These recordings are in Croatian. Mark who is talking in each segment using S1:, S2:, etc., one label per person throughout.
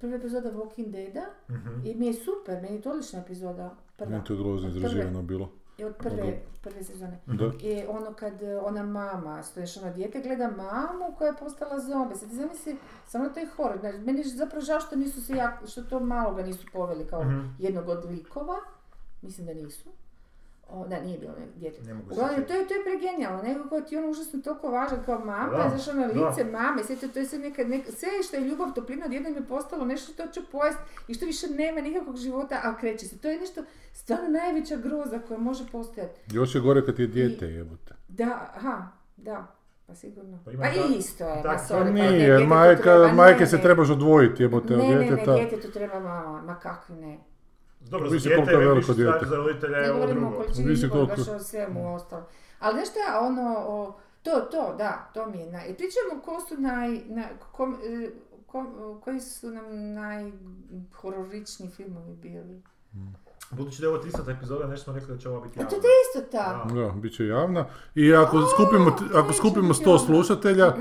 S1: prva epizoda Walking Deada
S2: Mhm.
S1: i pa mi je super, meni je to odlična epizoda. Prva.
S3: Meni to je grozno
S1: Od prve-
S3: izraživano bilo.
S1: I od prve, prve sezone.
S3: Da.
S1: I ono kad e, ona mama, stoješ ono dijete, gleda mamu koja je postala zombi. Sad ti zamisli, samo to je horor. Znači, meni je zapravo žao što nisu se jako, što to malo ga nisu poveli kao
S2: Mhm.
S1: jednog od likova. Mislim da nisu. O, da, nije bilo ne- dijete.
S2: Ne mogu se
S1: Uglavnom,
S2: sjetiti.
S1: to je, to je pregenijalno, nego kao ti je ono užasno toliko važan kao mama,
S2: Da,
S1: znaš ono
S2: da.
S1: lice mame, sve to, to je sve nekad, nek- sve što je ljubav, toplina, odjednom je postalo nešto što hoću pojesti i što više nema nikakvog života, a kreće se. To je nešto stvarno najveća groza koja može postojati.
S3: Još je gore kad ti je dijete jebote.
S1: Da, aha, da, pa sigurno. Pa,
S2: Pa ima ta-
S1: i isto je,
S2: ta-
S1: ma
S2: Pa
S1: sorry,
S3: Pa
S1: pa
S3: nije,
S1: ne,
S3: jer
S1: djetetu treba-
S3: majka,
S1: ne,
S3: majke
S1: ne,
S3: se
S1: ne.
S3: trebaš odvojiti jebote
S1: Ne,
S3: od
S1: ne,
S3: djeteta.
S1: ne, djetetu treba mama, ma kakvi ne.
S2: Dobro,
S3: Visi
S2: za dijete
S3: koliko je
S2: je
S3: veliko
S2: više
S3: dijete.
S2: stvar za roditelja
S1: Ne
S2: je ovo
S1: govorimo o
S2: drugo.
S1: količini
S3: Visi
S1: ljubavi,
S3: koliko-
S1: baš o svemu ostalom. Ali znaš šta, ono, o, to, to, da, to mi je naj... I pričamo ko su naj... na- kom- e, kom- koji su nam najhororičniji filmovi bili.
S2: Budući da je ovo 300 epizoda, nešto smo rekli da će ovo biti
S1: A to
S2: javno.
S1: je isto tako.
S3: Da, bit će javna. I ako skupimo, t- ako
S1: neće
S3: skupimo
S1: biti
S3: 100
S1: javna.
S3: slušatelja,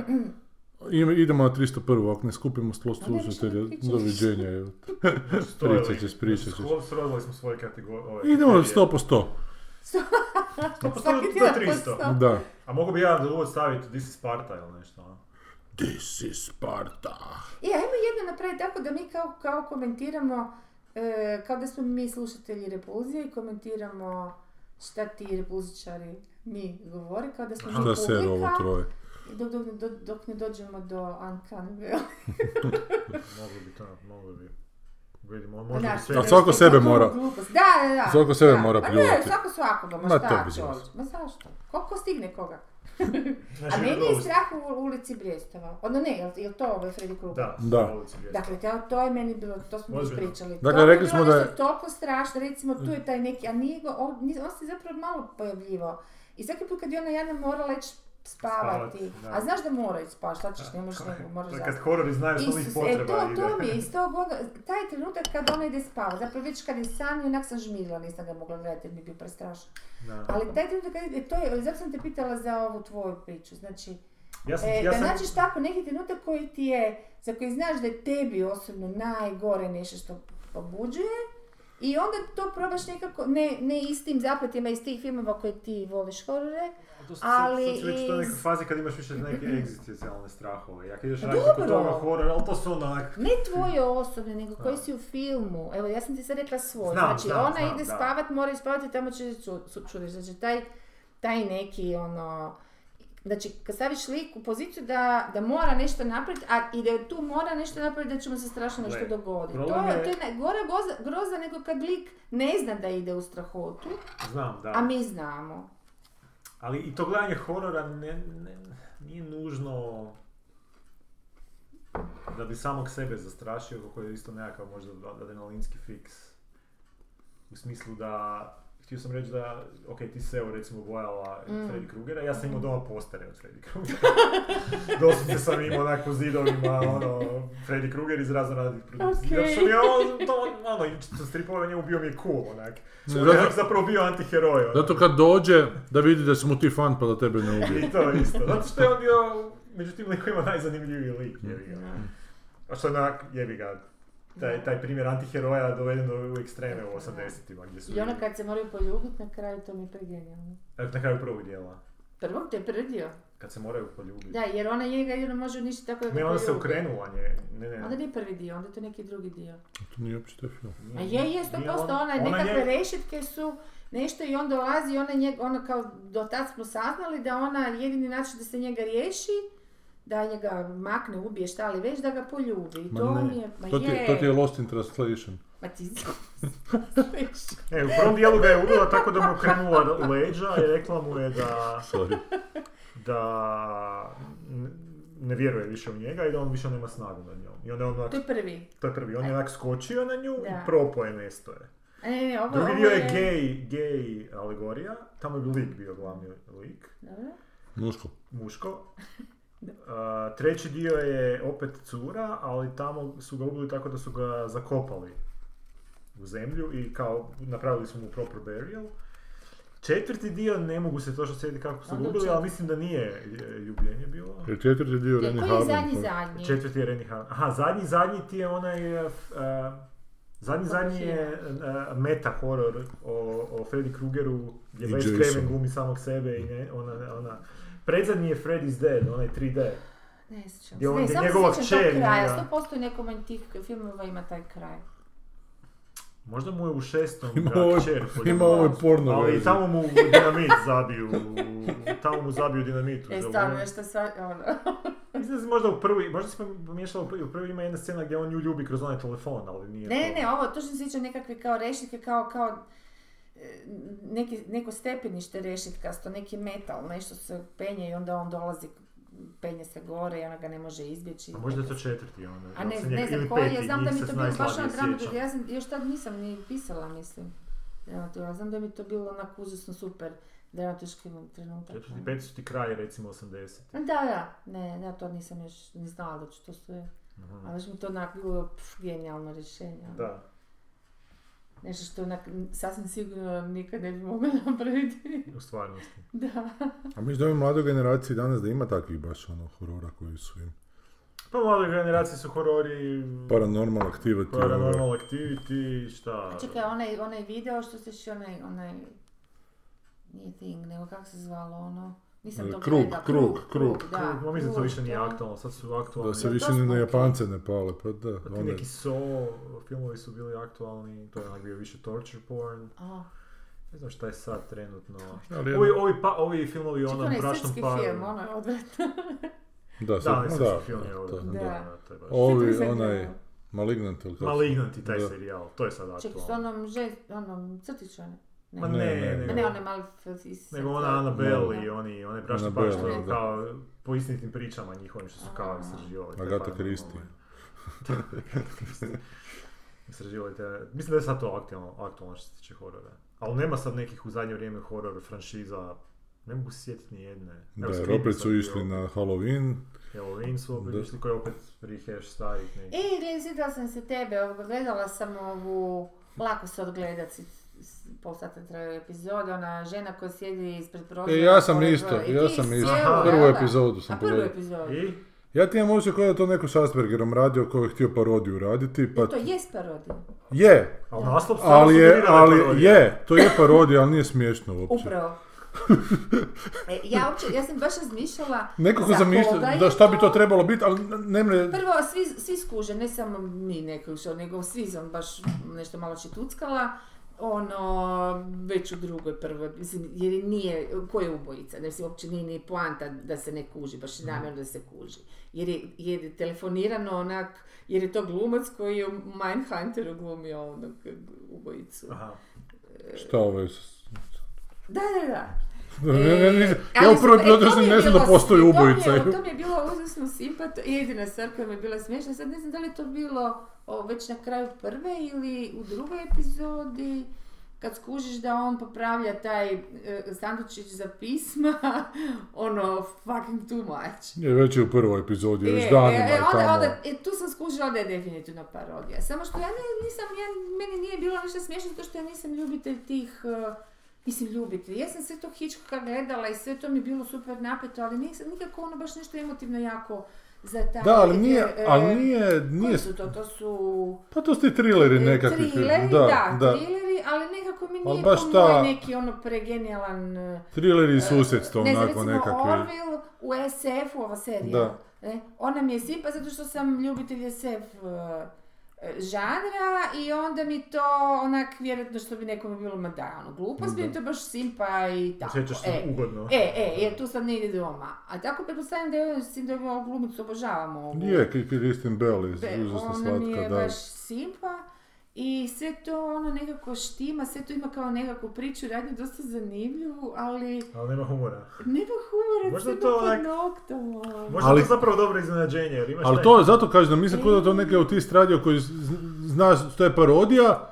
S3: im- idemo na 301. Ako ne skupimo 100
S1: Onda više
S3: slušatelja,
S1: ne pričaš.
S3: doviđenja. jebote.
S2: Stoje li?
S3: Pričat ćeš, pričat ćeš.
S2: Sklo- Srozali smo svoje kategorije.
S3: Idemo 100 po 100.
S2: Pa postoji
S1: Svaki
S2: do
S1: tjedan
S2: 300.
S1: postoji.
S3: Da.
S2: A mogu bi ja za uvod staviti This is Sparta ili nešto, ono?
S3: This is Sparta.
S1: E, ajmo jedno napraviti tako da mi kao, kao komentiramo, e, kao da smo mi slušatelji Repulzije i komentiramo šta ti repulzičari mi govore, kao da smo mi
S3: Šta se ovo
S1: publika.
S3: troje?
S1: I dok, dok, dok, dok ne dođemo do Uncanny
S2: Mogli bi to, mogli bi. Vidimo,
S1: Pa
S2: možda
S1: da,
S2: bi sve... Znači,
S3: A svako
S1: što je
S3: sebe
S1: potpuno
S3: mora.
S1: glupost. Da, da, da.
S3: Svako sebe
S1: Da.
S3: mora
S1: Ma ne,
S3: pljuvati.
S1: svako svakoga, ma
S3: Ma
S1: šta
S3: tebi
S1: čovječ.
S3: zašto.
S1: Ma zašto? Koliko stigne koga?
S2: Znaš,
S1: A
S2: ima
S1: meni je
S2: novost.
S1: strah u ulici Brijestova. Onda ne, jel, jel to ovaj Freddy Krueger?
S2: Da,
S3: Da.
S2: na ulici gdje.
S1: Dakle, to, to je meni bilo, to smo već
S2: Ozbiljno.
S1: pričali.
S3: Dakle,
S1: to mi je
S3: rekli
S1: bilo
S3: smo da je- Mm.
S1: nešto toliko strašno, recimo tu je taj neki, a nije go, on, nije- on se zapravo malo pojavljivao. I svaki put kad je ona jadna morala ići spavati,
S2: Spavati, da.
S1: a znaš da mora ići spavati, šta ćeš, ne možeš
S2: To je-
S1: nego, moraš
S2: to je
S1: zaspati.
S2: Kad horori znaju što njih
S1: Isus, e
S2: potreba
S1: to,
S2: ide.
S1: to mi je iz tog onda, taj trenutak kad ona ide spavat, zapravo već kad je san, onak sam žmirila, nisam ga mogla gledati jer mi je bio prestrašan.
S2: Da.
S1: Ali taj trenutak kad ide, to je, zato sam te pitala za ovu tvoju priču, znači,
S2: Ja sam,
S1: e,
S2: ja
S1: da
S2: sam...
S1: nađeš tako neki trenutak koji ti je, za koji znaš da je tebi osobno najgore nešto što pobuđuje, i onda to probaš nekako, ne, ne istim zapletima iz tih filmova koje ti voliš horore,
S2: To su-
S1: ali
S2: Sad si već u toj nekoj
S1: iz-
S2: fazi kad imaš više neke egzistencijalne strahove. Ja kad ideš
S1: Pa
S2: raditi kod
S1: dobro.
S2: toga horor, ali to no, su onak...
S1: Ne tvoje osobne, nego koji
S2: Mm. Da.
S1: si u filmu. Evo, ja sam ti sad rekla svoj.
S2: Znam,
S1: znači,
S2: znam,
S1: ona
S2: znam,
S1: ide
S2: da.
S1: spavat, mora ići spavat i tamo će čudiš. Znači, taj, taj neki, ono... Znači, kad staviš lik u poziciju da, da mora nešto napraviti, a i da je tu mora nešto napraviti, da će mu se strašno nešto
S2: Gle,
S1: dogoditi. To,
S2: problem
S1: je,
S2: je-
S1: to je najgora goza- groza nego kad lik ne zna da ide u strahotu,
S2: Znam, da.
S1: a mi znamo.
S2: Ali i to gledanje horora ne, ne, nije nužno da bi samog sebe zastrašio, kako je isto nekakav možda adrenalinski fiks. U smislu da, htio sam reći da, ok, ti se evo recimo bojala Freddy Krugera, ja sam imao doma postere od Freddy Krugera. Doslovce sam imao onak po zidovima, ono, Freddy Kruger iz razno raznih produkcija.
S1: Okej.
S2: Zato što mi je on, to, ono, i stripove njemu bio mi je cool, onak. Ono,
S3: zato-
S2: Ja sam zapravo bio ono. antiheroj, onak.
S3: Zato kad dođe, da vidi da si mu ti fan pa da tebe ne ubije.
S2: I to isto. Zato što je on bio među tim likovima najzanimljiviji lik, jebi ga. A što je onak, jebi ga, taj, taj primjer antiheroja doveden do u ekstreme u 80-ima, gdje su...
S1: I ono
S2: bili-
S1: kad se moraju poljubiti na kraju, to mi je pregenijalno.
S2: E, Na kraju prvog dijela,
S1: Prvom te prdio.
S2: kad se moraju poljubiti.
S1: Da, ono jer ona njega jedino može uništiti tako da ga
S2: Ne, ona se
S1: poljubi.
S2: okrenula nje, ne,
S1: Onda
S2: ne.
S1: nije prvi dio, onda je to neki drugi dio.
S3: To nije uopće taj film.
S1: A je, je,
S2: Nije
S1: 100%
S2: ona-
S1: ona,
S2: ona
S1: nekakve
S2: njega-
S1: rešetke su nešto i on dolazi i ona njeg, ono kao do tad smo saznali da ona jedini način da se njega riješi, da njega makne, ubije šta li već, da ga poljubi. I
S3: Ma
S1: to
S3: ne.
S1: mi je, ma
S3: To ti,
S1: je,
S3: to ti je Lost in Translation.
S1: ma ti
S2: E, u prvom dijelu ga je ubila tako da mu okrenula leđa i rekla mu je da...
S3: Sorry.
S2: da n- ne vjeruje više u njega i da on više nema snagu na njom. I onda je on onak,
S1: To je prvi.
S2: to je prvi, on je onak skočio na nju
S1: Da.
S2: i propao je nestoje.
S1: A ne, ne, ovo,
S2: Drugi
S1: ovo
S2: dio je gay, gay alegorija, tamo je lik bio glavni lik,
S1: Dobro.
S3: Muško.
S2: muško. A, treći dio je opet cura, ali tamo su ga ubili tako da su ga zakopali u zemlju i kao napravili su mu proper burial. Četvrti dio, ne mogu se točno sjetiti kako su
S1: Onda
S2: gubili,
S1: četvrti.
S2: ali mislim da nije e, ljubljenje bilo.
S3: Jer četvrti dio
S1: Te,
S3: Reni pa-
S1: koji je
S3: Harlan.
S1: zadnji
S3: koji-
S1: zadnji?
S2: Četvrti je Renny Harlan. Aha, zadnji, zadnji ti je onaj... e, f- e, zadnji, zadnji je e, meta horor o, o Freddy Kruegeru gdje
S3: I
S2: Wes
S3: Jasonu.
S2: Craven glumi samog sebe i ne, ona, ona. Predzadnji je Freddy's Dead, onaj 3D.
S1: Ne sjećam
S2: Gdje
S1: se.
S2: on-
S1: Ne,
S2: gdje
S1: samo
S2: njegova
S1: se sjećam tog
S2: kćer njega.
S1: kraja. 100% u nekom od tih filmova ima taj kraj.
S2: Možda mu je u šestom
S3: Ima
S2: ga
S3: ovaj-
S2: kćer
S3: Ima
S2: poljubila.
S3: ovaj porno
S2: Ali
S3: verziju.
S2: tamo mu dinamit zabiju, tamo mu zabiju dinamit. u
S1: E,
S2: zovu.
S1: stvarno, nešto sva... Ono.
S2: Mislim da se možda u prvi, možda se pomiješalo, u prvi ima jedna scena gdje on nju ljubi kroz onaj telefon, ali nije
S1: Ne,
S2: to.
S1: ne, ovo, točno se sjećam nekakve kao rešitke, kao, kao e, neki, neko stepenište rešitkasto, neki metal, nešto se penje i onda on dolazi, penje se gore i ona ga ne može izbjeći.
S2: A možda je to četvrti onda.
S1: Znači, A
S2: ako
S1: ne,
S2: se
S1: ne
S2: njega-
S1: znam
S2: ili
S1: koji je,
S2: peti,
S1: znam da
S2: njih
S1: mi to
S2: se
S1: bilo baš na
S2: najslabije
S1: dramu,
S2: sjećam.
S1: ja sam, još tad nisam ni pisala, mislim, dramaturg, ali znam da mi to bilo onako užasno super dramaturški trenutak.
S2: Četvrti, peti su ti kraj, recimo 80.
S1: Da, da, ne, ja to nisam još ni znala da ću to sve,
S2: Mhm.
S1: ali baš mi to onako bilo pf, genijalno rješenje. ono.
S2: Da.
S1: Nešto što onak, n- sasvim sigurno nikad ne bi mogla napraviti.
S2: U stvarnosti.
S1: da.
S3: A mislim da ovoj mladoj generaciji danas da ima takvih baš ono horora koji su im.
S2: Pa mlade generacije su horori,
S3: Paranormal activity.
S2: paranormal activity, šta...
S1: A čekaj, onaj, onaj video što ste šli, onaj, onaj, nije thing, nego kako se zvalo ono, nisam
S3: E,
S1: to
S3: krug,
S1: gledala.
S3: krug, krug.
S1: da.
S2: Ma pa mislim da to
S1: krug,
S2: više nije
S1: to.
S2: aktualno, sad su aktualni.
S3: Da se
S1: To
S3: više
S1: smo
S3: ni na
S1: ok.
S3: Japance ne pale, pa da.
S2: Pa ti
S3: one-
S2: neki so filmovi su bili aktualni, to je onak bio više torture porn.
S1: A,
S2: Ne znam šta je sad trenutno.
S3: ali
S2: Ovi,
S3: jedno-
S2: ovi, pa, ovi filmovi o
S1: čekaj,
S2: onom
S1: Znači, onaj
S2: brašnom
S1: srpski
S2: paru.
S1: film, ono je odvratan.
S3: Da,
S2: Pa Da,
S3: sad,
S2: ne
S3: da,
S2: srpski
S3: da,
S2: film je ovo.
S3: to-
S1: Da.
S2: to je baš.
S3: Ovi,
S1: Sjećam se
S3: onaj,
S1: da.
S3: Malignant ili kako?
S2: Malignanti, taj
S3: Da.
S2: serijal, Pa to je sad
S1: Čekaj, s
S2: aktualno.
S1: onom žen, onom crtiću, ne? Ne,
S2: Ma
S1: ne,
S3: Ne,
S2: ne,
S3: ne,
S1: ne,
S2: nego-
S1: ne one mali f- iz...
S2: Nego ona Annabelle
S1: Da.
S2: i oni, one brašne par što
S3: Annabelle,
S2: je
S3: da.
S2: kao po istinitim pričama njihovim što su kao istraživali. te
S3: Agata
S2: paranormalne.
S3: Christie.
S2: Da, Agatha Christie. Istraživali te, mislim da je sad to aktualno, aktualno što se tiče horora. Ali nema sad nekih u zadnje vrijeme horor franšiza, ne mogu se sjetiti ni jedne.
S3: Da,
S2: Evo,
S3: jer
S2: Scream je
S3: opet
S2: sad
S3: su
S2: bio,
S3: išli na Halloween.
S2: Halloween su opet
S3: Da.
S2: išli koji je opet rehash starih nekih.
S1: E, gledaj, sjetila sam se tebe, ovoga, gledala sam ovu, lako se odgledat, s- s- pol sata traju epizode, ona žena koja sjedi ispred prozora.
S3: E, ja sam
S1: pored
S3: isto,
S1: broja. I
S3: ja
S1: ti
S3: sam
S1: si,
S3: isto.
S1: evo,
S2: Prvu
S1: jel da?
S3: epizodu sam
S1: A prvu
S3: pogledao.
S1: epizodu.
S2: I
S3: Ja ti imam osjećaj kao da je to neko s Aspergerom radio koji je htio parodiju raditi, pa
S1: E, To jest parodija.
S3: je,
S2: Ali naslov stvarno
S3: ali je,
S2: sugerira da
S3: ali
S2: parodija.
S3: je, to je parodija, ali nije smiješno uopće.
S1: Upravo. E, ja, uopće, ja sam baš razmišljala
S3: Nekako
S1: za
S3: sam
S1: koga
S3: mišljao
S1: je
S3: da šta bi to
S1: to?
S3: trebalo biti, ali ne mre...
S1: Prvo, svi, svi skuže, ne samo mi neko što, nego svi sam baš nešto malo čituckala, ono, već u drugoj prvoj, mislim, jer i nije, ko je ubojica, ne mislim, uopće nije ni poanta da se ne kuži, baš namjerno da se kuži, jer je, jer je telefonirano onak, jer je to glumac koji je u Mindhunteru glumio onog ubojicu.
S2: Aha.
S3: Šta ovo je? s-
S1: Da, da, da.
S3: Ne, ne, ne, ja
S1: E, Ali
S3: u prvoj
S1: super,
S3: pilotu
S1: e, to
S3: sam
S1: mi je
S3: ne znam
S1: bilo-
S3: da postoji
S1: to mi je-
S3: ubojica.
S1: To mi je bilo uzasno simpatno, jedina stvar koja mi je bila smiješna, sad ne znam da li je to bilo o, već na kraju prve ili u drugoj epizodi, kad skužiš da on popravlja taj e, sandučić za pisma, ono, fucking too much.
S3: Je već je u prvoj epizodi,
S1: E,
S3: već
S1: e,
S3: danima je
S1: e, onda,
S3: tamo.
S1: onda, e, tu sam skužila da je definitivno parodija. Samo što ja ne, nisam, ja, meni nije bilo ništa smiješno zato što ja nisam ljubitelj tih, eh, mislim ljubitelj. Ja sam sve to Hitchcocka gledala i sve to mi je bilo super napeto, ali nisam nikako ono baš nešto emotivno jako za taj...
S3: Da, ali nije,
S1: eh,
S3: ali nije,
S1: Koji
S3: nije,
S1: su to? To su...
S3: pa to su ti trileri
S1: eh,
S3: nekakvi.
S1: Trileri, da,
S3: da, da.
S1: trileri, ali nekako mi
S3: Ali
S1: nije
S3: baš
S1: to
S3: ta-
S1: moj neki ono pregenijalan... eh,
S3: Trileri i susjedstvo,
S1: ne znam,
S3: onako
S1: recimo
S3: nekakvi.
S1: Orville u SF-u, ova serija.
S3: Da.
S1: Ne? Ona mi je simpa zato što sam ljubitelj SF eh, žanra i onda mi to onak vjerojatno što bi nekom bilo, ma da, ono, glupost, mi je to baš simpa i tako.
S2: Osjećaš se
S1: e.
S2: ugodno.
S1: E, e, jer tu sam negdje doma. A tako pretpostavljam da je ovaj sindrom ovu glumicu obožavamo ovu.
S3: Je, Ki- Kristin Bell je
S1: Be-
S3: užasno
S1: ona mi
S3: slatka,
S1: je
S3: da.
S1: baš simpa i sve to ono nekako štima, sve to ima kao nekakvu priču, radnju dosta zanimljivu, ali
S2: Ali nema humora.
S1: nema humora,
S2: Možda
S1: Možda
S2: to
S1: to
S2: onak-
S1: pod noktom. ono.
S2: Možda
S3: Ali-
S2: je to zapravo dobro iznenađenje, jer imaš
S3: Ali
S2: taj-
S3: to je, zato kažem da mislim kao da to neki autist radio koji z- zna što je parodija,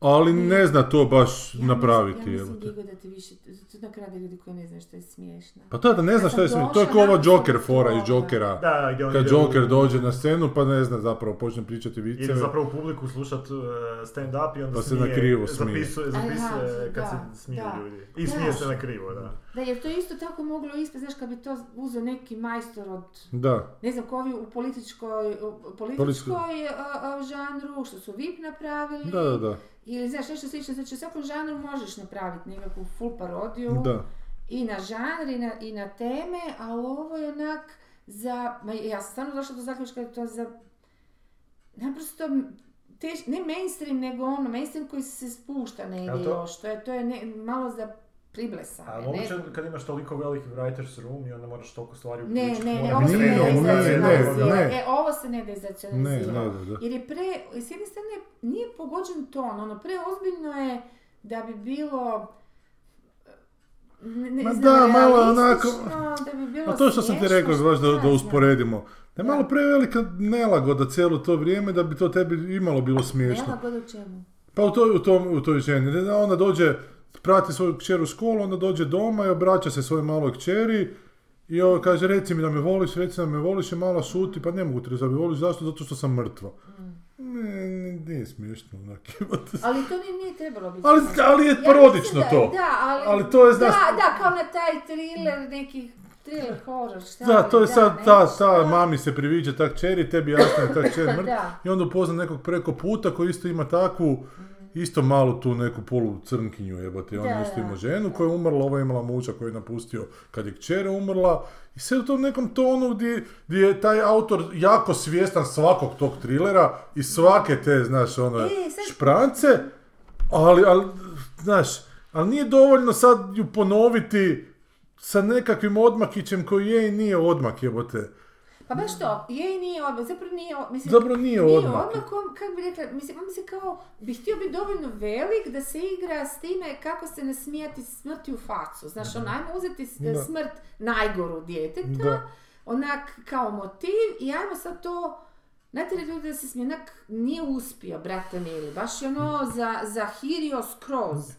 S3: ali ne zna to baš
S1: Ja
S3: napraviti.
S1: Mislim, ja
S3: evo
S1: mislim,
S3: te.
S1: Gigo, da ti više, to na kraju ljudi koji ne znaju što je smiješno.
S3: Pa to je da ne zna
S1: Ja
S3: šta je
S1: sam
S3: smiješno. To je
S1: došla,
S3: kao ova
S1: naprosto
S3: Joker fora iz
S1: to, da.
S3: Jokera.
S2: Da, gdje on
S3: Kad
S2: ide u-
S3: Joker dođe na scenu pa ne zna zapravo, počne pričati
S2: Ide
S3: viceve.
S2: zapravo u publiku slušat uh, stand-up i onda
S3: Pa se
S2: smije,
S3: na krivo smije.
S2: zapisuje, zapisuje
S1: Aha,
S2: kad
S1: da,
S2: se smiju
S1: da.
S2: ljudi. I
S1: Da.
S2: smije se na krivo, da.
S1: Da, jer to je isto tako moglo ispati, znaš, kad bi to uzeo neki majstor od,
S3: Da,
S1: ne znam, kovi u političkoj, u političkoj a, a, žanru, što su VIP napravili.
S3: da, da, da.
S1: Ili, znaš, nešto slično, znači u svakom žanru možeš napraviti nekakvu full parodiju.
S3: da.
S1: i na žanr i na, i na teme, a ovo je onak za, ma ja sam stvarno došla do zaključka da je to za, naprosto, teš, ne mainstream, nego ono, mainstream koji se spušta
S2: Jel
S1: negdje
S2: to-
S1: još, to je, to je ne- malo za
S2: A
S1: priblesane, ne
S2: moguće
S1: znam.
S2: kad imaš toliko veliki writers room i onda moraš toliko stvari
S1: Ne,
S2: uključiti.
S1: ne, ne,
S2: mora
S1: ovo se
S2: biti
S1: ne
S3: Ne,
S2: redom, mora biti
S3: ne,
S2: redom, da.
S3: ne,
S1: dezacionalizira.
S3: ne.
S1: E, ovo se ne
S3: Ne,
S1: dezacionalizira.
S3: ne, da, da.
S1: Jer je pre, s jedne strane, nije pogođen ton, ono, preozbiljno je da bi bilo ne, ne
S3: Ma
S1: znam,
S3: da, malo je onako-
S1: realistično, da bi bilo
S3: A to što sam ti
S1: smiješno,
S3: rekao, baš da,
S1: šta
S3: da
S1: ja znam.
S3: usporedimo. Da je
S1: Da.
S3: malo prevelika nelagoda cijelo to vrijeme da bi to tebi imalo bilo smiješno.
S1: Nelagoda u čemu?
S3: Pa u toj, u tom, u toj ženi. Ne, da Ona dođe, prati svoju kćer u školu, onda dođe doma i obraća se svojoj maloj kćeri. I ovo kaže, reci mi da me voliš, reci da me voliš i mala šuti, pa ne mogu te reći da me voliš, zašto? Zato što sam mrtva.
S1: Mm.
S3: Ne, ne, nije smiješno onak. jebote.
S1: Ali to nije, nije trebalo biti.
S3: Ali,
S1: smiješno.
S3: ali
S1: Ja
S3: je
S1: mislim
S3: parodično
S1: da-
S3: to.
S1: Da, ali,
S3: Ali to je, znaš-
S1: Da, da, kao na taj thriller, neki thriller horror, šta
S3: Da,
S1: li,
S3: to je sad,
S1: ne,
S3: ta, ta
S1: šta-
S3: mami se priviđa tak čeri, tebi jasno je tak čer mrt.
S1: Da.
S3: I onda upozna nekog preko puta koji isto ima takvu, isto malu tu neku polu crnkinju jebate. On
S1: Mm. Da,
S3: isto
S1: da.
S3: ima ženu koja je umrla, ova je imala muča koji je napustio kad je kćera umrla. I sve u tom nekom tonu gdje, gdje je taj autor jako svjestan svakog tog trilera i svake te, znaš, ono,
S1: E, sad-
S3: šprance. Ali, ali, znaš, ali nije dovoljno sad ju ponoviti sa nekakvim odmakićem koji je i nije odmak jebote.
S1: Pa baš to, je i nije odmah, zapravo nije odmah. Mislim,
S3: Zapravo nije odmah.
S1: on, kako bi rekla, mislim, on se kao, bi htio biti dovoljno velik da se igra s time kako se ne smijati smrti u facu. Znaš, on, ajmo uzeti s-
S3: Da.
S1: smrt najgoru djeteta,
S3: Da.
S1: onak kao motiv i ajmo sad to Natjeraj ljudi da se smije, onak nije uspio, brate mili, baš je
S3: Mm.
S1: ono za, zahirio skroz.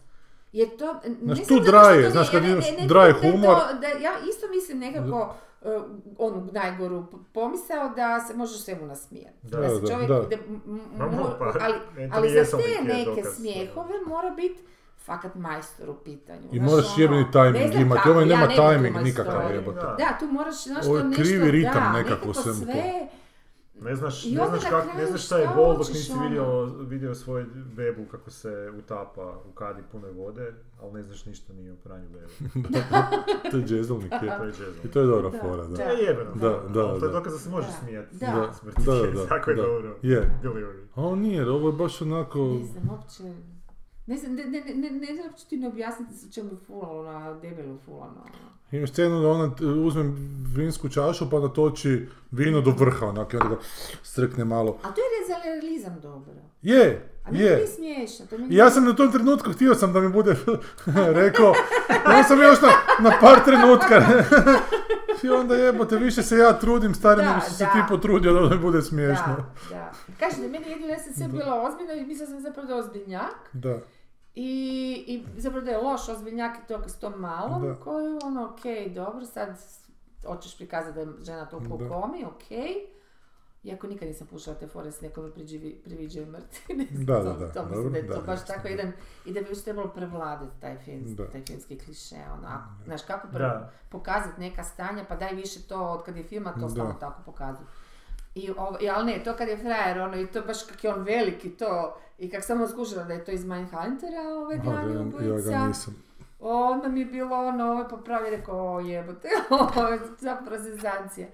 S1: Jer to, ne
S3: Znaš,
S1: samo
S3: tu
S1: zato što
S3: draje,
S1: to
S3: znaš,
S1: nije-
S3: kad
S1: ne, ne,
S3: imaš
S1: ne,
S3: draje
S1: da je to-
S3: humor,
S1: da ja isto mislim nekako eh, onu najgoru p- pomisao da se možeš svemu nasmijati.
S2: Da,
S1: se
S3: da,
S1: čovjek,
S3: da.
S1: da m- m-
S2: Ma,
S1: mo-
S2: mo- pa,
S1: ali,
S2: Anthony
S1: ali za
S2: Jeselnik
S1: te
S2: je
S1: neke
S2: dokaz,
S1: smjehove mora biti fakat majstor u pitanju.
S3: I
S1: Znaš,
S3: moraš
S1: ono,
S3: jebeni
S1: ne
S3: timing
S1: znam
S3: imati,
S1: kako,
S3: ovaj
S1: ja
S3: nema
S1: ne bi tu
S3: timing
S1: majstora.
S3: nikakav
S2: majstora,
S3: jebote.
S2: da.
S1: Da, tu moraš znaš
S3: Ovo je
S1: to nešto,
S3: krivi ritam
S1: da,
S3: nekako
S1: nekako
S3: svemu
S1: sve,
S2: Ne znaš,
S1: I
S2: ne
S1: onda
S2: znaš,
S1: na
S2: kak, ne
S1: kraju
S2: znaš šta je
S1: šta
S2: bol dok
S1: hoćeš,
S2: nisi
S1: ono?
S2: vidio, vidio svoj bebu kako se utapa u kadi punoj vode, ali ne znaš ništa ni o pranju bebe.
S3: To je džezelnik, je.
S2: To je jazz. ono.
S3: I to je dobra
S1: Da.
S3: fora, da.
S2: To je jebeno.
S3: Da, da,
S2: Ali To je
S3: da.
S2: dokaz da se može
S1: Da.
S2: smijati.
S1: Da.
S3: Da,
S2: Smrti
S3: da,
S2: je,
S3: da,
S2: tako je
S3: da.
S2: dobro.
S3: Je.
S2: Delivery.
S3: A on nije, ovo je baš onako...
S1: ne znam, uopće, ne znam, ne, ne, ne, ne, ne znam uopće ti ne objasniti sa čemu je fulano, ona debelo fulano. ono.
S3: Imaš scenu da ona t- uzme vinsku čašu pa natoči vino do vrha, onak, i onda ga strkne malo.
S1: A to je re- za realizam dobro.
S3: Je,
S1: A meni
S3: je.
S1: nije smiješno, to meni
S3: I ja sam na tom trenutku htio sam da mi bude rekao, ja sam još na, na par trenutka. I onda jebote, više se ja trudim, stari,
S1: Da,
S3: nego si se
S1: da.
S3: ti potrudio da mi bude smiješno.
S1: Da, da. Kažem da meni jedino ja sam sve bila ozbiljna i mislila sam zapravo da je ozbiljnjak.
S3: Da.
S1: I, i zapravo da je loš ozbiljnjak i to s tom malom
S3: Da.
S1: koju ono okej, dobro, sad hoćeš prikazati da je žena toliko
S3: Da.
S1: u komi, okej. Iako nikad nisam pušala te fore s nekome priđivi- priviđaju mrtvi, ne znam,
S3: Da, da,
S1: to,
S3: da,
S1: to mislim
S3: dobro,
S1: da je to
S3: da,
S1: baš
S3: jasno,
S1: tako
S3: da.
S1: jedan, i da bi još trebalo prevladati taj, film,
S3: Da.
S1: taj filmski kliše, ono, ako, znaš, kako pre-
S2: Da.
S1: pokazati neka stanja, pa daj više to, od kad je filma, to
S3: Da.
S1: stalno tako pokazuju. I, ovo, i- ali ne, to kad je frajer, ono, i to baš kak je on veliki, to, i kak sam skužila da je to iz Mindhuntera, ovaj
S3: Aha,
S1: glavni
S3: ja- ja
S1: ubojica,
S3: ga nisam.
S1: onda mi je bilo ono, ovaj popravi, rekao, o jebote, ovo je zapravo senzancija.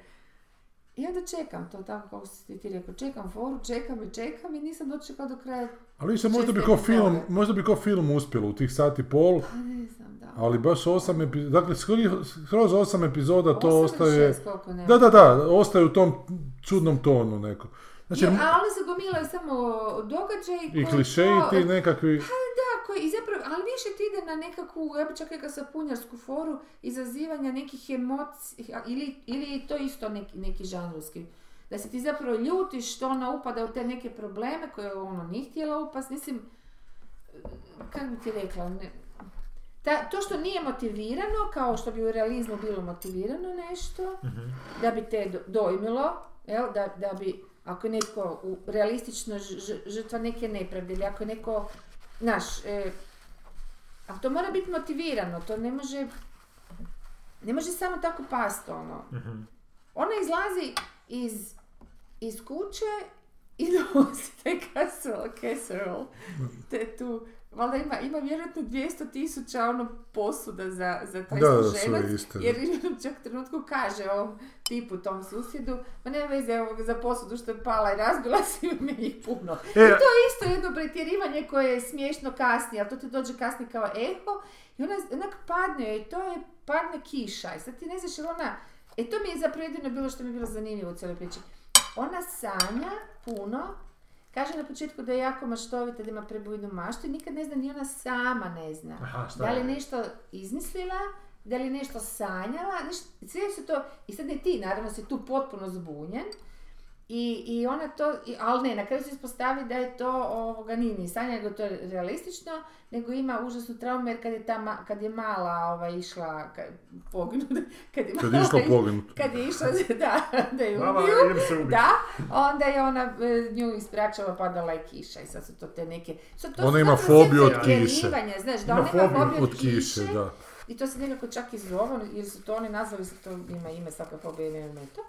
S1: I onda čekam to tako kako si ti rekao, čekam foru, čekam i čekam i nisam dočekala do kraja,
S3: Ali više možda bi
S1: Šest
S3: kao film,
S1: epizoda.
S3: možda bi kao film uspjelo u tih sat i pol,
S1: a ne znam, da.
S3: ali baš osam epizoda, dakle skroz- skroz osam epizoda to
S1: Osam ili
S3: ostaje...
S1: šest, koliko, ne
S3: Da, da, da, ostaje u tom čudnom tonu neko. Znači,
S1: Jer, a oni se gomilaju samo događaj
S3: i klišeji ti nekakvi...
S1: Tako, i zapravo, ali više ti ide na nekakvu, ja bi čak rekla sapunjarsku foru, izazivanja nekih emocija, ili, ili je to isto neki, neki žanrovski. Da se ti zapravo ljutiš što ona upada u te neke probleme koje ono nije htjela upast, mislim, kako bi ti rekla, ne- ta- to što nije motivirano, kao što bi u realizmu bilo motivirano nešto,
S2: Mhm,
S1: da bi te do- dojmilo, jel, da, da bi, ako je netko u, realistično ž- ž- žrtva neke nepravde, ili ako je neko, znaš, e, ali to mora biti motivirano, to ne može, ne može samo tako past, ono.
S2: mhm.
S1: Ona izlazi iz, iz kuće i nosi taj casserole, casserole, te tu, valjda ima, ima vjerojatno 200 tisuća ono posuda za, za taj
S3: Da, da,
S1: služenac,
S3: sve iste, da.
S1: jer u jednom čak trenutku kaže ovom tipu, tom susjedu, ma nema veze evo, za posudu što je pala i razbila se ima ih puno.
S3: E,
S1: I to je isto jedno pretjerivanje koje je smiješno kasnije, ali to ti dođe kasnije kao eho i ona onak padne joj i to je padne kiša i sad ti ne znaš jel ona, e to mi je zapravo jedino bilo što mi je bilo zanimljivo u cijeloj priči. Ona sanja puno, kaže na početku da je jako maštovita, da ima prebujnu maštu i nikad ne zna, ni ona sama ne zna.
S2: Aha, šta
S1: Da li
S2: je?
S1: je nešto izmislila, da li je nešto sanjala, niš- sve su to, i sad ne ti, naravno si tu potpuno zbunjen, i, i ona to, i, ali ne, na kraju se ispostavi da je to ovoga, nije ni sanja, nego to je realistično, nego ima užasnu traumu jer kad je, ta, ma- kad je mala ova, išla ka, poginut, kad je,
S3: Kad je
S1: mala
S3: išla
S1: iš-
S3: poginut.
S1: Kad je išla, da, da je
S2: Mama,
S1: ubiju,
S2: idem se ubiti.
S1: da, onda je ona e, nju ispračala, padala je kiša i sad su to te neke... Sad to
S3: Ona
S1: su
S3: ima
S1: zapravo
S3: fobiju od
S1: neka
S3: kiše.
S1: pretjerivanja, Znaš, da
S2: Ima
S1: ona ima
S2: fobiju
S1: fobiju
S3: od kiše, da.
S1: I to se nekako čak i zove, ono, jer su to oni nazvali, su to ima ime svaka fobija, ima ime to.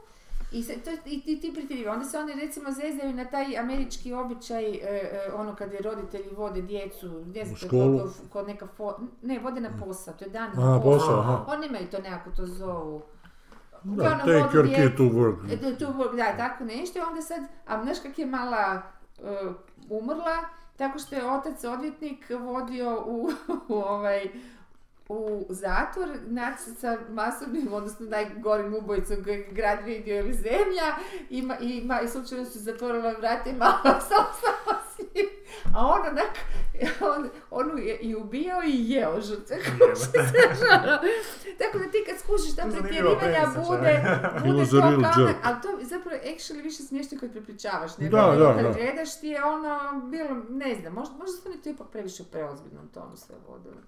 S1: I, se, to, i ti, ti pritiriva. Onda se oni recimo zezaju na taj američki običaj, e, e, ono kad je roditelji vode djecu, ne znam,
S3: U
S1: to je
S3: školu?
S1: kod, kod neka fo, ne, vode na posao, to je dan
S3: A,
S1: na
S3: posao, aha.
S1: Oni imaju to nekako, to zovu.
S3: Da,
S1: Uglavnom,
S3: take
S1: vode
S3: your
S1: djecu-
S3: kid to work.
S1: E, to- to work, da, tako nešto. I onda sad, a znaš kak je mala e, umrla, tako što je otac odvjetnik vodio u, u ovaj u zatvor naći sa masovnim, odnosno najgorim ubojicom kojeg je grad vidio ili zemlja ima, ima, i slučajno su zatvorila vrata i mala sam sama s njim. A on onak, on, onu je i ubijao i jeo žrtve. Tako da ti kad skušiš ta
S2: Zanimljiva
S1: pretjerivanja
S2: premisa,
S1: bude,
S3: It
S1: bude
S3: was
S1: to
S3: a
S1: kao
S3: real
S1: onak,
S3: joke.
S1: ali to je zapravo actually više smiješno kad prepričavaš, nego ono
S3: Da, da,
S1: kad
S3: da.
S1: gledaš ti je ono, bilo, ne znam, možda, možda su oni to ipak previše u preozbiljnom tonu sve vodili.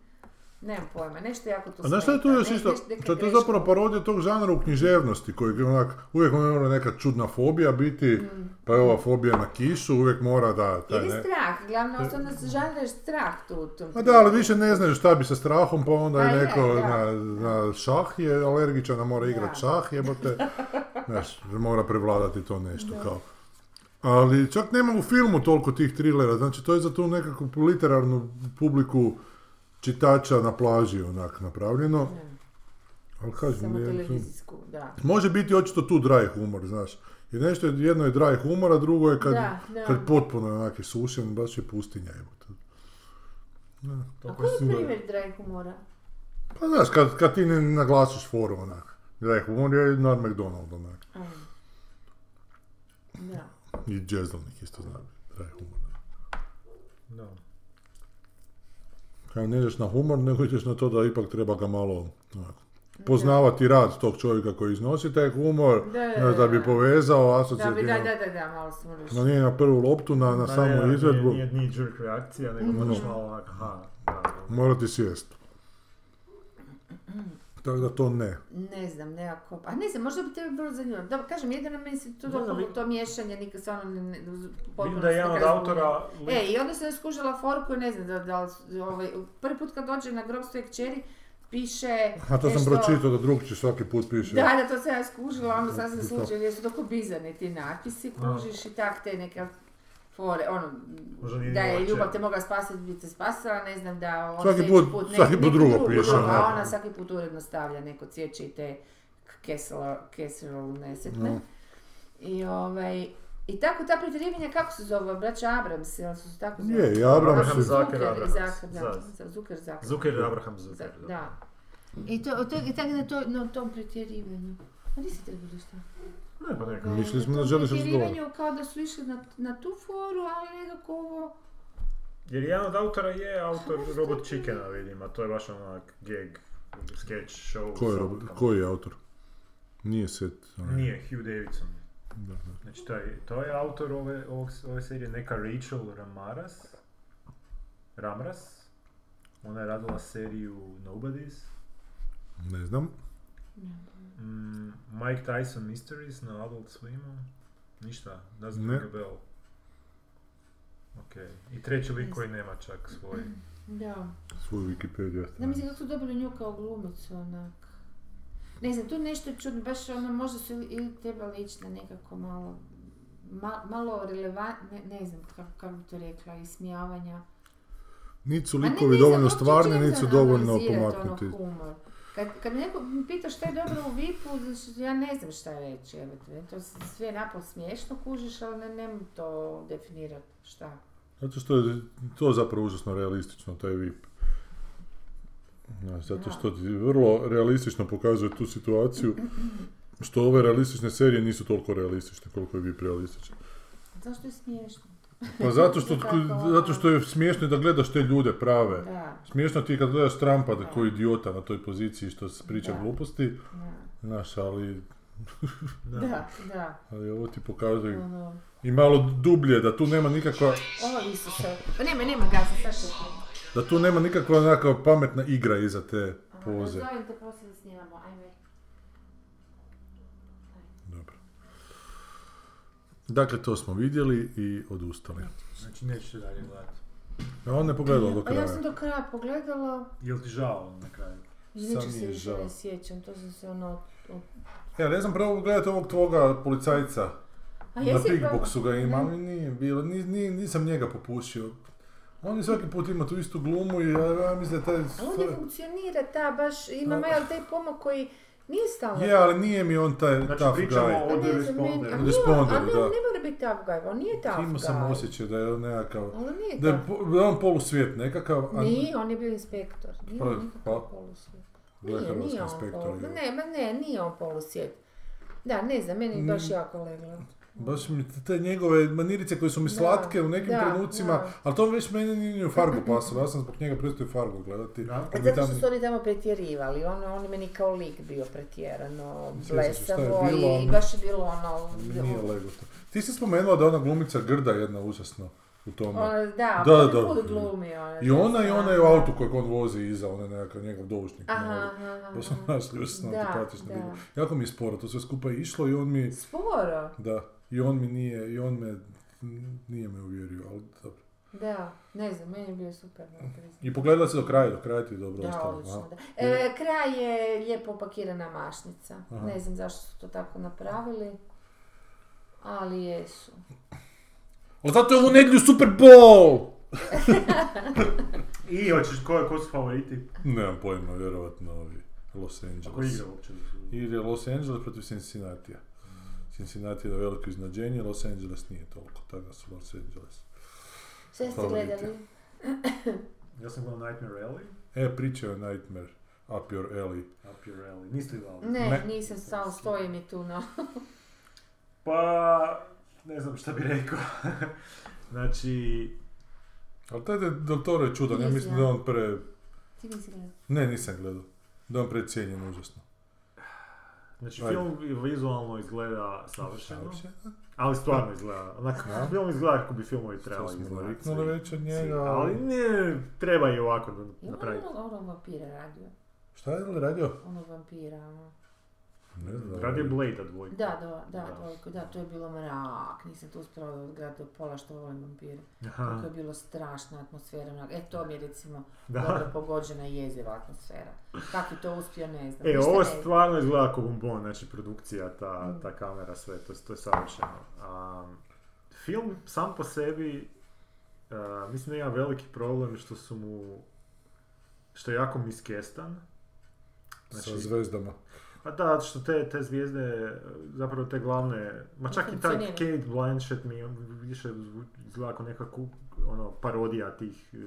S1: Nemam pojma, nešto jako to
S3: A znaš šta je tu
S1: smeta,
S3: još
S1: ne-
S3: isto?
S1: neš- neka
S3: To je to
S1: greška.
S3: zapravo parodija tog žanra u književnosti, koji je onak, uvijek mora neka čudna fobija biti, pa je ova fobija na kišu, uvijek mora da... Taj,
S1: Mm. Ili
S3: ne-
S1: strah, glavna osnovna žanra je strah tu. u tom
S3: Ma E. Pa da, ali više ne znaju šta bi sa strahom, pa onda
S1: Pa
S3: je
S1: je,
S3: neko
S1: da.
S3: na, na šah je alergičan, a mora igrat šah, jebote. Znaš, mora prevladati to nešto kao. Ali čak nema u filmu toliko tih trilera, znači to je za tu nekakvu literarnu publiku čitača na plaži onak napravljeno. Ali kažem,
S1: Samo
S3: je-
S1: televizijsku, da.
S3: može biti očito tu dry humor, znaš. Jer nešto je, jedno je dry humor, a drugo je kad,
S1: Da, da.
S3: kad potpuno je onak je sušen, baš je pustinja, jebote.
S1: A
S2: Toliko
S1: koji
S2: je
S1: je
S2: super.
S1: primjer dry humora?
S3: Pa znaš, kad, kad ti ne naglasiš foru onak. Daj, humor je na McDonald onak.
S1: A. Da.
S3: I jazzovnik isto zna. Daj, humor.
S2: Da.
S3: Kao ne ideš na humor, nego ideš na to da ipak treba ga malo onako, poznavati rad tog čovjeka koji iznosi taj humor,
S1: Da, da,
S3: znaš, da bi
S1: da.
S3: povezao
S1: Da, bi-
S3: asocijativno.
S1: da, da, da, da, malo ono smo
S3: No
S1: reći.
S3: nije na prvu loptu, na, na
S2: Da,
S3: samu
S2: ne, da,
S3: izvedbu,
S2: Nije, nije jerk reakcija, nego
S1: Mhm.
S2: moraš malo onak, aha, da,
S3: mora ti sjest. Tako da to ne.
S1: Ne znam, nekako. A ne znam, možda bi tebi bilo zanimljivo. Da, kažem, jedino meni se to
S2: Ne znam,
S1: dopalo
S2: vidim-
S1: to miješanje, nikad stvarno ne... ne uz-
S2: Vidim
S1: potpuno
S2: da je
S1: se
S2: jedan od
S1: nikad
S2: autora,
S1: razumijemo.
S2: lik-
S1: E, i onda sam skužila forku i ne znam da, da li... su- Ovaj, prvi put kad dođe na grob svoje kćeri, piše...
S3: A to sam
S1: nešto-
S3: pročitao da drugči svaki put piše.
S1: E, Da, da, to sam ja skužila, ono sasvim
S3: To.
S1: slučajno, jer su tako bizarni ti napisi, kužiš i tak te neka fore, ono,
S2: Možda nije
S1: da je
S2: ljubav
S1: ljubav
S2: će.
S1: te mogla spasiti, bi te spasila, ne znam da ono ona
S3: Svaki
S1: sljedeći
S3: put-
S1: ne-
S3: svaki put
S1: neko
S3: drugo
S1: drugo,
S3: piše,
S1: a
S3: da.
S1: ona svaki put uredno stavlja neko cvijeće i te keselo, keselo nesetne.
S3: No.
S1: I ovaj, i tako ta pretjerivanja, kako se zove, braća Abrams, jel su se tako zove?
S3: Je, i Abrams
S2: Abraham
S3: je-
S2: Zucker
S1: Zucker i
S2: Abrams,
S1: Zucker, da,
S2: za-
S1: Zucker, Zucker.
S2: Zucker i Abraham Zucker, da.
S1: Da. I to, to, i tako da to, na tom pretjerivanju. Pa nisi trebalo šta.
S2: Ne, pa neka.
S3: Mislili smo
S1: Na tom
S3: da želiš
S1: pretjerivanju kao da su išli na, na tu foru, ali nekako ovo...
S2: Jer jedan od autora je autor Robot Chickena, vidim, a to je baš onak gag, sketch show.
S3: Koji
S2: sa
S3: je,
S2: utkama.
S3: koji je autor? Nije set. onaj.
S2: Nije, Hugh Davidson.
S3: Da, da.
S2: Znači, to je, to je autor ove, ovog- ove serije, neka Rachel Ramaras. Ramras. Ona je radila seriju Nobodies.
S3: Ne znam.
S2: Mm, Mike Tyson Mysteries na Adult Swimu. Ništa, ne znam
S3: Ne.
S2: Rebel. Ok, i treći lik koji nema čak svoj.
S1: Da.
S3: Svoju Wikipediju
S1: Da
S3: ostavim.
S1: mislim kako su dobili nju kao glumicu, onak. Ne znam, tu nešto čudno, baš ono, možda su ili- ili trebali ići na nekako malo, ma- malo relevant, ne, ne znam kako, kako bi to rekla, ismijavanja.
S3: Niti su
S1: Ma ne,
S3: likovi
S1: ne znam,
S3: dovoljno
S1: uopće
S3: stvarni,
S1: čemu
S3: niti su
S1: za
S3: dovoljno
S1: analizirat, ono,
S3: pomaknuti.
S1: humor. Kad, kad me neko pita šta je dobro u VIP-u, znači, ja ne znam šta reći, evo te, to s- sve napol smiješno kužiš, ali ne, ne mogu to definirati šta.
S3: Zato što je to zapravo užasno realistično, taj VIP. Znaš, zato što ti vrlo realistično pokazuje tu situaciju, što ove realistične serije nisu toliko realistične koliko je VIP realističan.
S1: Zašto je smiješno?
S3: Pa zato što,
S1: Tako. ono.
S3: zato što je smiješno i da gledaš te ljude prave.
S1: Da,
S3: Smiješno ti je kad gledaš Trumpa da koji je idiota na toj poziciji što se priča
S1: Da.
S3: gluposti,
S1: da,
S3: znaš, ali,
S1: da, da,
S3: ali ovo ti pokazuje
S1: ono.
S3: i malo dublje, da tu nema nikakva,
S1: Ovo Isuse. Pa nema, nema gasa, sad ću.
S3: da tu nema nikakva onakva pametna igra iza te poze.
S1: Zovem te poslije da snimamo, ajme.
S3: Dobro. Dakle, to smo vidjeli i odustali.
S2: Znači nećete dalje gledati.
S3: A on ne pogledao do
S1: A ja sam
S3: kraja.
S1: do kraja pogledala,
S2: Jel ti žao na kraju?
S1: ničeg
S3: mi
S1: se
S3: je
S1: više
S3: žao.
S1: ne sjećam, to sam se ono... od- od-
S3: Ja ne znam prvo gledati ovog tvoga policajca.
S1: A
S3: Na
S1: jesi probao?
S3: Bigboxu ga imam i nije bilo, ni- ni- nisam njega popušio. On je svaki put ima tu istu glumu i ja, ja mislim da taj...
S1: A on
S3: Hm.
S1: ne funkcionira ta baš, ima
S3: A-
S1: malo taj pomak koji nije stalno.
S3: Je, ali nije mi on taj
S2: Znači
S3: tough
S2: pričamo
S3: guy.
S2: o-
S1: Pa ne
S2: Od
S1: znam, meni- a
S3: Od
S1: nije-
S3: Responderu,
S1: a ne,
S3: da.
S1: on ne mora biti tough guy, on nije tough
S3: Imao
S1: guy.
S3: sam osjećaj da je on nekakav...
S1: Ali on nije
S3: Da je,
S1: tough.
S3: po- da je on polusvijet nekakav, a
S1: Nije, on je bio inspektor. Nije
S3: Pa-
S1: on nikakav
S3: pa-
S1: polusvijet.
S3: Gle,
S1: Nije,
S3: hrvatski
S1: nije on
S3: inspektor
S1: polusvijet.
S3: je.
S1: Ne, ma ne, nije on polusvijet. Da, ne znam, meni
S3: Mm.
S1: baš jako leglo.
S3: baš mi te- te njegove manirice koje su mi
S1: Da,
S3: slatke u nekim
S1: da,
S3: trenucima,
S1: da.
S3: ali to već meni nije ni u fargu pasalo, ja sam zbog njega prestao i fargu gledati.
S2: Da?
S3: Kad mi
S1: Pa Zato što
S3: tam-
S1: su oni tamo pretjerivali, on, on je meni kao lik bio pretjerano,
S3: Sjećam se šta je
S1: blesavo
S3: bilo, ali-
S1: i baš je bilo ono...
S3: Mi Nije lego to. Ti si spomenula da je ona glumica grda jedna užasno u tome.
S1: ono da,
S3: Da,
S1: on je
S3: da.
S1: put glumio. ono,
S3: I ona i ona je u
S1: da.
S3: autu kojeg on vozi iza, on je nekakav njegov dovučnik.
S1: Aha,
S3: mali.
S1: aha, aha.
S3: Baš ona užasno
S1: Da,
S3: antipatična
S1: da.
S3: bila. Jako mi je sporo to sve skupa išlo i on mi,
S1: Sporo,
S3: da, i on mi nije, i on me, nije me uvjerio, ali dobro.
S1: da. Ne znam, meni je bio super. moram priznat.
S3: I pogledala se do kraja, do kraja ti je dobro
S1: Da,
S3: ostalo.
S1: odlično,
S3: a?
S1: da. E, kraj je lijepo opakirana mašnica.
S3: Aha.
S1: Ne znam zašto su to tako napravili, ali jesu.
S3: Ali zato je ovu nedjelju Super Bowl!
S2: I hoćeš, ko, ko su favoriti?
S3: Nemam pojma, vjerovatno ovi Los
S2: A Ko
S3: Angeles.
S2: igra uopće? da su-
S3: Ili je Los Angeles protiv Cincinnati. Cincinnati je na veliko iznadženje, Los Angeles nije toliko, tada su Los Angeles.
S1: Sve ste
S3: Favoriti.
S1: gledali?
S2: Ja sam gledao Nightmare Alley,
S3: E, priča je Nightmare, Up Your Alley.
S2: Up Your Alley. Niste gledali?
S1: Ne,
S3: Ne.
S1: nisam, samo stoji mi tu na...
S2: Pa, ne znam šta bi rekao. znači,
S3: Ali taj de- doktor je čudan, ja
S1: Nisam.
S3: mislim da je on pre...
S1: Ti nisi gledala?
S3: Ne, nisam gledao. Da je on precijenjen užasno.
S2: znači
S3: Ajde.
S2: film vizualno izgleda savršeno,
S3: Savršeno.
S2: ali stvarno izgleda. Onak,
S3: Da.
S2: film izgleda kako bi filmovi
S3: To
S2: trebali
S3: smo
S2: izgledati.
S3: riknuli već od njega,
S2: Ali
S3: ali...
S2: ne, treba i ovako da
S1: Ima ono,
S2: napraviti.
S1: ono vampira radio.
S3: Šta je li radio?
S1: Ono vampira, ono.
S3: Ne znam.
S2: Radio Blade-a dvojka.
S1: Da, da, da,
S2: Da.
S1: dvojku, da, to je bilo mrak, nisam to uspjela odgledati do pola što volim vampire.
S2: Aha,
S1: Kako je bilo strašna atmosfera, mrak. e to mi je recimo dobro
S2: da.
S1: pogođena i jeziva atmosfera. Kako je to uspio, ne znam.
S2: E,
S1: ništa
S2: ovo
S1: ne znam. Mhm.
S2: stvarno izgleda kao bombon, znači produkcija, ta, ta kamera, sve, to, to je savršeno. Um, film sam po sebi, uh, mislim da ima veliki problem što su mu, što je jako miskestan. Znači,
S3: Sa zvezdama.
S2: Pa da, zato što te, te zvijezde, e, zapravo te glavne, ma
S1: Ne
S2: čak i taj
S1: funkcioniraju.
S2: Kate Blanchett mi on više zvu- izgleda kao neka ku- ono, parodija tih eh,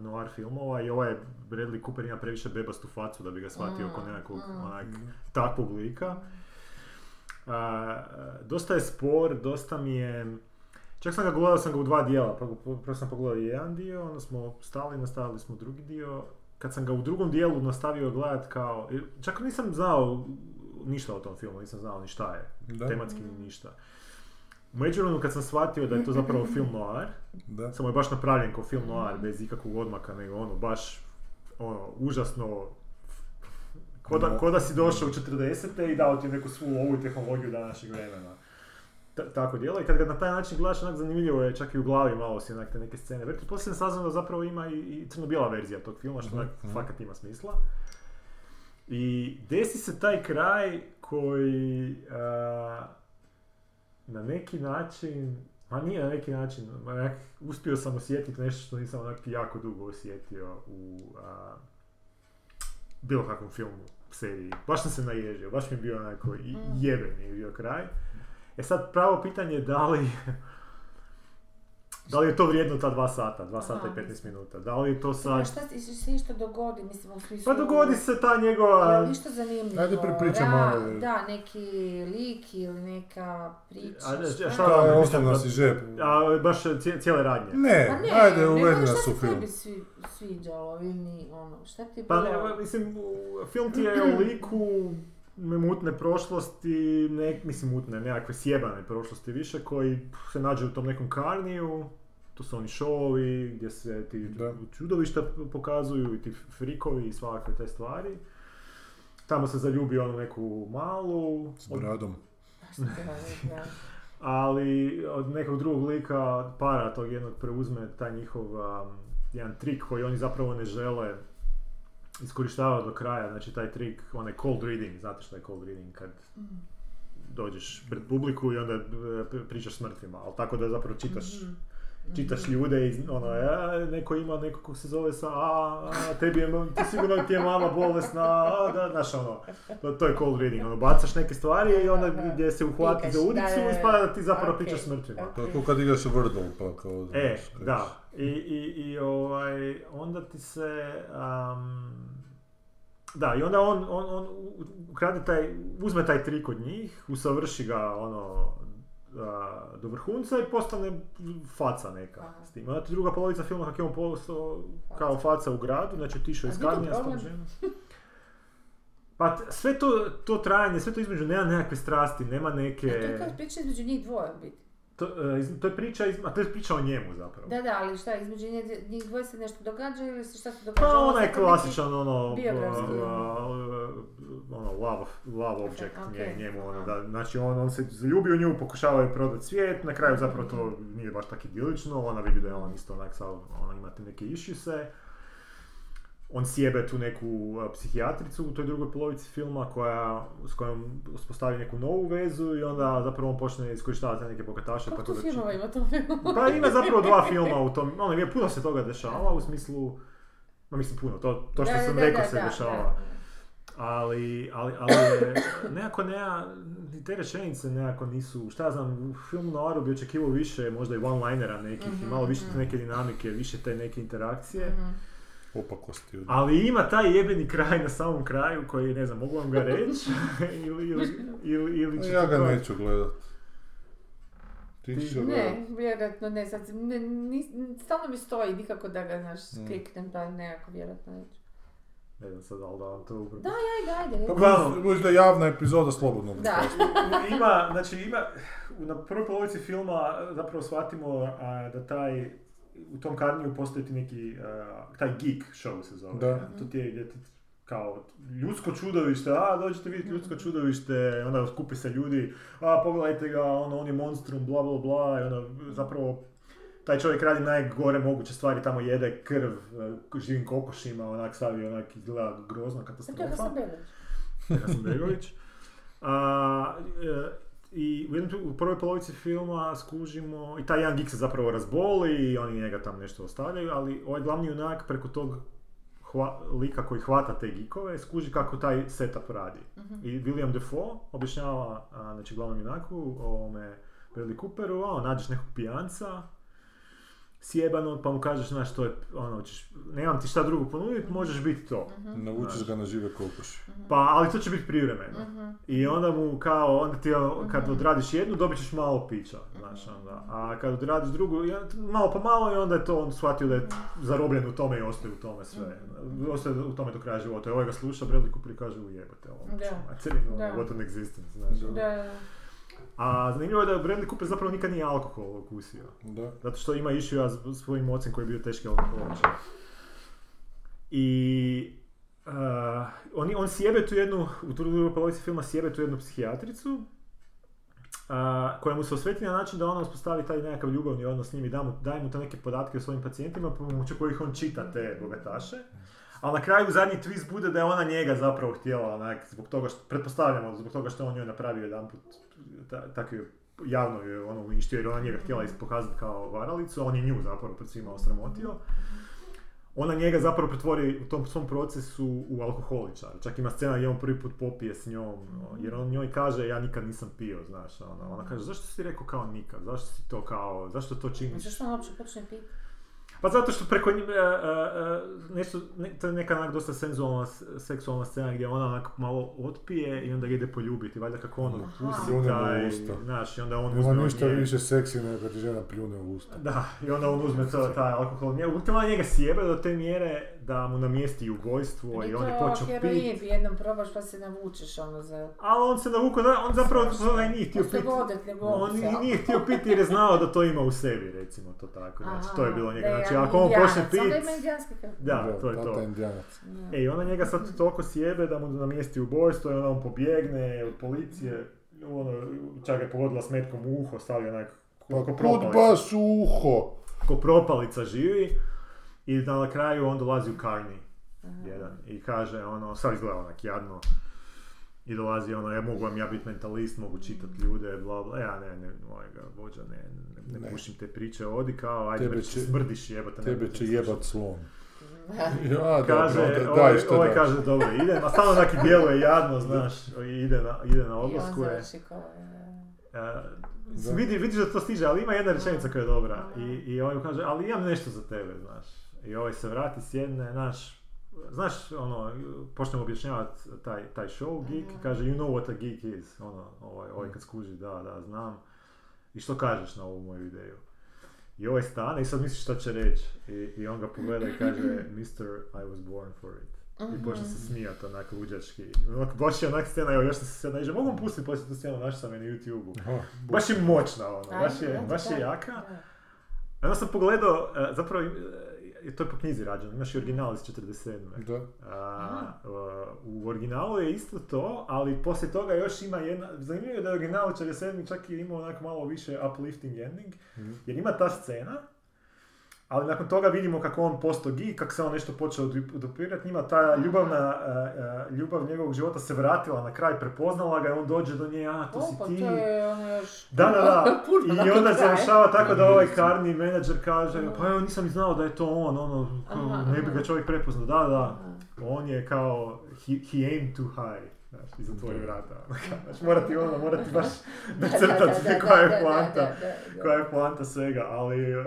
S2: noir filmova i ovaj Bradley Cooper ima previše bebastu facu da bi ga shvatio
S1: Mm,
S2: oko nekakvog
S1: mm.
S2: onak, takvog lika. A, dosta je spor, dosta mi je... Čak sam ga gledao sam ga u dva dijela, prvo, prvo sam pogledao jedan dio, onda smo stali, nastavili smo drugi dio. Kad sam ga u drugom dijelu nastavio gledat kao, čak nisam znao ništa o tom filmu, nisam znao ni šta je,
S3: Da.
S2: tematski ni ništa. U međuvremenu kad sam shvatio da je to zapravo film noir,
S3: Da.
S2: samo je baš napravljen kao film noir, bez ikakvog odmaka, nego ono, baš, ono, užasno, ko da, ko da si došao u 40. i dao ti neku svu ovu tehnologiju današnjeg vremena. Ta- tako djelo i kad ga na taj način gledaš, onak zanimljivo je, čak i u glavi malo si onak te neke scene vrti. Poslije sam saznao da zapravo ima i, i crno-bijela verzija tog filma, što onak fakat ima smisla. I desi se taj kraj koji a, na neki način, ma nije na neki način, onak, uspio sam osjetiti nešto što nisam onak jako dugo osjetio u a, bilo kakvom filmu, seriji. Baš sam se naježio, baš mi je bio onako i- jeben je bio kraj. E sad pravo pitanje je da li, da li je to vrijedno ta dva sata, dva sata
S1: Aha,
S2: i 15 minuta, da li je to
S1: Pa
S2: sad...
S1: šta se se ništa dogodi, mislim, u smislu...
S2: Pa dogodi se pa- ta
S1: Je
S2: njegova...
S1: li Ništa zanimljivo.
S3: Ajde prepričaj
S1: Ra-
S3: malo.
S1: Da, neki lik ili neka priča.
S2: Ajde,
S1: šta?
S2: šta-
S3: Da,
S2: mislim,
S3: ostavio
S2: da-
S3: nas i žep.
S2: A, baš cije- cijele radnje.
S1: Pa
S3: Ne,
S1: ne,
S3: E, ajde,
S1: nego
S3: uvedi
S1: šta
S3: nas
S1: se
S3: u film.
S1: tebi svi, sviđalo ili ono, šta ti je
S2: Pa
S1: bilo?
S2: ne, ma, mislim, u- film ti je o liku mutne prošlosti, ne, mislim mutne, nekakve sjebane prošlosti više, koji se nađe u tom nekom karniju, to su oni šovi gdje se ti
S3: Da.
S2: čudovišta pokazuju i ti frikovi i svakakve te stvari. Tamo se zaljubi onu neku malu,
S3: S
S2: od-
S3: bradom.
S1: Pa šta ti je bilo, da.
S2: ali od nekog drugog lika para tog jednog preuzme taj njihov um, jedan trik koji oni zapravo ne žele iskorištavati do kraja, znači taj trik, onaj cold reading, znate što je cold reading kad dođeš pred publiku i onda e, pri- pričaš s mrtvima, ali tako da zapravo
S1: Mhm.
S2: čitaš čitaš ljude i ono, "E, neko ima nekog kog se zove sa, a, a, tebi je, ti sigurno ti je mama bolesna, a, da, znaš ono, to, to je cold reading, ono, bacaš neke stvari i onda gdje se uhvati
S1: Pikaš,
S2: za udicu,
S1: da, da, da.
S2: ispada da ti zapravo
S1: Ok.
S2: pričaš s mrtvima.
S1: Ok.
S3: To je Pa kao kad igraš Wordle, pa kao...
S2: E,
S3: znaš,
S2: da,
S3: kao-
S2: i, i, i ovaj, onda ti se, am, da, i onda on, on, on u- ukrade taj, uzme taj trik od njih, usavrši ga, ono, a, do vrhunca i postane faca neka
S1: Aha.
S2: s tim. Onda ti druga polovica filma kako je on postao kao faca u gradu, znači otišao
S1: A
S2: iz
S1: di je
S2: Karnija s tom
S1: problem?
S2: ženom. Pa t- sve to, to trajanje, sve to između nema nekakve strasti, nema neke...
S1: To je kao priča između njih dvoje u biti.
S2: To, e, iz- to je priča, iz- a to je priča o njemu zapravo.
S1: Da, da, ali šta, između njih- njih dvoje se nešto događa ili se šta se događa?
S2: Pa
S1: Ovo
S2: ona
S1: sad
S2: je
S1: neki-
S2: klasičan ono,
S1: biografski.
S2: uh, uh, ono love, love object
S1: Ok,
S2: nje-
S1: ok.
S2: njemu, ono, da, znači on, on se zaljubi u nju, pokušava joj prodati svijet, na kraju zapravo to nije baš tako idilično, ona vidi da je on isto onak sad, ona ima te neke išise. On sjebe tu neku uh, psihijatricu u toj drugoj polovici filma koja, s kojom uspostavi neku novu vezu i onda zapravo on počne iskorištavati te neke bogataše.
S1: Koliko
S2: tako pa da
S1: filmova
S2: čini-
S1: ima to filmu?
S2: pa ima zapravo dva filma u tom, ono, je puno se toga dešava u smislu, ma mislim puno, to, to što
S1: Da,
S2: sam
S1: da,
S2: rekao
S1: da,
S2: se
S1: da,
S2: dešava.
S1: da.
S2: Ali, ali, ali je, nekako nema, ni te rečenice nekako nisu, šta ja znam, u filmu Noiru bi očekivao više možda i one-linera nekih,
S1: Mhm,
S2: i malo više te neke dinamike, više te neke interakcije.
S3: Opakosti.
S2: Ali ima taj jebeni kraj na samom kraju koji, ne znam, mogu vam ga reći ili, ili, ili, ili ćete
S3: Ja ga
S2: to-
S3: neću gledat. Ti ćeš ga gledat.
S1: Ne, vjerojatno ne, sad, ne, nis- stalno mi stoji nikako da ga, znaš,
S2: Mhm.
S1: kliknem, pa nekako vjerojatno neću.
S2: Ne znam sad, ali da vam to upravo...
S1: Da, ajde, ajde,
S3: Pa
S1: reci.
S2: Uglavnom.
S3: budući- budući da je javna epizoda slobodno.
S1: Da.
S2: ima, znači ima, u- na prvoj polovici filma e, zapravo shvatimo a, da taj, u tom karniju postoji ti neki, a, taj geek show se zove.
S3: Da.
S2: To ti je gdje ti kao ljudsko čudovište, a dođete vidjeti ljudsko čudovište, onda skupi se ljudi, a pogledajte ga, ono, on je monstrum, bla bla bla, i onda zapravo taj čovjek radi najgore moguće stvari, tamo jede krv e, živim kokošima, onak savi, onak izgleda grozno,
S1: Pa
S2: katastrofa.
S1: to je Hasanbegović.
S2: Hasanbegović. A, e, I u, jednom tru- u prvoj polovici filma skužimo, i taj jedan gik se zapravo razboli i oni njega tam nešto ostavljaju, ali ovaj glavni junak preko tog hva- lika koji hvata te gikove, skuži kako taj setup radi. I William Defoe objašnjava, a, znači glavnom junaku, ovome Bradley Cooperu, a, nađeš nekog pijanca, sjebanog, pa mu kažeš, znaš, to je, ono, ćeš- nemam ti šta drugo ponuditi, možeš biti to.
S3: Navučeš ga na žive kokoši.
S2: Pa, ali to će biti privremeno.
S1: Mhm.
S2: I onda mu kao, onda ti ono, kad odradiš jednu, dobit ćeš malo pića, znaš,
S1: Mhm.
S2: onda. A kad odradiš drugu, i onda malo pa malo i onda je to on shvatio da je
S1: Mhm.
S2: zarobljen u tome i ostaje u tome sve. Ostaje u tome do kraja života. I ovaj ga sluša, Bradley Cooper i kaže, ujebate, ovo je
S1: Da.
S2: materinu,
S1: Da.
S2: what an existence, znaš. ono.
S1: Da, da, da.
S2: A zanimljivo je da Bradley Cooper zapravo nikad nije alkohol okusio.
S1: Mm.
S3: Da.
S2: Zato što ima issue s s svojim ocem koji je bio teški alkoholičar. I... Uh, on, on sjebe tu jednu, u drugoj polovici filma sjebe tu jednu psihijatricu a, koja mu se osveti na način da ona uspostavi taj nekakav ljubavni odnos s njim i da mu, daje mu te neke podatke o svojim pacijentima pomoću kojih on čita te bogataše. Ali na kraju zadnji twist bude da je ona njega zapravo htjela, onak, zbog toga što, pretpostavljamo, zbog toga što je on njoj napravio jedanput ta, takvi javno je ono uništio jer ona njega htjela pokazati kao varalicu, a on je nju zapravo pred svima osramotio. Ona njega zapravo pretvori u tom svom procesu u alkoholičar. Čak ima scena gdje on prvi put popije s njom, ono, jer on njoj kaže ja nikad nisam pio, znaš. a Ona, ona kaže zašto si rekao kao nikad, zašto si to kao, zašto to činiš?
S1: Zašto on uopće počne piti?
S2: Pa zato što preko nje, e, e, nešto, ne, to je neka onak dosta senzualna, s- seksualna scena gdje ona onako malo otpije i onda ga ide poljubiti, valjda kako on otpusti
S3: Pljune mu u
S2: taj,
S3: usta.
S2: znaš, i onda on uzme
S3: Nema
S2: od
S3: ništa
S2: nje.
S3: više seksi nego kad ti žena pljune u usta.
S2: Da, i onda on uzme to, taj alkohol. Nje, u tema njega sjebe do te mjere da mu namjesti ubojstvo i
S1: Nije
S2: on je
S1: to
S2: počeo
S1: heroin,
S2: pit.
S1: jednom probaš pa se navučeš ono za...
S2: Ali on se navukao, da, on zapravo onaj nije htio pit.
S1: Oslobodit, nego
S2: On
S1: se,
S2: ni-
S1: al-
S2: nije htio piti jer je znao da to ima u sebi, recimo to tako. Znači, to je bilo njega.
S1: Aha,
S2: Znači,
S1: da je
S2: ako on
S1: indijanac, Mhm.
S2: počne pit...
S1: Onda ima indijanske krvi.
S2: Da, to je to.
S3: Tata indijanac.
S1: Da.
S2: E, i ona njega sad toliko sjebe da mu namjesti ubojstvo i onda on pobjegne od policije. Ono, čak je pogodila s metkom u uho, stavio onak ko, ko
S3: Kud
S2: propalica,
S3: Pa baš uho?
S2: ko propalica živi. I da na kraju on dolazi u Karni, jedan, i kaže ono, sad izgleda onak jadno. I dolazi ono, ja mogu vam ja biti mentalist, mogu čitat
S1: Mm.
S2: ljude, bla bla, e, ja ne, ne, mojega vođa, ne, ne, ne,
S3: Ne.
S2: pušim te priče, odi kao, ajde,
S3: Tebe
S2: već
S3: će-
S2: smrdiš jebate.
S3: Tebe će jebat slon. Ja,
S2: Kaže,
S3: dobro, onda
S2: ovaj,
S3: daj što
S2: ovaj
S3: daj.
S2: kaže dobro, ide, a stalno neki djeluje jadno, znaš, i ide na, ide na
S1: I on
S2: odlasku je.
S1: završi kao... e,
S2: e,
S3: Da.
S2: vidi, vidiš da to stiže, ali ima jedna rečenica koja je dobra. I, i ovaj mu kaže, ali imam nešto za tebe, znaš. I ovaj se vrati, sjedne, znaš, znaš, ono, počnem objašnjavati taj, taj show, geek, i kaže, you know what a geek is, ono, ovaj, ovaj kad skuži, da, da, znam. I što kažeš na ovu moju ideju? I ovaj stane i sad misliš šta će reći. I, i on ga pogleda i kaže, Mr. I was born for it. I počne se smijat onak luđački. Onak, baš je onak scena, evo još sam se sad naiđe, mogu vam pustiti poslije tu scenu, našao sam je na YouTube-u.
S3: Aha,
S2: Baš je moćna ona, baš
S1: ajde,
S2: je,
S1: ajde,
S2: baš je
S1: da,
S2: jaka.
S1: da.
S2: Onda sam pogledao, e, zapravo e, to je po knjizi rađeno, imaš i original iz 47.
S3: Da.
S2: A, u originalu je isto to, ali poslije toga još ima jedna, zanimljivo je da je original 47 čak i imao onak malo više uplifting ending,
S1: Mhm.
S2: jer ima ta scena, ali nakon toga vidimo kako on postao geek, kako se on nešto počeo odip- odupirati njima, ta ljubavna, e, e, ljubav njegovog života se vratila na kraj, prepoznala ga i on dođe do nje, a to
S1: O,
S2: si
S1: pa
S2: ti.
S1: to je ono još...
S2: Da, da, da.
S1: Puno eh?
S2: I
S1: nakon
S2: onda
S1: kraja.
S2: završava tako da ovaj karni menadžer kaže, pa evo nisam ni znao da je to on, ono, kao,
S1: Aha,
S2: ne bi
S1: aha.
S2: ga čovjek prepoznao, da,
S1: Ah.
S2: da, on je kao, he, he aimed too high. Znaš, i zatvori vrata. Znaš, mora ti ono, mora ti baš nacrtati
S1: Da, da, da,
S2: koja
S1: da,
S2: je
S1: da,
S2: poanta,
S1: da, da, da.
S2: koja je poanta svega, ali eh,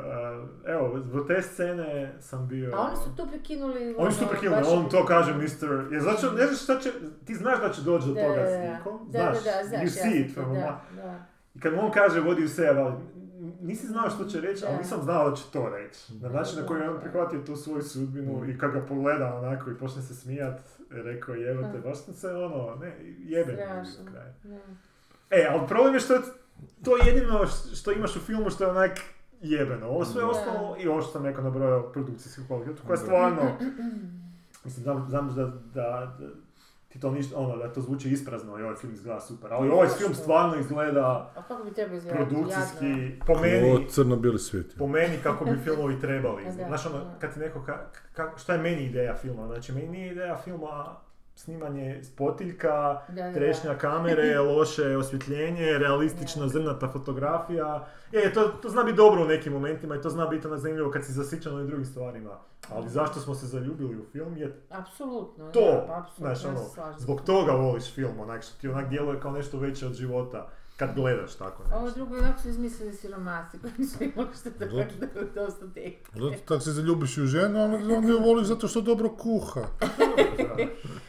S2: evo, zbog te scene sam bio... eh,
S1: A oni su tu prekinuli...
S2: Oni
S1: ono,
S2: su to prekinuli,
S1: baš-
S2: on to kaže Mr. Jer znači, ne znaš šta će, ti znaš da će doći do
S1: Da,
S2: toga
S1: da,
S2: s
S1: da.
S2: nikom,
S1: Da,
S2: znaš,
S1: da, da, znaš,
S2: you see
S1: jasno
S2: it
S1: ti,
S2: from
S1: da, da.
S2: i kad mu on kaže vodi u sebe, ali nisi znao što će reći, ali
S1: Da.
S2: nisam znao da će to reći. Na način na koji je on prihvatio tu svoju sudbinu i kad ga pogleda onako i počne se smijat, rekao jebate, baš sam se ono, ne, jebe
S1: Strašno.
S2: mi kraj.
S1: Da.
S2: E, ali problem je što je to jedino š- što imaš u filmu što je onak jebeno. Ovo sve
S1: Da.
S2: ostalo i ovo što sam rekao nabrojao produkcijsku kvalitetu koja je
S3: Da.
S2: stvarno, mislim, znam, znam da, da, da ti to ništa, ono, da to zvuči isprazno i ovaj film izgleda super, ali ovaj film stvarno izgleda
S1: A kako bi trebao izgledati? Jadno.
S2: produkcijski, po
S3: O,
S2: meni,
S3: crno-bili svijet. je.
S2: po meni kako bi filmovi trebali.
S1: Pa da,
S2: Znaš ono,
S1: da.
S2: kad ti neko, ka, ka- šta je meni ideja filma? Znači, meni nije ideja filma snimanje spotiljka,
S1: Da, da, da.
S2: trešnja kamere, loše osvjetljenje, realistična zrnata fotografija. Je, to, to zna biti dobro u nekim momentima i to zna biti ono zanimljivo kad si zasićan na drugim stvarima. Ali zašto smo se zaljubili u film je
S1: Apsolutno,
S2: to,
S1: da, pa apsolutno,
S2: znaš,
S1: ja se
S2: ono,
S1: slažem.
S2: zbog toga voliš film, onak što ti onak djeluje kao nešto veće od života, kad gledaš tako nešto.
S1: Ovo drugo, onako su izmislili siromasi koji nisu imali što da gledaju, dosta tek.
S3: Zato tako se zaljubiš i u ženu, ali on je voliš zato što dobro kuha.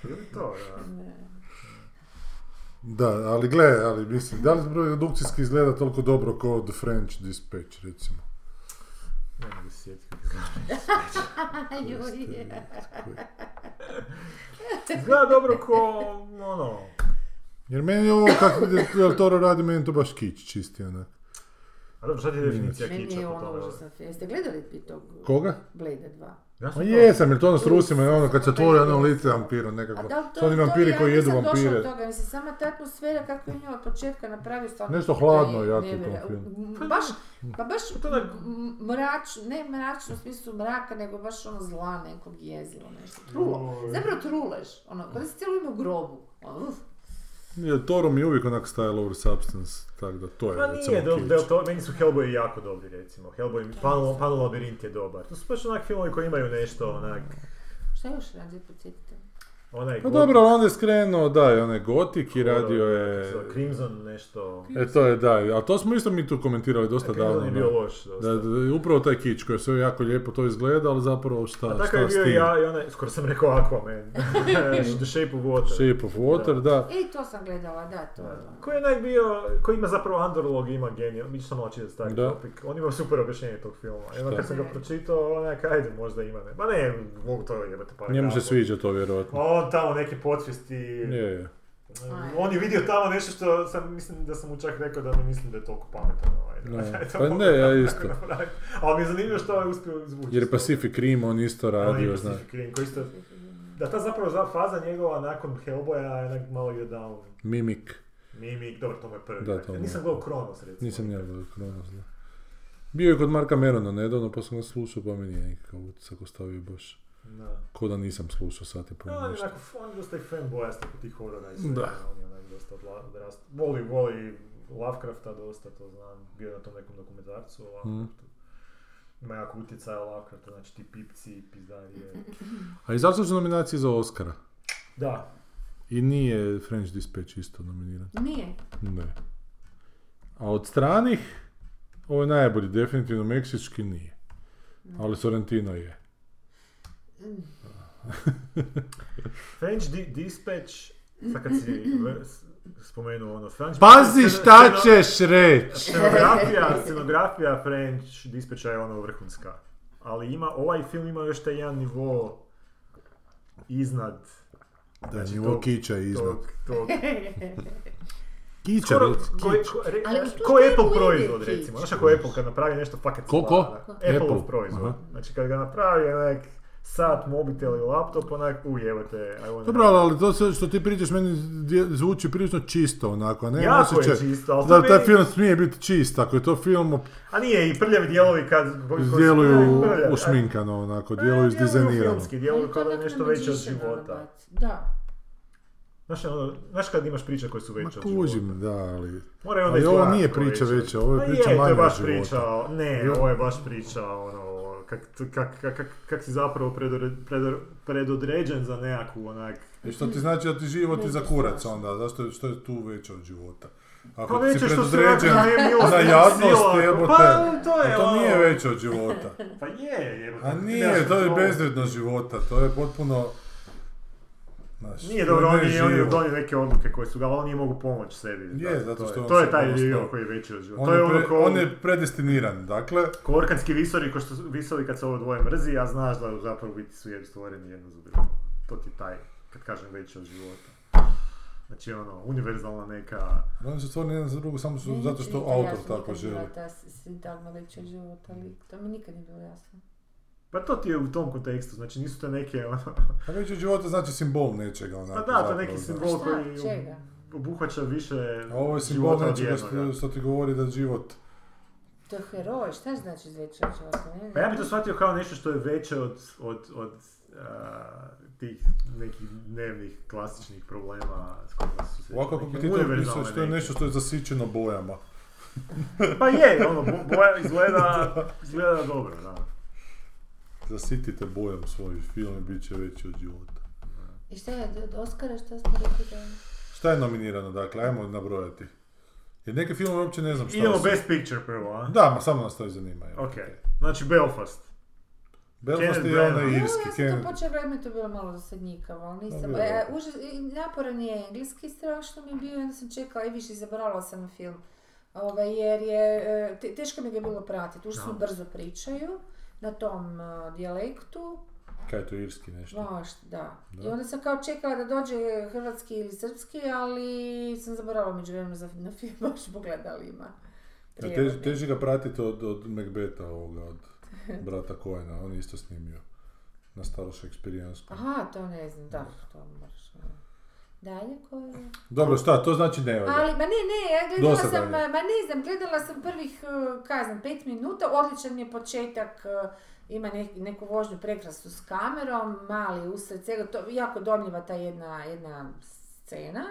S2: Ili to, da.
S3: Da, ali gle, ali mislim, da li produkcijski izgleda toliko dobro kao The French Dispatch, recimo?
S2: Ne mogu se sjetiti kako
S1: Ajoj,
S2: izgleda.
S3: Koji-
S2: Izgleda dobro ko, ono,
S3: Jer meni ovo kako Del Toro radi, meni to baš kič čisti ono. onak.
S2: A dobro, šta ti je definicija
S1: Meni
S2: kiča
S1: je
S2: po
S1: ono
S2: tome?
S1: užasan film. Jeste gledali ti tog
S3: Koga?
S1: Blade 2?
S2: Ja
S3: Ma
S2: sam to-
S3: jesam, jer to ono s Rusima je ono kad se otvori ono lice vampira nekako. Su oni vampiri koji jedu
S1: Ja nisam
S3: vampire.
S1: došla do toga, mislim, sama ta atmosfera kako je nju od početka napravio stvarno...
S3: Nešto
S1: to
S3: hladno
S1: je
S3: jako u tom
S1: nevjerojatno.
S3: filmu.
S1: M- Baš, pa baš
S2: To je onak-
S1: m- mrač, ne mračno u smislu mraka, nego baš ono zla nekog jezila, nešto trulo.
S2: Joj.
S1: Zapravo truleš, ono, kada si cijelo ime u grobu. Ono, uf.
S3: Jer Toro mi je uvijek onak style over substance, tako da to je
S2: Pa nije,
S3: recimo
S2: Del,
S3: kič.
S2: Del Toro, meni su Hellboy jako dobri recimo. Hellboy, Panel, Panel Labirint je dobar. To su baš onak filmovi koji imaju nešto onak...
S1: Šta još radi, podsjetite?
S2: Onaj
S3: Pa
S2: gotik-
S3: dobro, ali onda je skrenuo, da, i onaj gotik i radio
S2: Kako
S3: je...
S2: se zove, Crimson nešto...
S3: E to je, da, a to smo isto mi tu komentirali dosta davno.
S2: Crimson je
S3: da.
S2: Dakle, bio loš dosta.
S3: Da, da, upravo taj kič koji sve jako lijepo to izgleda, ali zapravo šta,
S2: A tako
S3: šta
S2: je
S3: s
S2: bio i
S3: tim?
S2: ja i onaj, skoro sam rekao Aquaman. The Shape of Water.
S3: Shape of Water, da.
S1: E, to sam gledala, da, to je. ono.
S2: Da. Koji je onak bio, koji ima zapravo underlog, ima genijal, mi ću samo čitati taj
S3: Da.
S2: topik, on ima super objašnjenje tog filma. I onda
S3: Šta?
S2: kad sam ga pročitao, onak, ajde, možda ima ne. Ma ne, mogu to jebati par
S3: Njemu se
S2: kapo.
S3: sviđa to vjerojatno.
S2: On tamo neke podsvijesti,
S3: Je, je.
S1: Ajde.
S2: on je vidio tamo nešto što sam, mislim da sam mu čak rekao da ne mislim da je toliko pametan ovaj. da
S3: Ne.
S2: je to
S3: Pa
S2: mogao
S3: ne, ja
S2: tako
S3: isto.
S2: napraviti. Ali mi je zanimljivo što je uspio izvući.
S3: Jer je
S2: iz toga.
S3: Pacific Rim on isto
S2: Onaj
S3: radio,
S2: Ono Pacific
S3: znaš.
S2: Rim, koji isto- Da ta zapravo za- faza njegova nakon Hellboya je onak malo je down.
S3: Mimik.
S2: Mimik, dobro, to mu je prvi.
S3: Da,
S2: dakle.
S3: to mu je.
S2: Nisam gledao Kronos, recimo.
S3: Nisam ni ja gledao Kronos, da. Bio je kod Marka Merona nedavno, pa sam ga slušao, pa mi nije nikakav utisak ostavio baš.
S2: Da.
S3: Ko da nisam slušao sat i pol
S2: No, on je
S3: nešto.
S2: onako, on je dosta i fanbojast oko tih horora i sve.
S3: Da.
S2: On je onak dosta odla- odrastao. Voli, voli Lovecrafta dosta, to znam. Bio je na tom nekom dokumentarcu o
S3: Mhm.
S2: Lovecraftu. Ima jako utjecaja Lovecrafta, znači ti pipci, pizdarije.
S3: A izašli su nominacije za Oscara.
S2: Da,
S3: I nije French Dispatch isto nominiran.
S1: Nije.
S3: Ne. A od stranih, ovo je najbolji, definitivno meksički nije. Ali Sorrentino je.
S2: French di- Dispatch, sad kad si v- s- spomenuo ono French...
S3: Pazi
S2: sceno-
S3: šta
S2: sceno-
S3: ćeš reći!
S2: Scenografija, scenografija French Dispatcha je ono vrhunska. Ali ima, ovaj film ima još taj jedan nivo iznad
S3: Da,
S2: Znači,
S3: nivo
S2: to-
S3: kića je iznad.
S2: tog, tog.
S3: Kića,
S2: Skoro,
S3: reci.
S2: ko, ko, re,
S1: Ali u tu
S2: ko
S1: temu
S2: Apple
S1: ide
S2: proizvod
S1: kič.
S2: recimo. Znaš ako Apple kad napravi nešto fakat
S3: Ko, ko?
S2: Apple,
S3: Apple,
S2: proizvod.
S3: aha.
S2: Znači kad ga napravi onak sat, mobitel i laptop, onak ujevate. I wanna-
S3: Dobro, ali to sve što ti pričaš meni dje- zvuči prilično čisto onako, a ne imam
S2: Jako je
S3: osjećaj
S2: čisto, ali to
S3: da
S2: meni-
S3: taj film smije biti čist, ako je to film op-
S2: A nije i prljavi dijelovi kad... koji su-
S3: djeluju
S2: prljavi,
S3: ušminkano onako,
S2: a-
S3: djeluju
S2: a,
S3: izdizajnirano.
S2: E, Filmski
S1: Ali
S2: djeluju
S1: to dakle
S2: kao da je
S1: onak
S2: nešto veće od
S1: namađišeno, ono,
S2: života.
S1: bac. Da.
S2: Znaš, ono, znaš kad imaš priče koje su
S3: Ma
S2: veće od života?
S3: kužim, da, ali...
S2: Moraju onda
S3: Ali ovo
S2: izgledati
S3: nije
S2: malo
S3: priča veća, ovo je
S2: Pa
S3: priča
S2: je, to
S3: manja
S2: je
S3: od
S2: baš
S3: života.
S2: priča, o- ne, ovo je baš priča, ono, kak, kak, kak, kak, kak si zapravo predore, predor- predodređen za nekakvu, onak,
S3: I što ti znači da ti život je za kurac onda, zašto je- što je tu veće od života? Ako ti Pa si predodređen za jadnost, jebote,
S2: pa to je,
S3: a to
S2: ono-
S3: nije veće od života.
S2: Pa je, jebote.
S3: A
S2: ti
S3: nije,
S2: nemaš
S3: to je
S2: kontrolu.
S3: bezvredno života, to je potpuno... Znaš,
S2: Nije
S3: to
S2: dobro,
S3: ne
S2: on je, on je
S3: život.
S2: donio neke odluke koje su ga, ali on nije mogu pomoći sebi.
S3: Je,
S2: Da,
S3: zato
S2: to
S3: što on
S2: To je
S3: se
S2: taj
S3: jednostavno-
S2: dio koji je veći od života.
S3: On
S2: To je
S3: je,
S2: ono
S3: pre,
S2: ko...
S3: on je predestiniran, dakle,
S2: Ko orkanski visori, ko što su visori kad se ovo dvoje mrzi, a znaš da zapravo u biti su jer stvoreni jedno za drugo. To ti je taj, kad kažem veći od života. Znači ono, univerzalna neka...
S3: oni su stvoreni jedan za drugo samo su,
S1: Meni
S3: zato
S1: to
S3: što
S1: nikad
S3: autor
S1: jasno
S3: tako
S1: nije
S3: želi.
S1: bila Ta s- sintagma većeg života, ali to mi nikad nije bilo jasno.
S2: Pa to ti je u tom kontekstu, znači nisu to neke ono...
S3: A veće od života znači simbol nečega
S2: Pa
S3: onako.
S2: da, to
S3: zapravo,
S2: je neki
S3: znaš.
S2: simbol
S1: Šta?
S2: koji
S1: Čega?
S2: obuhvaća više
S3: A ovo je simbol znači
S2: života od
S3: nečega što,
S2: jednoga.
S3: što ti govori da život
S1: To je heroj, šta znači većeg života? Ne,
S2: Pa ja bi to
S1: znam.
S2: shvatio kao nešto što je veće od, od, od a, tih nekih dnevnih klasičnih problema s kojima su se...
S3: Ovako kako
S2: neke
S3: ti to
S2: univerzalne
S3: opisuješ, to je
S2: neke.
S3: nešto što je zasićeno bojama.
S2: Pa je, ono, bo- boja izgleda, izgleda dobro, da.
S3: Zasitite bojom svoj film i bit će veći od života.
S1: I šta je od Oscara, šta smo rekli da je?
S3: Šta je nominirano, dakle, ajmo nabrojati. Jer neke filmove uopće ne znam šta
S2: Idemo
S3: su.
S2: Best Picture prvo, a?
S3: Da, ma samo nas to i zanima. jel.
S2: Ok, znači Belfast.
S3: Belfast
S2: Kenneth
S3: je
S2: Branagh.
S3: onaj
S1: Evo,
S3: irski.
S1: ja sam
S3: Kenneth-
S1: to počela gledati, meni to bilo malo zasadnjikavo, ali nisam.
S3: Da,
S1: e,
S3: vjerojatno.
S1: užas, i naporan je engleski, strašno mi je bio, i onda sam čekala i više izabrala sam film. Ovaj, jer je, e, te- teško mi ga je bilo pratiti, užasno
S2: Da.
S1: brzo pričaju na tom e, dijalektu.
S3: Kaj je to irski nešto?
S1: Baš, da.
S3: Da.
S1: I onda sam kao čekala da dođe hrvatski ili srpski, ali sam zaboravila među vremenom za, na film, baš pogledala ima.
S3: Ja, tež-
S1: prijevode.
S3: teži ga pratiti od, od Macbeta ovoga, od brata Koena, on je isto snimio na starošekspirijanskom.
S1: Aha, to ne znam, da, to moraš. ono. Dalje koje?
S3: Dobro, šta, to znači ne valja.
S1: Ali, ma ne, ne, ja gledala
S3: Dosadan
S1: sam,
S3: je.
S1: ma ne znam, gledala sam prvih, eh, kaj znam, pet minuta, odličan je početak, eh, ima nek- neku vožnju prekrasnu s kamerom, mali usred svega, to, jako domljiva ta jedna, jedna scena.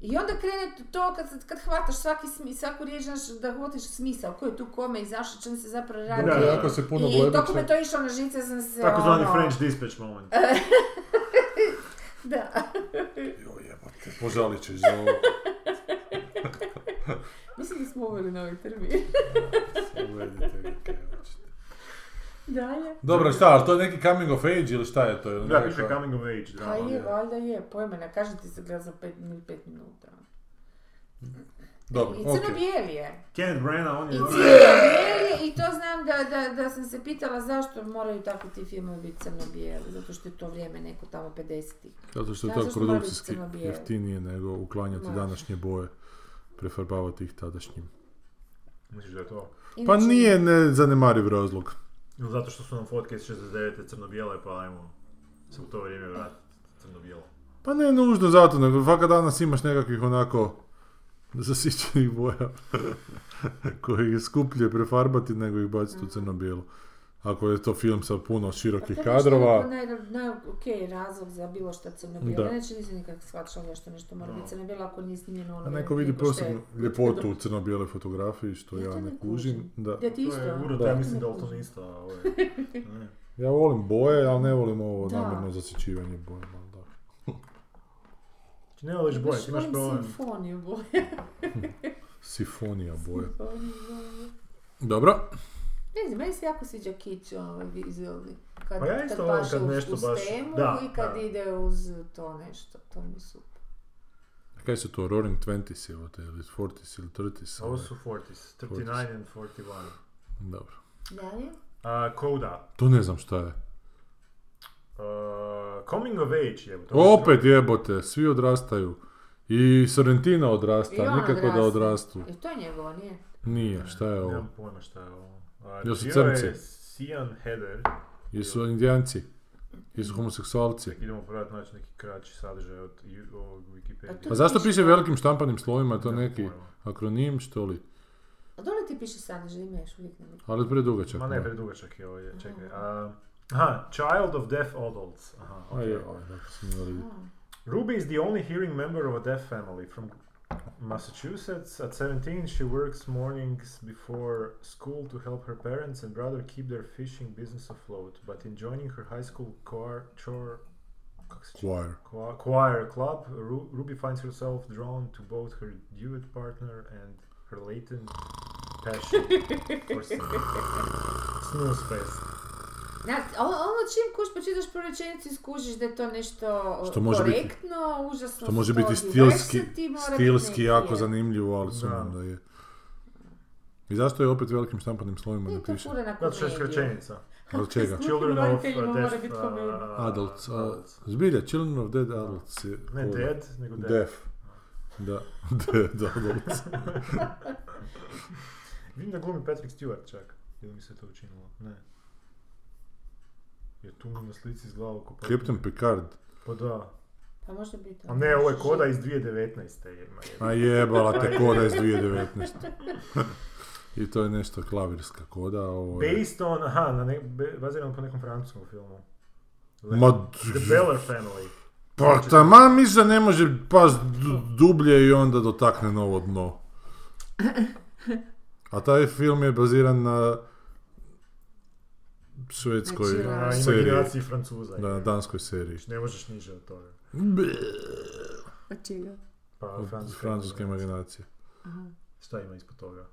S1: I onda krene t- to kad, se- kad hvataš svaki, smi- svaku riječ, znaš, da hvatiš smisao, ko je tu kome i zašto, čem se zapravo radi.
S3: Dobro,
S2: Da.
S3: ako se puno
S1: I, i toliko
S3: gledače,
S1: me to išlo na živce, ja sam se,
S2: Takozvani
S1: ono,
S2: French dispatch moment.
S1: Da.
S3: joj jebote, požalit ćeš za ovo.
S1: Mislim da smo uveli novi termin.
S3: Uvedite ga, kaj hoćete.
S1: Dalje.
S3: Dobro, šta, ali to je neki coming of age ili šta je to? Ili
S2: Da,
S3: neka-
S2: piše coming of age
S1: Pa
S2: drama.
S1: je,
S3: je.
S1: valjda je, pojma, ne kažem ti se gleda za pet, min- pet minuta.
S3: Dobro,
S1: I
S3: ok.
S1: crno-bijeli je.
S2: Kenneth Branagh, on
S1: I
S2: je...
S1: crno-bijeli je i to znam da, da, da sam se pitala zašto moraju tako ti filmovi biti crno-bijeli, zato što je to vrijeme neko tamo 50-ih.
S3: Zato što je
S1: Zato
S3: to
S1: što mora biti
S3: produkcijski
S1: crno-bijelo.
S3: jeftinije nego uklanjati
S1: Može.
S3: današnje boje, prefarbavati ih tadašnjim.
S2: Misliš da je to?
S3: Pa
S1: Inače-
S3: nije ne zanemariv razlog.
S2: Ili zato što su nam fotke iz 69. crno-bijele, pa ajmo se u to vrijeme vratiti crno-bijelo.
S3: Pa ne nužno zato, nego fakat danas imaš nekakvih onako zasićenih boja koji je skuplje prefarbati nego ih baciti u crno-bijelo. Ako je to film sa puno
S1: Mm. Pa
S3: širokih
S1: to je
S3: kadrova,
S1: nešto naj, naj, ok, razlog za bilo šta crno-bijelo.
S3: Da.
S1: Inače nisam nikak shvatila zašto nešto mora biti crno-bijelo ako nije snimljeno ono.
S3: a neko
S1: vrijeme
S3: vidi
S1: prije pošto je-
S3: posebnu ljepotu u crno-bijeloj fotografiji, što
S1: Ja
S3: ja,
S1: to ne
S3: ne kužim.
S1: kužim.
S3: Da.
S1: Da ti isto.
S2: To je
S1: ono?
S2: urod,
S3: Da.
S2: ja mislim da je altonista, a ovo je... ne.
S3: Ja volim boje, ali ne volim ovo
S1: Da.
S3: namjerno zasićivanje boja. ali Da.
S2: Ti Znači, ne voliš boje,
S1: Baš
S2: ti imaš
S1: volim
S2: problem.
S1: Simfoniju boje.
S3: Sifonija boje.
S1: Simfoniju boje.
S3: Dobro.
S1: Ne znam, meni se jako sviđa kič ovaj vizualni. Kad,
S2: Pa ja
S1: kad
S2: isto volim
S1: paše
S2: kad
S1: uz-
S2: nešto
S1: uz
S2: baš-
S1: temu
S2: da,
S1: i kad
S2: da.
S1: ide uz to nešto, to mi je super.
S3: Kaj su to, Roaring Twenties evo te, ili Forties ili Thirties?
S2: Ovo su 40s, 39 and 41.
S3: Dobro.
S1: Dalje?
S2: A, Koda.
S3: To ne znam šta je.
S2: Uh, coming of age je. to je
S3: Opet jebote, svi odrastaju. I Sorrentina odrasta,
S1: I on
S3: nikako da
S1: odrasta.
S3: odrastu.
S1: Jer E, to je njegovo, nije?
S3: Nije, šta je ovo?
S2: Nemam pojma šta je ovo. A,
S3: Jesu
S2: bio je
S3: crnci?
S2: Sian Heather.
S3: Jesu indijanci? Jesu homoseksualci?
S2: Idemo probati naći neki kraći sadržaj od ju- ovog Wikipedia.
S3: Pa zašto piše velikim štampanim slovima, je to neki akronim, što li?
S1: A dole ti piše sadržaj, ima još uvijek na mi.
S3: Ali predugačak.
S2: Ma
S3: da.
S2: ne, predugačak je ovdje, čekaj. A, aha, Child of Deaf Adults. Aha,
S3: A je,
S2: okay.
S3: ovaj, da, to sam morao vidjeti.
S2: Ruby is the only hearing member of a deaf family from Massachusetts. At 17, she works mornings before school to help her parents and brother keep their fishing business afloat. But in joining her high school choir, chore, kako se čita?
S3: Choir.
S2: Choir- choir club, Ru- Ruby finds herself drawn to both her duet partner and her latent passion for singing. Snooze fest.
S1: Zna- a on- ono čim kuš počitaš prvu rečenicu i skužiš da je to nešto o,
S3: Što može biti-
S1: korektno, užasno.
S3: To može biti
S1: stoji,
S3: stilski,
S1: versati, mora biti
S3: stilski
S1: neki,
S3: jako
S1: je.
S3: zanimljivo, ali sumnjam
S2: Da.
S3: da je. I zašto je opet velikim štampanim slovima
S1: Nije E, to
S3: napiše?
S1: kurena
S2: Zato što je
S1: komedija.
S2: skraćenica.
S3: Od čega?
S2: Children of
S1: roditeljima
S2: uh,
S1: mora
S2: deaf
S1: biti
S2: uh,
S1: komedija.
S3: Adults. uh, a,
S2: adults.
S3: Zbilja, Children of Dead Adults je...
S2: Ne
S3: ovo.
S2: dead, nego dead.
S3: Deaf. Da, Dead Adults.
S2: Vidim da glumi Patrick Stewart čak. Ili mi se to učinilo? Ne. Jer tu mi na slici iz glavu ko
S3: Captain Picard.
S2: Pa da.
S1: Pa može biti. Znači,
S2: A ne, ovo je koda iz 2019. je, ima je.
S3: A jebala te koda iz 2019. I to je nešto klavirska koda, a ovo je...
S2: Based on, aha, na ne, be- bazirano po nekom francuskom filmu. Le-
S3: Ma,
S2: The Beller Family.
S3: pa taman miša ne može pas du- dublje i onda dotakne novo dno. A taj film je baziran na švedskoj
S1: Znači,
S2: Na
S1: Serije.
S2: imaginaciji Francuza. je.
S3: Na danskoj seriji.
S2: Ne možeš niže od toga.
S1: Od čega?
S2: Pa,
S3: Od
S2: francuska
S3: francuske
S2: imaginacija.
S3: imaginacije.
S2: Šta ima ispod toga?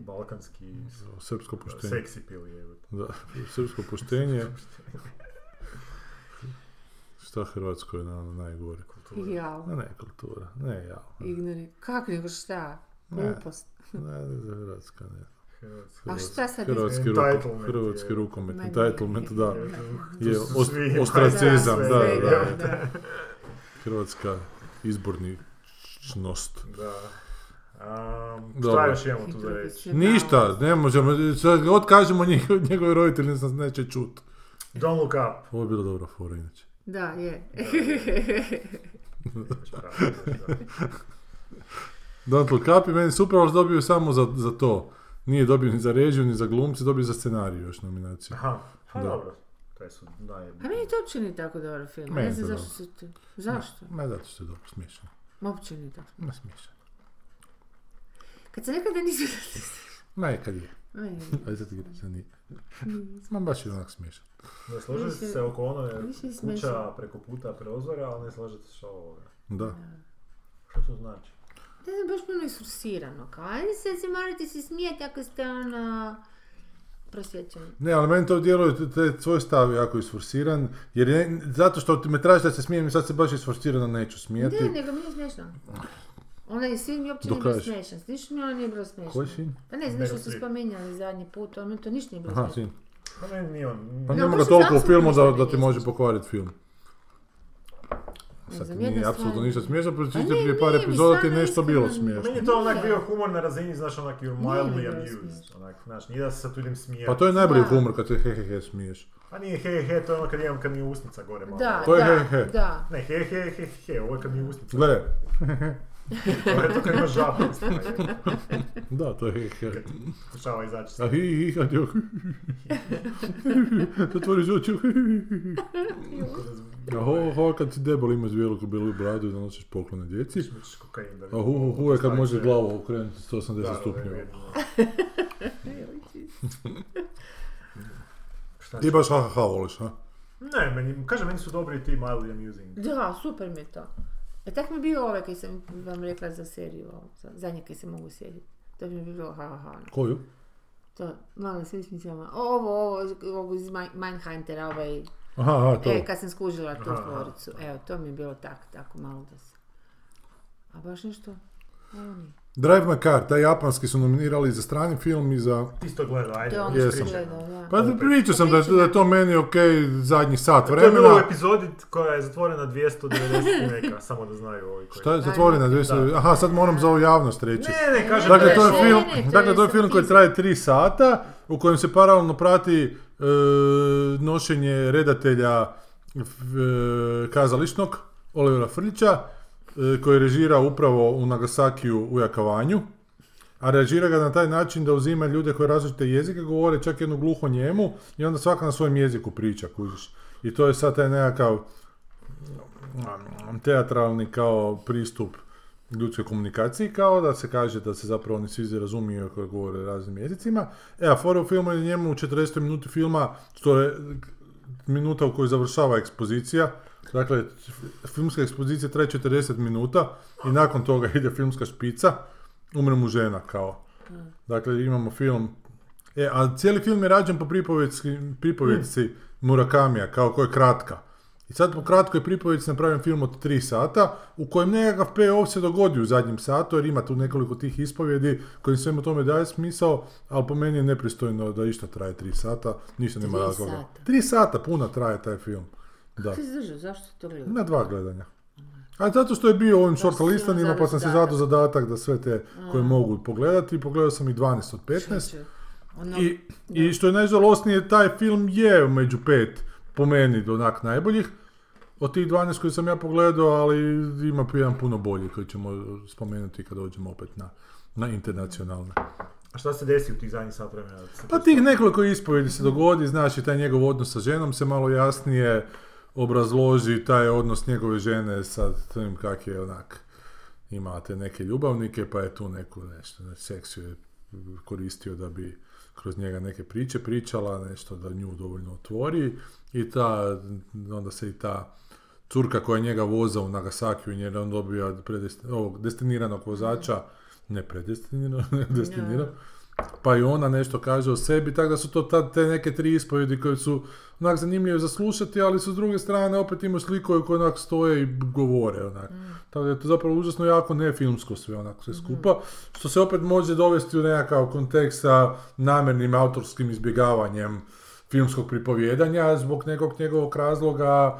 S2: Balkanski,
S3: Srpsko poštenje.
S2: seksi pili je.
S3: Da, srpsko poštenje. Šta Hrvatsko je na, najgore?
S2: Kultura.
S1: Jao.
S3: Ne, ne, kultura. Ne, ja.
S1: Ignori. Kako nego šta?
S3: Ne.
S1: Glupost.
S3: Ne, ne, za Hrvatska ne.
S2: Hrvatski.
S1: A šta sad
S3: Hrvatski,
S2: Entitlement
S3: ruko-
S2: je.
S3: hrvatski rukomet,
S1: Ma
S3: entitlement,
S1: ne.
S3: da.
S2: Tu
S3: Je
S2: su
S3: os-
S2: svi-
S3: ostracizam,
S2: sve,
S1: да,
S3: da,
S2: sve,
S3: da. Hrvatska izborničnost.
S2: Da. Am, šta
S3: Dobro.
S2: još imamo tu za reći?
S3: Ništa, ne možemo, sad god kažemo njegov, njegove roditelji nas neće čut.
S2: Don't look up. Да,
S3: Ovo je bila dobra fora inače.
S1: Da, je.
S2: Imaš pravo, imaš pravo.
S3: Don't Look Up je meni super, ali dobio je samo za, za to. Nije dobio ni za režiju, ni za glumce, dobio je za scenarij još nominaciju.
S2: Aha, pa
S3: Da.
S2: dobro. Kaj su naj...
S1: па
S4: A meni to uopće nije tako dobar film.
S3: Meni
S4: Ne
S3: je
S4: znam
S3: to
S4: zašto se ti... Zašto?
S3: Ma zato što je dobro, smiješno.
S4: Ma uopće nije tako.
S3: Ma smiješno.
S4: Kad se nekada nisi...
S1: да
S3: Ma je kad je,
S4: Ne,
S3: ali sad igra se nije. Ma baš je onak smiješno.
S2: Ne slažete
S4: Više-
S2: se oko ono je
S4: više je
S2: kuća
S4: smiješno.
S2: preko puta prozora, ali ne slažete se što ovoga.
S3: Da.
S2: Što to znači?
S4: ne znam, baš mi je ono isforsirano. Kao, ajde sad se morate
S1: да
S4: se smijeti ako ste ono... Prosjećani.
S3: Ne, ali meni to djeluje, te- te tvoj stav je jako isforsiran, jer je, zato što ti me tražiš da se smijem i sad se baš isforsirano neću smijeti.
S4: Ne, nego mi je smiješno. Onaj sin mi uopće nije bio
S3: Dokaži.
S4: smiješan. Ništa mi ono nije bilo smiješno.
S3: Koji sin?
S1: Па
S4: Pa ne znam
S2: Meryl
S4: što ste
S2: Streep.
S4: spominjali zadnji put, ono to ništa nije bilo
S3: Aha,
S4: smiješno.
S3: sin.
S2: Pa meni nije on...
S3: Pa
S4: Ne, baš
S3: nema ga
S4: je
S3: toliko u
S4: apsolutno
S3: filmu da,
S4: ništa
S3: da ti
S4: nije
S3: može
S4: smiješno.
S3: pokvariti film. Sad
S4: znam,
S3: nije
S4: jedna
S3: apsolutno
S4: stvar-
S3: ništa smiješno, pročitati
S4: ne,
S3: prije par
S4: nije mi
S3: epizoda ti je
S4: stvarno
S3: nešto
S4: iskreno
S3: bilo
S4: nije.
S3: smiješno.
S2: Meni je to onak
S4: Nije.
S2: bio humor na razini, znaš, onak you're
S4: Nije
S2: mildly
S4: bilo
S2: amused.
S4: smiješno.
S2: Onak, znaš, nije da se sad tu idem smijati.
S3: Pa to je najbolji
S4: Da.
S3: humor kad se he he he smiješ.
S2: A Pa nije he he, to je ono kad imam, kad mi je usnica gore malo.
S1: Да,
S4: Da,
S3: To je
S4: da,
S3: he, he.
S4: da.
S2: Ne, he he he he, ovo je kad mi je usnica.
S3: Gle,
S2: To je to kad ima žabu. ustvari.
S3: da, to je he he.
S2: Kad Pokušava izaći.
S3: A hi hi kad je... Zatvoriš oči. A ho ho kad si debel imaš veliku belu bradu i donosiš poklone djeci.
S2: Smiš kokain da
S3: A hu hu hu je kad
S2: Stavi
S3: može
S2: se-
S3: glavu okrenuti 180
S2: da,
S3: stupnjeva.
S2: jedino. Šta
S3: Ti
S2: će-
S3: baš ha ha ha voliš, ha?
S2: Ne, meni, kažem, meni su dobri i ti mildly amusing.
S4: Da, super mi je to. E tak mi je bio ovaj kaj sam vam rekla za seriju, ovo, za- zadnje kaj se mogu sjediti. To mi je bilo ha ha ha. ono.
S3: Koju?
S4: To, malo s ismicama. Ovo, ovo, ovo iz Min- Mindhuntera, ovaj,
S3: Aha, aha, to.
S4: e, kad sam skužila tu
S2: Aha.
S4: Floricu. Evo, to mi je bilo tak, tako malo da se... A baš nešto, oni.
S3: Drive My Car, taj japanski su nominirali za strani film i za...
S2: Ti si to gledao, ajde.
S4: To je ono
S3: E, Jesam.
S4: što gleda, da.
S3: Pa pričao sam da, da je to meni ok zadnjih sat
S2: To je bilo u
S3: vremena.
S2: epizodi koja je zatvorena 290 i neka, samo da znaju ovi koji...
S3: Šta je zatvorena? dvije su- Aha, sad moram za ovu javnost reći.
S2: Ne, ne, kažem
S3: Dakle,
S2: da
S3: to je
S4: Ne,
S3: film,
S4: ne, ne, to
S3: dakle,
S4: je
S3: to je film koji
S4: satizam.
S3: traje tri sata, u kojem se paralelno prati e, nošenje redatelja f- e, kazališnog, Olivera Frljića, e, koji režira upravo u Nagasakiju u Jakavanju. A reagira ga na taj način da uzima ljude koji različite jezike govore, čak jednu gluho njemu, i onda svaka na svojem jeziku priča, kužiš. I to je sad taj nekakav mm, teatralni kao pristup ljudskoj komunikaciji, kao da se kaže da se zapravo oni svi razumiju ako govore raznim jezicima. E, a fora u filmu je njemu u 40. minuti filma, što je minuta u kojoj završava ekspozicija, dakle, f- filmska ekspozicija traje 40 minuta i nakon toga ide filmska špica, umre mu žena, kao. Dakle, imamo film, e, a cijeli film je rađen po pripovjetski- pripovjetci
S4: Hmm.
S3: Murakamija, kao koja je kratka. I sad po kratkoj pripovjeci napravim film od 3 sata, u kojem nekakav payoff se dogodi u zadnjem satu, jer ima tu nekoliko tih ispovjedi kojim svemu tome daje smisao, ali po meni je nepristojno da išta traje 3 sata, ništa nema
S4: Tri
S3: razloga.
S4: sata.
S3: 3 sata puna traje taj film. Da.
S4: Ti zdržao, zašto to gledaš?
S3: Na dva gledanja. A zato što je bio ovim short listanima, pa sam si
S4: zadatak.
S3: zadao zadatak da sve te koje mogu pogledati, pogledao sam i 12 od 15.
S4: Čuče. Ono,
S3: I, I što je najžalosnije, taj film je među pet, po meni, onak najboljih. Od tih 12 koji sam ja pogledao, ali ima jedan puno bolji koji ćemo spomenuti kad dođemo opet na, na internacionalne.
S2: A šta se desi u tih zadnjih sat vremena?
S3: Pa tih nekoliko ispovjedi se dogodi, znači taj njegov odnos sa ženom se malo jasnije obrazloži, taj odnos njegove žene sa tim kak je onak, ima te neke ljubavnike, pa je tu neku nešto, ne, seks ju je koristio da bi kroz njega neke priče pričala, nešto da nju dovoljno otvori i ta, onda se i ta curka koja njega voza u Nagasakiju, jer on dobija predest, ovog destiniranog vozača, ne predestiniranog, nego destiniranog, pa i ona nešto kaže o sebi, tako da su to tad te neke tri ispovjedi koje su onak zanimljive za slušati, ali su s druge strane opet imaju slikove koje onak stoje i govore
S4: Mm.
S3: onak. Tako da je to zapravo užasno jako nefilmsko sve onak sve
S4: Mhm.
S3: skupa, što se opet može dovesti u nekakav kontekst sa namjernim autorskim izbjegavanjem filmskog pripovjedanja zbog nekog njegovog razloga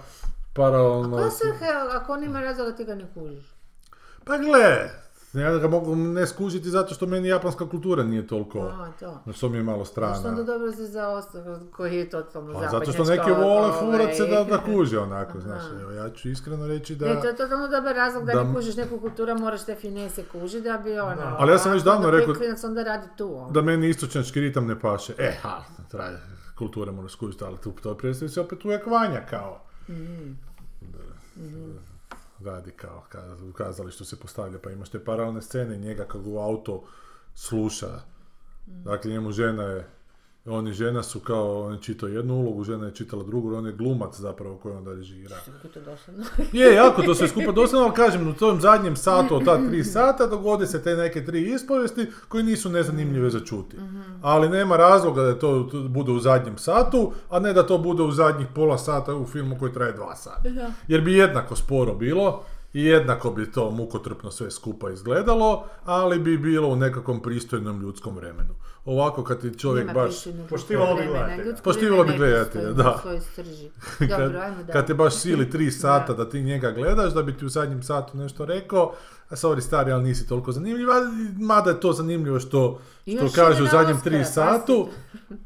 S3: paralelno...
S4: Koja svrha je, ako on ima razloga, ti ga ne kužiš?
S3: Pa gle, ja ga mogu ne skužiti zato što meni japanska kultura nije toliko...
S4: A, to.
S3: Na što mi je malo strana.
S4: Što onda dobro se za ostalo, koji je totalno
S3: Pa
S4: zapadnjačka.
S3: zato što neki vole
S4: ovaj,
S3: furat se da, da kuže onako, znaš, evo, ja ću iskreno reći da...
S4: Ne, to je totalno dobar razlog
S1: да
S4: da,
S3: da-
S4: ne kužiš neku kulturu, moraš te finese kužiti da bi ono...
S3: Ali ja sam već
S4: a onda
S3: davno rekao-
S4: Klinac
S1: да
S4: onda radi tu. ono.
S3: Da meni istočnjački ritam ne paše. E, ha, traje, kultura mora skužiti, ali tu to predstavi se opet uvijek vanja kao.
S4: Mhm.
S3: Da, Radi kao, ka- u kazalištu se postavlja, pa imaš te paralelne scene njega kad u auto sluša.
S4: Mhm.
S3: Dakle, njemu žena je, on i žena su kao, on je čitao jednu ulogu, žena je čitala drugu, on je glumac zapravo koji onda režira.
S4: Kako je to dosadno.
S3: Je, jako to sve skupa dosadno, ali kažem, u tom zadnjem satu od ta tri sata dogode se te neke tri ispovijesti koje nisu nezanimljive za čuti. Ali nema razloga da to tu bude u zadnjem satu, a ne da to bude u zadnjih pola sata u filmu koji traje dva sata.
S1: да.
S4: Da.
S3: Jer bi jednako sporo bilo i jednako bi to mukotrpno sve skupa izgledalo, ali bi bilo u nekakvom pristojnom ljudskom vremenu. Ovako kad ti čovjek
S4: Nema
S3: baš...
S4: pristojnog ljudskog
S2: Poštivalo bi
S4: vremena,
S2: gledatelja.
S4: ljudsko
S3: Poštivalo bi
S4: vreme je
S3: gledatelja,
S4: pristojno
S3: da.
S4: u svojoj strži.
S3: kad,
S4: Dobro,
S1: да.
S4: ajmo dalje.
S3: kad te baš sili tri sata da ti njega gledaš, da bi ti u zadnjem satu nešto rekao, a sorry stari, ali nisi toliko zanimljiv, ali mada je to zanimljivo što,
S4: I
S3: što
S4: još
S3: kaže
S4: ide
S3: u
S4: na
S3: zadnjem
S4: Oscara,
S3: tri satu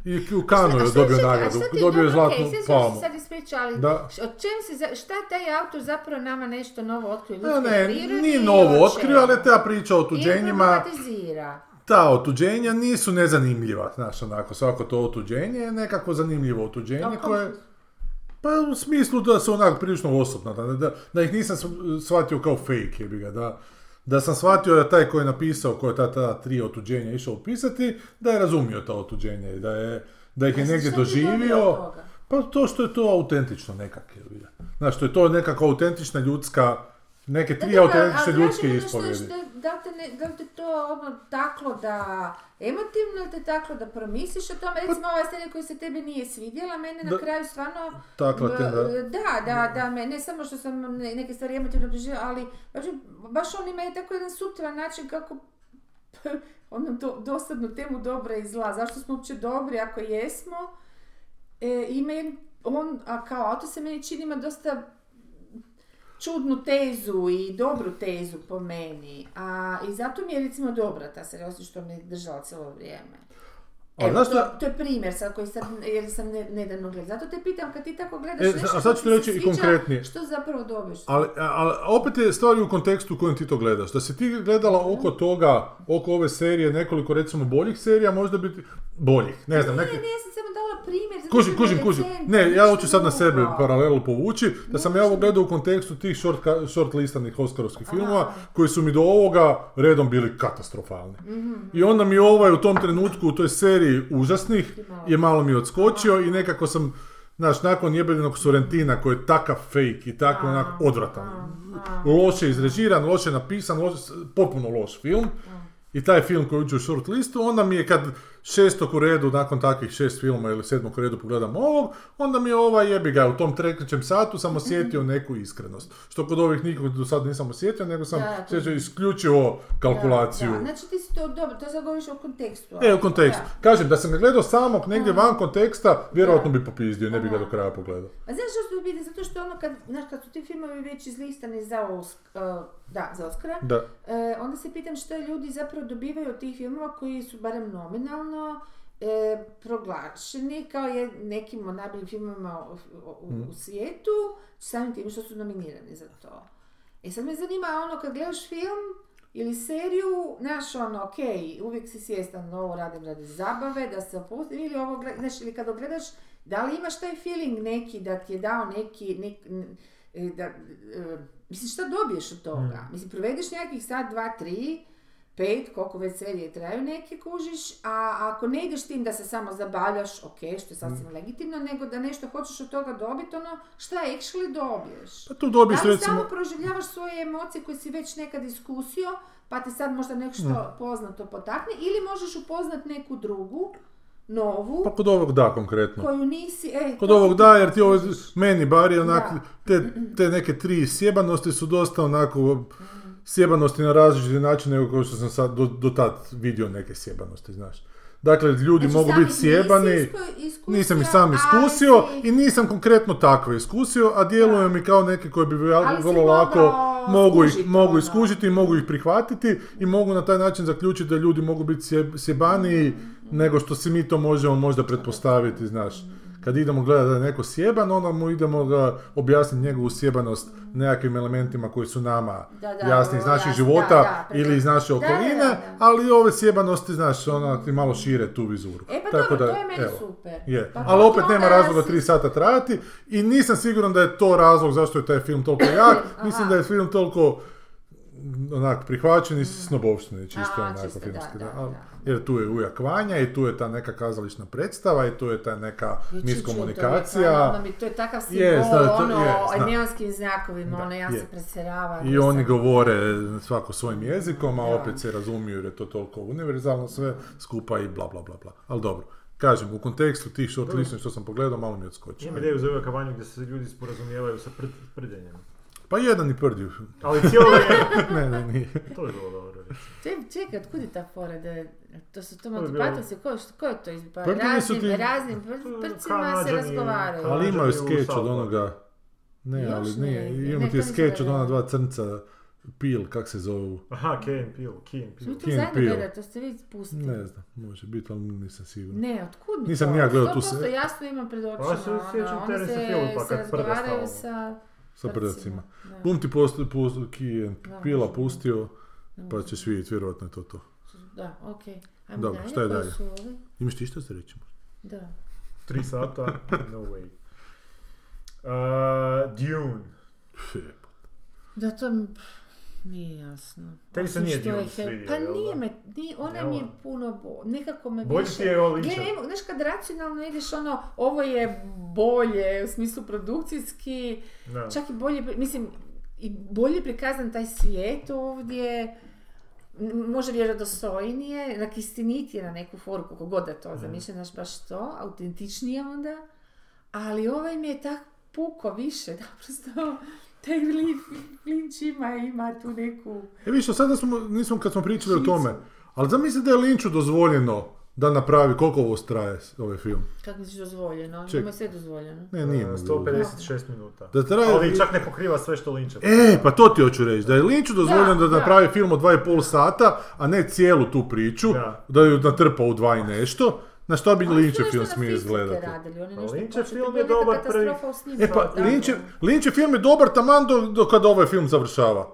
S3: i u
S4: A
S3: Kanu je
S4: šta-
S3: dobio
S4: čekaj, a
S3: nagradu,
S4: šta ti-
S3: dobio
S4: dobro,
S3: je zlatnu
S4: okej, sve smo
S3: palmu.
S4: se sad ispričali.
S3: Da.
S4: Š- O čem se, za- šta taj autor zapravo nama nešto novo otkrio?
S3: Ne,
S4: Ljudskoj
S3: ne,
S4: prirodi
S3: nije
S4: ili
S3: novo
S4: o
S3: otkrio, ali je
S4: čemu?
S3: ta priča o
S4: Ili
S3: otuđenjima,
S4: problematizira.
S3: ta otuđenja nisu nezanimljiva, znaš, onako, svako to otuđenje je nekako zanimljivo
S4: A u
S3: otuđenje
S4: kom
S3: koje...
S4: smislu?
S3: Pa u smislu da su onak prilično osobna, da, da, da ih nisam sv- shvatio kao fake, jebi ga, da, da sam shvatio da taj koji je napisao, koji je ta, ta tri otuđenja išao opisati, da je razumio ta otuđenja i da, je, da ih je
S4: A
S3: negdje
S4: šta ti dobio
S3: doživio.
S4: od toga?
S3: Pa to što je to autentično nekak, jebi ga. Znaš, što je to nekako autentična ljudska, neke tri
S1: dobro,
S3: autentične
S1: ali
S3: ljudske
S1: znaš ono što je
S3: ispovjedi.
S1: što- Da li, te ne, da li te to ono taklo da emotivno ili te taklo da promisliš o tome? Recimo ova scena koja se tebi nije svidjela, mene
S3: Pa Da.
S1: na kraju stvarno...
S3: Takla te,
S1: b-
S3: da.
S1: Da, da, da, me, ne samo što sam ne- neke stvari emotivno preživjela, ali baš, baš on ima i tako jedan suptilan način kako ono do, dosadnu temu dobra i zla. Zašto smo uopće dobri ako jesmo? E, ima jedan- on, a kao auto se meni čini ima dosta čudnu tezu i dobru tezu po meni. A, I zato mi je recimo dobra ta serija, osim što me je držala cijelo vrijeme.
S3: Ali
S1: Evo,
S3: znaš
S1: to,
S3: šta-
S1: to je primjer sad koji sad, jer sam ne, nedavno gledala. Zato te pitam, kad ti tako gledaš
S3: E,
S1: nešto
S3: a sad
S1: što ti
S3: ću ti
S1: se
S3: reći i
S1: sviđa,
S3: konkretnije.
S1: Što zapravo dobiješ?
S3: Ali, ali opet je stvar i u kontekstu u kojem ti to gledaš. Da si ti gledala oko toga, oko ove serije, nekoliko recimo boljih serija, možda bi ti... Boljih, ne znam,
S1: ne,
S3: neke...
S1: ne, ja sam samo dala primjer. zato
S3: Kužim,
S1: što
S3: kužim,
S1: je
S3: kužim.
S1: recentno,
S3: Ne, ja
S1: ništa
S3: hoću sad na sebe
S1: drugo.
S3: paralelu povući, da sam ja ovo gledao u kontekstu tih short, short listanih Oscarovskih filmova, koji su mi do ovoga redom bili katastrofalni. I onda mi ovaj u tom trenutku, u toj seriji užasnih, je malo mi odskočio i nekako sam, znaš, nakon jebenog Sorrentina koji je takav fake i tako onak odvratan, loše izrežiran, loše napisan, loše, potpuno loš film, i taj film koji uđe u short listu, onda mi je kad šestog u redu, nakon takvih šest filma ili sedmog u redu pogledam ovog, onda mi je ova jebi ga u tom trekćem satu sam
S1: Mhm.
S3: osjetio neku iskrenost. Što kod ovih nikog do sad nisam osjetio, nego sam
S1: Da, da, to-
S3: osjetio isključivo kalkulaciju.
S1: Da, znači ti si to dobro, to sad govoriš o kontekstu.
S3: E,
S1: ali-
S3: u kontekstu.
S1: da.
S3: Kažem, da sam ga gledao samog negdje van konteksta, vjerojatno bi popizdio, ne bi ga do kraja pogledao.
S1: A znaš što su biti? Zato što ono kad, znaš, kad su ti filmovi već izlistani za, Osk- eh, da, za Oscara,
S3: Da.
S1: E, onda se pitam što ljudi zapravo dobivaju od tih filmova koji su barem nominalno e, proglašeni kao je nekim od najboljih filmova u, u- u svijetu, samim tim što su nominirani za to. E sad me zanima ono kad gledaš film ili seriju, znaš ono, ok, uvijek si svjestan, ovo radim radi zabave, da se opustim, ili ovo, gle- znaš, ili kad ogledaš, da li imaš taj feeling neki da ti je dao neki, nek- n- e, da, e, mislim šta dobiješ od toga? Mislim, provedeš nekakvih sat, dva, tri, pet, koliko već serije traju neke kužiš, a ako ne ideš tim da se samo zabavljaš, ok, što je sasvim legitimno, nego da nešto hoćeš od toga dobiti, ono, šta actually dobiješ?
S3: Pa tu dobiješ
S1: Da li
S3: recimo...
S1: samo proživljavaš svoje emocije koje si već nekad iskusio,
S5: pa ti sad možda nešto poznato potakne ili možeš upoznat neku drugu, novu,
S3: Pa kod ovog da konkretno.
S5: koju nisi, e,
S3: Kod
S5: to-
S3: ovog da, jer ti ovo, meni bar je onak,
S5: Da.
S3: te, te neke tri sjebanosti su dosta onako, sjebanosti na različiti način nego kao što sam sad do, do tad vidio neke sjebanosti, znaš. Dakle, ljudi
S5: Znači,
S3: mogu
S5: sam
S3: biti
S5: ih nisi
S3: sjebani,
S5: isku- iskusio,
S3: nisam ih sam
S5: ali
S3: iskusio
S5: si-
S3: i nisam konkretno takve iskusio, a djeluju mi kao neke koje bi ja-
S5: Ali si
S3: vrlo
S5: mogao
S3: lako mogu, ih,
S5: skužit,
S3: mogu
S5: ono.
S3: iskužiti i mogu ih prihvatiti i mogu na taj način zaključiti da ljudi mogu biti sjeb- sjebaniji
S5: Mm-hmm.
S3: nego što si mi to možemo možda pretpostaviti, znaš. Kad idemo gledati da je neko sjeban, onda mu idemo ga objasniti njegovu sjebanost nekakvim elementima koji su nama
S5: Da, da,
S3: jasni iz
S5: vrlo
S3: naših
S5: jasni,
S3: života
S5: da, da,
S3: ili iz naše
S5: da, da, da,
S3: okoline,
S5: da.
S3: ali ove sjebanosti, znaš, ona ti malo šire tu vizuru.
S5: E pa
S3: Tako
S5: dobro,
S3: da,
S5: to je meni
S3: evo.
S5: super.
S3: Je,
S5: Pa
S3: ali
S5: to
S3: opet
S5: onda
S3: nema razloga
S5: si-
S3: tri sata trajati i nisam siguran da je to razlog zašto je taj film toliko jak.
S5: Aha.
S3: Mislim da je film toliko mm, onak prihvaćen i snobovštine čisto
S5: A,
S3: onako
S5: čisto, da,
S3: filmski.
S5: da,
S3: da, ali-
S5: da.
S3: Jer tu je ujak vanja i tu je ta neka kazališna predstava i tu je ta neka
S1: Ja ću čut, ono, ono
S3: miskomunikacija.
S1: mi- to je takav simbol,
S3: Je, da, to-
S1: ono,
S3: je,
S1: o
S3: znam.
S1: neonskim znakovima,
S3: Da,
S1: ono, ja
S3: je.
S1: se presjeravam.
S3: I
S1: nisam-
S3: oni govore svako svojim jezikom, a
S1: Da.
S3: opet se razumiju jer je to toliko univerzalno sve skupa i bla bla bla bla. Ali dobro, kažem, u kontekstu tih short listenja što sam pogledao malo mi je odskočio.
S2: Imam ideju za ovu kampanju gdje se ljudi sporazumijevaju sa prd, prdenjem.
S3: Pa jedan i prdi.
S2: Ali cijelo vrijeme...
S3: ne, ne, nije.
S2: to je bilo dobro. recimo.
S1: Ček- Čekaj, otkud je ta fora da je- to su to
S2: je
S1: Monty
S2: bilo-
S1: Pythonski, ko, što- ko je to iz... Pa,
S3: Prdeni su
S1: raznim,
S3: ti-
S1: raznim pr-
S2: To je
S1: prcima se
S2: Kanađani,
S1: razgovaraju.
S2: Kanađani.
S3: Ali imaju
S2: Dođe mi u
S3: skeč od
S2: South Park.
S3: onoga... Ne,
S1: Još
S3: ali
S1: ne,
S3: nije.
S1: ne,
S3: Imamo
S1: ne,
S3: ti
S1: to
S3: je
S1: nisam
S3: skeč od ona
S1: gledala.
S3: dva crnca, Pil, kak se zovu.
S2: Aha, Key and Peele, Key and
S1: Smo
S2: Peele.
S1: to
S3: Key and
S1: zajedno
S3: Peele.
S1: gledali, to ste vi spustili.
S3: Ne znam, može biti, ali nisam siguran.
S1: Ne, otkud mi
S3: Nisam
S1: to?
S3: ni ja gledao tu
S1: se...
S3: seriju.
S1: jasno imam pred očima.
S2: Pa se
S1: ono,
S2: sjećam
S1: oni
S2: Terence
S1: se-
S2: Hill, pa
S1: se
S2: kad prda
S1: razgovaraju
S2: stalno.
S3: Sa prdacima.
S1: Da.
S3: Bum ti posto, posto, kijen,
S1: Da,
S3: pila
S1: možda.
S3: pustio,
S1: Ne
S3: pa
S1: možda.
S3: ćeš vidjeti, vjerojatno je to to.
S1: Da, okej. Ajmo
S3: Dobro,
S1: dalje,
S3: šta je
S1: koji
S3: dalje?
S1: su ovi?
S3: Imaš ti što za reći? možda?
S1: Da.
S2: Tri sata, no way. Uh, Dune.
S3: Fe.
S1: Da, to mi nije jasno.
S2: Tebi se
S1: Osim
S2: nije
S1: što
S2: Dune
S1: je Harry-
S2: svidio,
S1: Pa
S2: jel da?
S1: nije me, nije, ona
S2: Jel
S1: mi je
S2: da?
S1: puno, bo, nekako me
S2: Bolje ti je ovo
S1: Gle, ne mogu, znaš kad racionalno ideš ono, ovo je bolje u smislu produkcijski,
S2: Da.
S1: čak i bolje, pri- mislim, i bolje prikazan taj svijet ovdje, m- može vjerodostojnije, onak istinitije na neku foru, kako god da to zamišlja, znaš baš to, autentičnije onda, ali ovaj mi je tak puko više, naprosto, taj glin, glinč ima, ima tu neku...
S3: E viš, a sada smo, nismo kad smo pričali o tome, ali zamisli da je Linču dozvoljeno da napravi, koliko ovo traje, ovaj film?
S1: Kako misliš dozvoljeno?
S3: Ček.
S1: Njima je sve dozvoljeno.
S3: Ne, nije. mu
S2: Uh,
S3: bilo.
S2: 156 minuta.
S3: Da traje-
S2: Ali čak ne pokriva sve što Linča.
S3: E, pa to ti hoću reći, da je Linču dozvoljeno da,
S1: Da, da.
S3: napravi film od dva i pol sata, a ne cijelu tu priču, da,
S2: Da.
S3: ju natrpa u dva i nešto, na što bi
S1: Ali su
S3: Linčev
S1: nešto
S3: film
S1: na
S3: smio
S1: Facebooku
S3: izgledati?
S1: Radili, oni
S2: Pa
S1: nešto
S2: Lynchov
S1: hoće,
S2: film
S1: to
S2: je
S1: neka
S2: dobar
S1: katastrofa
S2: prvi.
S1: u snimku,
S3: E pa,
S1: ali tako.
S3: Linčev, Linčev film je dobar taman do, do kad ovaj film završava.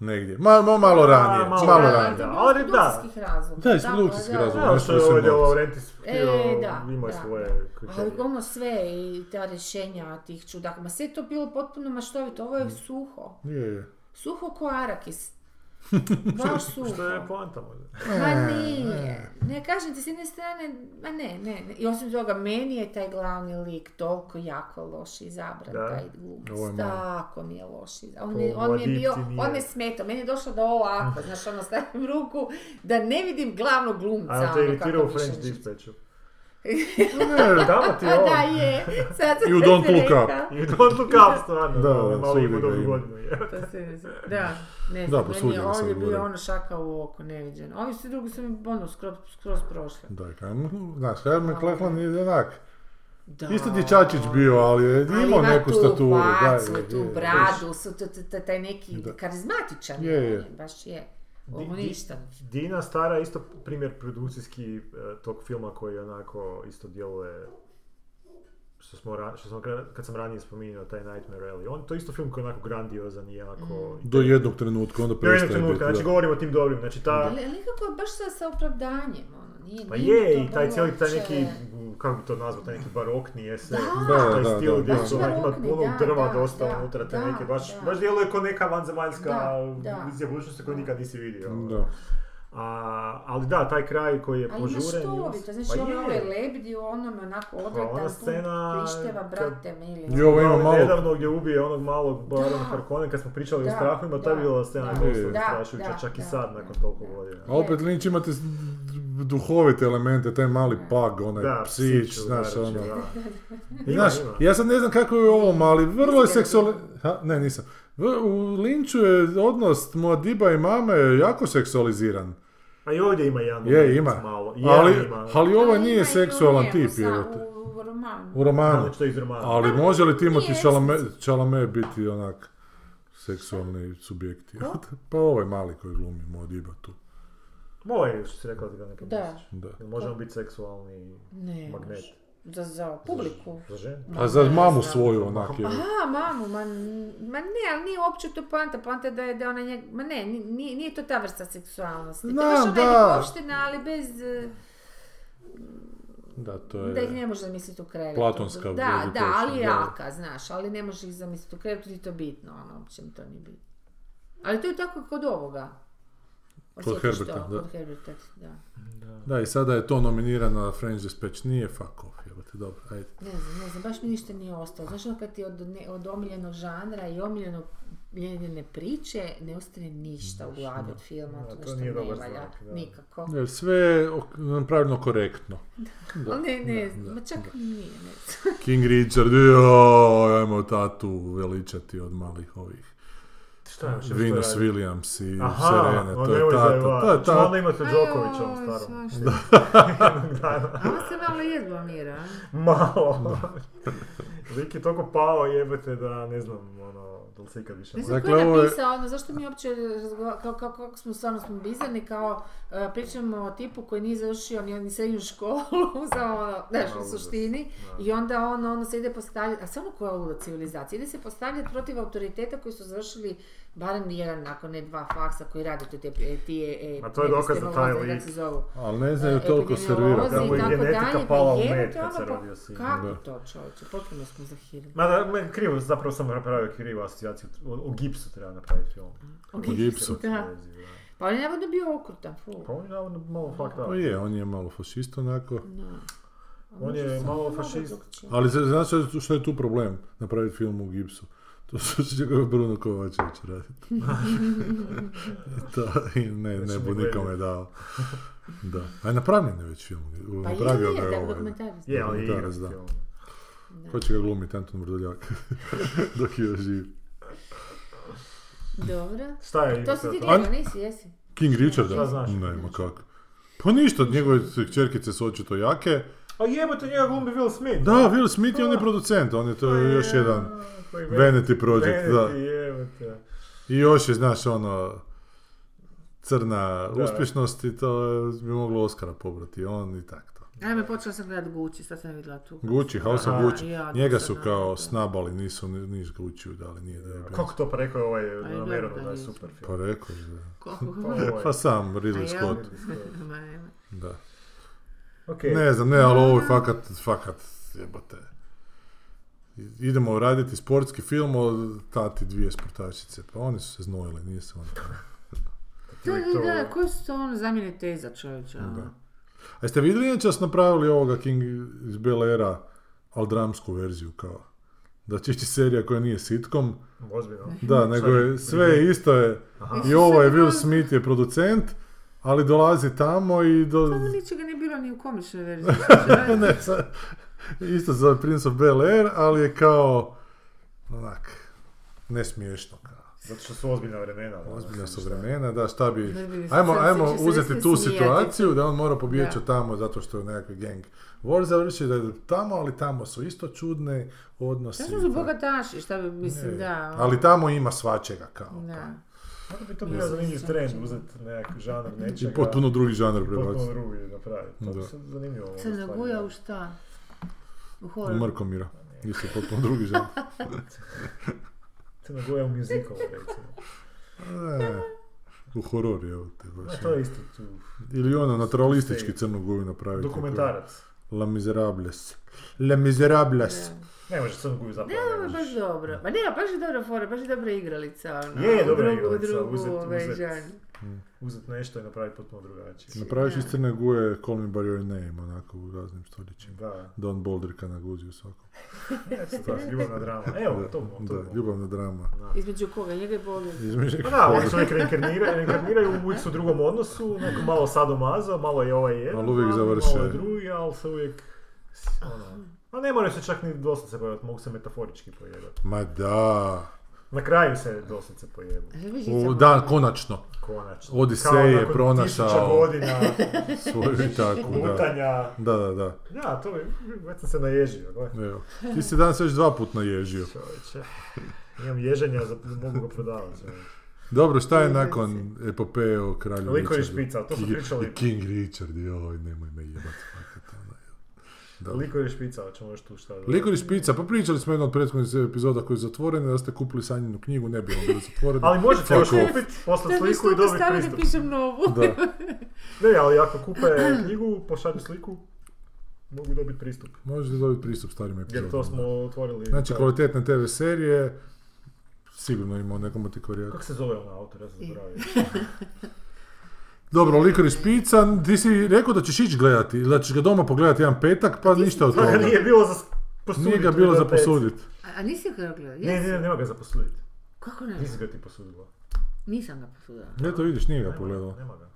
S3: Negdje. Ma, ma- malo ranije.
S2: A,
S3: malo,
S2: malo
S1: Da,
S2: ranije.
S3: ranije.
S1: to je bilo
S2: Ali
S1: iz
S2: da.
S1: produkcijskih razloga.
S3: Da, iz
S1: Tako,
S3: produkcijskih
S1: da.
S3: razloga.
S2: Evo što je
S3: Nešto se
S2: ovdje
S3: novca.
S2: Laurentis htio,
S1: E, da,
S2: imao je
S1: da,
S2: svoje
S1: da. Ali
S2: kriterije.
S1: ono sve i ta rješenja tih čudaka, ma sve je to bilo potpuno maštovito, ovo je suho.
S3: Je, je.
S1: Suho ko Arakis. Baš suho.
S2: Što je poanta možda?
S1: Ma
S3: Mm.
S1: nije. Ne, kažem ti, s jedne strane, ma ne, ne, ne. I osim toga, meni je taj glavni lik toliko jako loš izabran,
S2: Da.
S1: taj
S3: Ovo je
S1: glumac.
S3: malo.
S1: Tako mi je loš izabran. On,
S2: Po
S1: mi- on mi je
S2: adikciji
S1: bio,
S2: nije.
S1: on me smetao. Meni je došlo do ovako, znaš, ono, stavim ruku da ne vidim glavnog glumca.
S2: A jel te
S1: ono,
S2: iritirao u
S1: kako
S2: French
S1: više-
S2: Dispatchu?
S3: Ne,
S2: Tamo ti je
S1: A
S2: on.
S1: Pa da, je. Sad sam
S3: I u Don't
S1: se
S3: Look Up.
S1: rekla.
S2: I Don't Look Up, stvarno.
S3: Da,
S2: ono, malo
S3: svugdje
S2: ima
S3: ga
S2: dobru
S3: ima.
S2: godinu. je.
S1: To se ne zna. Da, ne
S3: Da,
S1: znam, meni
S3: posudio
S1: je
S3: ga sam
S1: ovdje bio
S3: gore.
S1: ono šaka u oko, neviđeno. Ovi svi drugi su mi ono skroz, skroz prošli.
S3: Da, kam- znaš, Kyle MacLachlan je jednak.
S1: Da.
S3: Isto dječačić bio, ali je
S1: Ali
S3: imao
S1: ima
S3: neku
S1: tu
S3: staturu. da,
S1: facu,
S3: je,
S1: tu
S3: je, je.
S1: bradu, su tu- tu- tu- taj neki
S3: Da.
S1: karizmatičan.
S3: Je, je.
S1: on Baš je. Ovo
S2: Di- di-
S1: ništa.
S2: Dina Stara je isto primjer produkcijski eh, tog filma koji onako isto djeluje što smo, ra- što sam kra- kad sam ranije spominjao taj Nightmare Alley, on to je isto film koji je onako grandiozan i
S1: Mm.
S2: onako...
S3: Do jednog trenutka, onda
S2: Do jednog
S3: prestaje biti.
S2: trenutka, znači
S3: da.
S2: govorimo o tim dobrim, znači ta...
S1: Ali ali nekako je baš sa, sa opravdanjem, ono, nije,
S2: Pa
S1: nije
S2: je,
S1: to
S2: i taj
S1: bilo
S2: cijeli, taj
S1: uopće-
S2: neki, m, kako bi to nazvao, taj neki barokni ese,
S1: Da.
S3: Da,
S2: taj
S3: da,
S2: stil
S3: da,
S2: gdje
S3: da.
S2: su onak, ima
S1: Barokni,
S2: puno
S1: da,
S2: drva
S1: da, da,
S2: dosta unutra, te
S1: da,
S2: neke, baš,
S1: da.
S2: baš djeluje kao neka vanzemaljska
S1: Da, da.
S2: vizija budućnosti koju nikad nisi vidio.
S3: Da.
S2: A, ali da, taj kraj koji je
S1: A imaš
S2: požuren...
S1: to
S2: i
S1: ovdje, znači
S2: pa
S1: ono
S2: je. Pa
S1: je lebdi, ono me onako
S2: ona
S1: odvratan, pun
S2: scena
S1: pišteva,
S2: kad-
S1: brate mili.
S3: I ovo ima
S2: Ali
S3: malo...
S2: Ono Nedavno gdje ubije onog malog Barona Harkonnen kad smo pričali o
S1: Da,
S2: strahovima, to je
S1: da,
S2: bila scena
S1: da,
S2: doslovno
S1: da,
S2: strašujuća,
S1: da,
S2: čak i
S1: da,
S2: sad
S1: da,
S2: nakon toliko
S1: da.
S2: godina.
S3: A opet Lynch imate s- duhovite elemente, taj mali pag, onaj
S2: Da,
S3: psić,
S2: psiću,
S3: znaš,
S2: da,
S3: ono.
S2: da.
S3: I
S2: Ima,
S3: znaš,
S2: ima.
S3: ja sad ne znam kako je u ovom, ali vrlo je
S1: Niste
S3: seksual... Ha, ne, nisam. V- u Linču je odnos Muadiba i mame jako seksualiziran.
S2: A i ovdje ima jedan
S3: Je,
S2: moment
S3: ima.
S2: malo. Je,
S3: Ali,
S2: ima.
S3: ali ovaj
S1: Ali
S3: nije
S1: ima i u
S3: seksualan
S1: njemu,
S3: tip,
S1: sa-
S3: jebote.
S1: u- Pa u romanu.
S3: U romanu.
S2: Znači to je iz romana.
S3: Ali može li Timothy
S1: Nije
S3: Chalamet, Chalamet biti onak seksualni subjekt? jebote? Pa ovaj mali koji glumi Muadiba tu.
S2: Moj, što si rekla da ga ne
S1: Da.
S2: pomisiš.
S3: Da.
S2: Jel Možemo biti seksualni
S1: Ne,
S2: magnet
S1: za, za publiku.
S2: za ženu.
S3: A za mamu
S1: znam.
S3: svoju onak je.
S1: A, mamu, ma, ma ne, ali nije uopće to poanta, poanta je da je da ona njeg... Ma ne, ni- nije, nije to ta vrsta seksualnosti.
S3: Znam,
S1: to je baš ona
S3: da.
S1: ljubavština, ali bez... eh,
S3: Da, to
S1: Da ih
S3: je...
S1: ne može zamisliti u krevetu.
S3: Platonska
S1: Da, da,
S3: ljubiteljska,
S1: ali
S3: da.
S1: jaka, znaš, ali ne može ih zamisliti u krevetu, niti to bitno, ono, uopće mi to nije bitno. Ali to je tako kod ovoga. Osjetiš to,
S3: Herberta, da.
S1: Kod Herberta, da.
S3: Da, i sada je to nominirano na French Dispatch. Nije fuck off, jebote, dobro, ajde.
S1: Ne znam, ne znam, baš mi ništa nije ostalo. Znaš ono kad ti od, ne, od omiljenog žanra i omiljenog ljenjene priče ne ostane ništa u glavi od filma,
S2: Da,
S1: to
S2: to
S1: nešto
S2: nije
S1: ne
S2: dobar
S1: valja,
S2: znak, da.
S1: nikako.
S3: Jer Sve je ok- napravljeno korektno. Da.
S1: Ali ne, ne,
S3: Da, da,
S1: znam, ma čak i nije, ne znam.
S3: King Richard, joj, ajmo tatu veličati od malih ovih.
S2: Šta je još?
S3: Venus Williams i
S2: Aha,
S3: Serena, to je tata. To je
S2: Znači, onda
S3: tata.
S2: imate Đokovića u starom.
S1: Da. A on se malo je zblamira.
S2: Malo. Lik je toliko pao jebete da ne znam, ono, da li se ikad više
S1: Ne
S2: može.
S1: znam
S3: Dakle,
S1: ko je
S3: ovo je-
S1: napisao, ono, zašto mi uopće razgovaramo, kao, kao, kako smo, stvarno smo bizarni, kao e, pričamo o tipu koji nije završio ni, ni srednju školu, samo ono, znaš,
S2: Ma,
S1: u
S2: užas.
S1: suštini,
S2: Da.
S1: i onda ono, ono se ide postavljati, a samo koja je uloga civilizacije, ide se postavljati protiv autoriteta koji su završili barem jedan, ako ne dva faksa koji rade tu te, e, ti e,
S2: A to je dokaz da taj
S1: epistemolozi,
S2: lik-
S1: kako se zovu.
S3: Ali ne znaju
S1: E,
S3: toliko servirati.
S1: epidemiolozi
S2: Da mu je
S1: i tako
S2: genetika
S1: dalje, pa
S2: pala u
S1: jebote,
S2: med kad
S1: ono,
S2: se
S1: pa
S2: rodio sin.
S1: Kako
S3: Da.
S1: to čovječe, potpuno smo zahirili.
S2: Ma da, me krivo, zapravo sam napravio krivu asocijaciju, o, o gipsu treba napraviti film.
S1: O
S3: gipsu.
S1: Da. Pa on je navodno bio okrutan, ful.
S2: Pa on je navodno malo fucked
S3: Pa
S2: up.
S3: je, on je malo fašist onako.
S1: Da.
S2: On je
S1: Možda sam
S2: malo
S1: mogla
S2: fašist.
S1: drukčije.
S3: Ali se- znaš što je tu problem? Napraviti film u gipsu. To su će ga Bruno Kovačević raditi. to i ne, ne
S2: Znači,
S3: bu
S2: ne
S3: nikome
S2: gleda.
S3: da. Da. A napravljen je već film.
S1: Pa je,
S3: Napravio ga
S1: je,
S3: je
S1: da,
S3: ovaj.
S1: dokumentarac.
S2: Je, ali igra
S3: Dokumentarac, da.
S2: film.
S3: Ko će ga glumiti, Anton Vrdoljak. Dok je još živ.
S1: Dobro.
S2: Šta je
S1: To si ti
S2: igra?
S3: An-
S1: gledao, nisi, jesi?
S3: King Richarda?
S2: Šta znaš?
S3: Ne, ma kako. Pa ništa, njegove kćerkice su očito jake.
S2: A jebote njega glumi Will Smith.
S3: Da, Will Smith je on je producent, on je to još jedan
S2: Koji
S3: Vanity Project,
S2: Vanity,
S3: da.
S2: jebote.
S3: I još je, znaš, ono, crna
S2: Da.
S3: uspješnost i to bi moglo Oscara pobrati, on i tak to.
S1: Ajme, počela sam gledat Gucci, sad sam vidjela tu.
S3: Gucci, House of
S2: Aha.
S3: Gucci,
S1: Ja, to
S3: njega
S1: sam
S3: su
S1: ne
S3: kao
S1: gledala.
S3: snabali, nisu ni- niš Gucci dali, nije da je bilo.
S2: Kako to pa rekao je ovaj
S1: gledam
S2: Romero
S1: da
S2: da je
S1: nisam.
S2: super film.
S3: Pa rekao je da.
S2: Pa
S1: Koliko?
S2: ovaj,
S3: Pa sam, Ridley
S1: A ja?
S3: Scott,
S1: Ma, nema.
S3: da.
S2: Ok,
S3: Pa, Ne znam, ne, ali ovo je fakat, fakat, jebote. Idemo raditi sportski film o tati dvije sportašice, pa oni su se znojili, nije se ono.
S1: To
S2: je
S1: je,
S2: to-
S1: da, koje su to ono zamjene teza ono? čovječa?
S3: Da. A jeste vidjeli inače da su napravili ovoga King iz Bel Aira, ali dramsku verziju kao? Da će ići serija koja nije sitkom,
S2: ozbiljno.
S3: da, nego je sve isto je, i ovo je Will Smith je producent, ali dolazi tamo i do...
S1: Ono ničega nije bilo ni u komičnoj verziji.
S3: ne, sa- isto za Prince of Bel Air, ali je kao, onak, nesmiješno kao.
S2: Zato što su ozbiljna vremena. ono,
S3: Ozbiljna
S2: mislim,
S3: su
S2: šta.
S3: vremena, da, šta bi...
S1: Ne bi se-
S3: Ajmo,
S1: sad
S3: ajmo
S1: će se
S3: uzeti
S1: svi
S3: tu
S1: smijati.
S3: situaciju da on mora pobjeći
S1: Da.
S3: od tamo zato što je nekakvi gang war završio, da je tamo, ali tamo su isto čudne odnosi.
S1: Šta su bogataši, šta bi, mislim,
S3: Ne,
S1: da. ono,
S3: Ali tamo ima svačega kao.
S1: Da.
S2: Možda bi to bio zanimljiv trend, uzeti nekakav žanar nečega.
S3: I potpuno drugi žanr
S2: i potpuno
S3: prebaciti.
S2: drugi napraviti. To bi
S3: Da.
S2: se zanimljivo. ono, ovo
S1: Crna
S2: stvari.
S1: guja u šta? U
S3: U
S1: horor.
S3: Mrkomira. Isto potpuno drugi žanr.
S2: Crna guja u musicalu, recimo.
S3: E, u horor je ovo te baš.
S2: A to je isto tu.
S3: Ili ono, naturalistički
S2: Stay.
S3: crnu guju napraviti.
S2: Dokumentarac.
S3: La Miserables. La Miserables.
S2: Ne može crnu guju zapravo.
S1: Ne, ovo je
S2: možeš.
S1: baš dobro. Ma ne, baš je dobra fora, baš je dobra igralica. Ona.
S2: Je, dobra
S1: drugu,
S2: igralica,
S1: Drugu,
S2: uzet-
S1: ovaj,
S2: uzet.
S1: žanr.
S2: uzeti nešto i napraviti potpuno drugačije.
S3: Napraviš iz crne guje Call me by your name, onako u raznim stoljećima.
S2: Da,
S3: Don Boldrika na guzi u svakom.
S2: super, ljubavna drama. Evo, to bomo, to
S3: Da,
S2: bomo.
S3: ljubavna drama.
S1: Između koga? Njega je bolio.
S3: Između
S2: Pa da, oni se uvijek reinkarniraju, reinkarniraju uvijek su u drugom odnosu, onako malo sadomazo, malo je ovaj jedan,
S3: Ali uvijek
S2: malo je
S3: završe.
S2: drugi, ali se uvijek, ono, a ne moraju se čak ni doslovce pojebati, mogu se metaforički pojebati.
S3: Ma da.
S2: Na kraju se doslovce pojebu,
S3: U, da,
S1: ono.
S3: konačno.
S2: konačno.
S3: Odisej
S2: Kao
S3: je
S2: nakon
S3: pronašao-
S2: tisuća godina
S3: Svoju tako, da.
S2: lutanja.
S3: Da, da, da.
S2: Da, to bi, već sam se naježio, gle.
S3: Evo. Ti si danas već dva put naježio.
S2: Čovječe. Imam ježenja, za, mogu ga prodavati. čovječe.
S3: Dobro, šta je nakon epopeje o kralju
S2: Licorice
S3: Richardu?
S2: pizza, to smo
S3: King-
S2: pričali.
S3: King Richard, joj, nemoj me jebat. fakat, ono, jel. Dobro.
S2: Licorice pizza, hoćemo još tu šta.
S3: Likoriš pizza, pa pričali smo jednu od prethodnih epizoda koja je zatvorena, da ste kupili Sanjinu knjigu, ne bi vam bila zatvorena.
S2: Ali možete još
S3: Fuck off.
S2: kupiti,
S1: Da
S2: poslati
S1: mi
S2: sliku i
S1: stupe
S2: dobiti
S1: stavili da
S2: pristup.
S1: pišem novu.
S3: Da.
S2: Ne, ali ako kupe knjigu, pošalju sliku, mogu dobiti pristup.
S3: Možete dobiti pristup starim epizodama.
S2: Jer to smo otvorili.
S3: Znači,
S2: taj-
S3: kvalitetne TV serije, sigurno ima u nekom antikvarijatu.
S2: Kako se zove ona autor, ja sam zaboravio.
S3: Dobro, Likoriš pizza, ti si rekao da ćeš ići gledati, ili da ćeš ga doma pogledati jedan petak, pa ništa od
S2: Pa
S3: toga.
S2: ga nije bilo za posuditi.
S3: Nije ga
S2: u
S3: bilo za
S2: biblioteci.
S3: posuditi.
S1: A, a nisi ga gledao?
S2: Ne, ne, ne, nema ga za posuditi.
S1: Kako ne?
S2: Nisi ga ti posudila.
S1: Nisam ga posudila.
S3: Eto vidiš, nije ga
S2: Nema
S3: pogledao.
S2: Nema ga.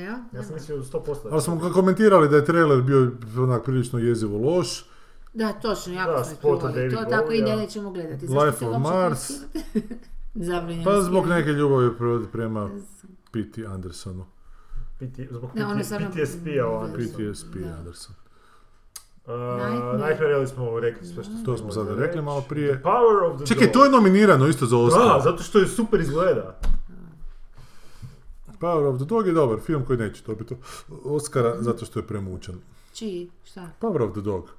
S1: E, Ja?
S2: Ja sam mislio 100%.
S3: Ali smo ga komentirali da je trailer bio onak prilično jezivo loš.
S1: Da, točno,
S2: Da,
S1: jako smo ih
S2: spot od
S1: pljuvali. To
S2: David
S1: tako i
S2: Bowia.
S1: ne nećemo gledati.
S3: Life on Mars.
S1: Zabrinjam
S3: Pa zbog neke ljubavi pro- prema P.T. Andersonu.
S2: PT, zbog
S1: Ne, ono je
S2: PT,
S1: stvarno-
S2: PTSP-a o
S1: Da.
S2: Andersonu.
S3: PTSP Anderson.
S2: Uh,
S1: Nightmare.
S2: Nightmare Alley smo rekli sve što
S3: To smo sada
S2: mogli
S3: rekli malo prije.
S2: The Power of the
S3: Čekaj,
S2: Dog.
S3: to je nominirano isto za
S2: Da,
S3: Oscar.
S2: zato što je super izgleda.
S3: Power of the Dog je dobar film koji neće dobiti
S2: Mhm.
S3: Oscara zato što je premučen.
S1: Čiji? Šta?
S3: Power of the Dog.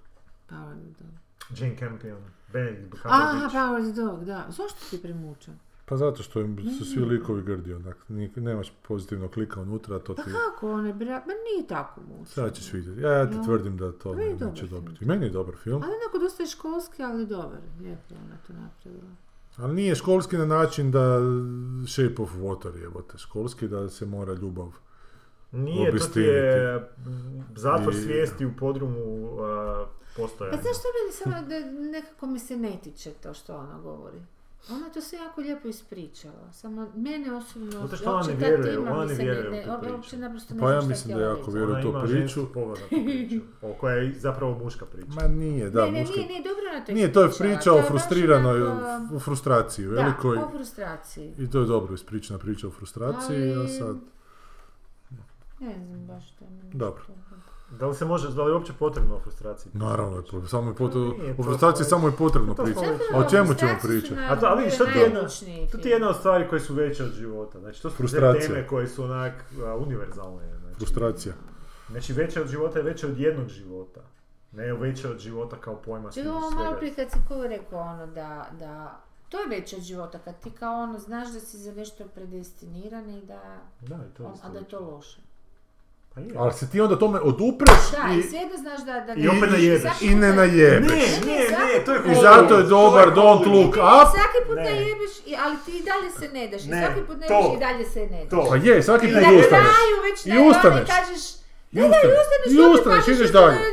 S1: Power of the Dog.
S2: Jane Campion, Benedict
S1: Aha,
S2: Cumberbatch.
S1: Power of the Dog, da. Zašto ti premučao?
S3: Pa zato što im su
S1: Mm.
S3: svi likovi grdi onak. Ni- Nemaš pozitivno klika unutra, a to ti...
S1: Pa Kako on je bra... Ma nije tako mučao.
S3: Sada ćeš vidjeti. Ja, ja ti
S1: Ja.
S3: tvrdim da to
S1: Ali je
S3: ne-
S1: dobar
S3: neće
S1: Pa film.
S3: dobiti. I meni je dobar film.
S1: Ali onako dosta je školski, ali dobar. Lijepo je ona to napravila.
S3: Ali nije školski na način da Shape of Water jebote. Školski da se mora ljubav.
S2: Nije, to ti je
S3: Obistiniti.
S2: mm, zatvor
S3: I-
S2: svijesti u podrumu uh,
S1: Pa
S2: postojanja.
S1: znaš što meni samo da nekako mi se ne tiče to što ona govori. Ona je to sve jako lijepo ispričala. Samo mene osobno...
S2: Zato što ona
S1: uopće
S2: ne
S1: ta
S2: vjeruje,
S1: tema
S2: ona
S1: mi
S2: ne
S1: se
S2: vjeruje u
S1: ne-
S2: tu
S1: uopće
S2: priču.
S1: naprosto ne
S3: Pa
S1: znam
S3: ja
S1: šta
S3: mislim da
S1: je htjela
S3: jako
S1: reći.
S3: vjeruje.
S2: Ona
S3: u tu
S2: ima
S3: priču.
S2: žensku pogled na tu priču, o koja je zapravo muška priča.
S3: Ma nije, da,
S1: ne, ne,
S3: muški-
S1: nije, nije, dobro ona to
S3: Nije, to je
S1: ispričala.
S3: priča o
S1: baš
S3: frustriranoj,
S1: onako-
S3: o frustraciji,
S1: Da,
S3: velikoj.
S1: o frustraciji.
S3: I to je dobro, ispričana priča o frustraciji, a
S1: Ali-
S3: sad...
S1: Ne znam baš što mi je
S3: Dobro.
S1: to.
S2: Da li se može, da li je uopće potrebno o frustraciji?
S3: Naravno, je po-
S1: Pa
S3: samo je potrebno,
S2: Nije,
S3: o
S2: to
S3: frustraciji
S2: smo-
S3: samo je potrebno
S2: to smo
S3: pričati.
S2: već-
S3: A o čemu ćemo
S1: Frustraciju su
S3: pričati?
S1: na-
S2: A to, ali vidiš, to ti je jedna,
S1: najmučniji
S2: to ti je
S1: film.
S2: jedna od stvari koje su veće od života. Znači, to su te
S3: Frustracija.
S2: teme koje su onak a, univerzalne. Znači,
S3: Frustracija.
S2: znači veće od života je veće od jednog života. Ne veće od života kao pojma
S1: Čekaj,
S2: svega.
S1: ovo malo
S2: svega.
S1: prije kad si ko rekao ono da, da to je veće od života, kad ti kao ono znaš da si za nešto predestiniran i da,
S2: Da, i to je isto
S1: a da je to
S2: veće.
S1: loše.
S2: Pa je.
S3: Ali se ti onda tome odupreš
S1: Da, i,
S3: i,
S1: svejedno znaš da... da
S2: I opet
S1: da-
S2: najedeš.
S1: svaki
S3: i ne
S1: put-
S2: Ne,
S3: najebeš.
S2: ne, ne, to je
S3: I zato je
S2: Hollywood,
S3: dobar
S2: to je
S3: Don't
S2: Hollywood.
S3: Look Up.
S1: Svaki put
S2: Ne.
S1: najebeš, i- ali ti i dalje se ne daš. I
S2: Ne,
S1: svaki put ne
S2: to.
S1: daš i dalje se ne daš.
S2: To.
S3: Pa je, svaki
S1: I
S3: put
S1: na
S3: ustaneš.
S1: kraju već
S3: I
S1: na danu
S3: ustaneš.
S1: kažeš... "E,
S3: I
S1: Ne, da, i
S3: ustaneš.
S1: ustaneš,
S3: I
S1: opet pa
S3: ustaneš,
S1: padneš,
S3: ideš
S1: opet-
S3: dalje.
S1: Da,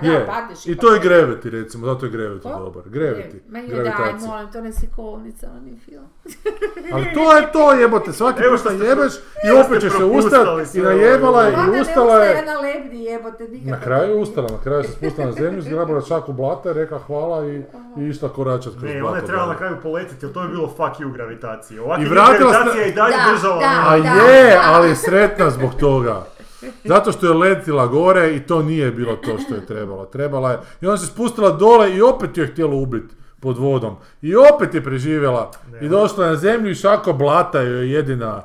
S1: pa da,
S3: Je.
S1: da, padneš.
S3: I
S1: ipak.
S3: to je Gravity, recimo, zato je Gravity
S1: Ko?
S3: dobar. Gravity,
S1: Ma joj, daj,
S3: gravitacija.
S1: molim, to ne slikovnica, on film.
S3: Ali to je to, jebote, svaki
S2: Evo
S3: put
S2: što ste-
S3: jebeš i
S2: evo
S3: opet
S2: ste
S3: ćeš se
S2: propustali
S3: ustat i
S2: sve ovo.
S3: najebala je
S1: Vlada Pa ne
S3: E, i ustala je.
S1: ustaje na lebdi, jebote, nikako.
S3: Na kraju je ustala, na kraju se spustila na zemlju, zgrabila šaku blata, rekla hvala i, i išla koračat kroz
S2: Ne,
S3: blato.
S2: ona je trebala na
S3: dalje.
S2: kraju poletiti, jer to je bilo fuck you gravitacije. Ovak
S3: I
S2: je
S3: vratila se-
S2: gravitacija i dalje
S1: Da,
S2: držala. ono-
S1: da.
S3: A je, ali je sretna zbog toga. Zato što je letila gore i to nije bilo to što je trebalo. Trebala je. I ona se spustila dole i opet ju je htjela ubiti pod vodom. I opet je preživjela. I došla na zemlju i šako blata joj je jedina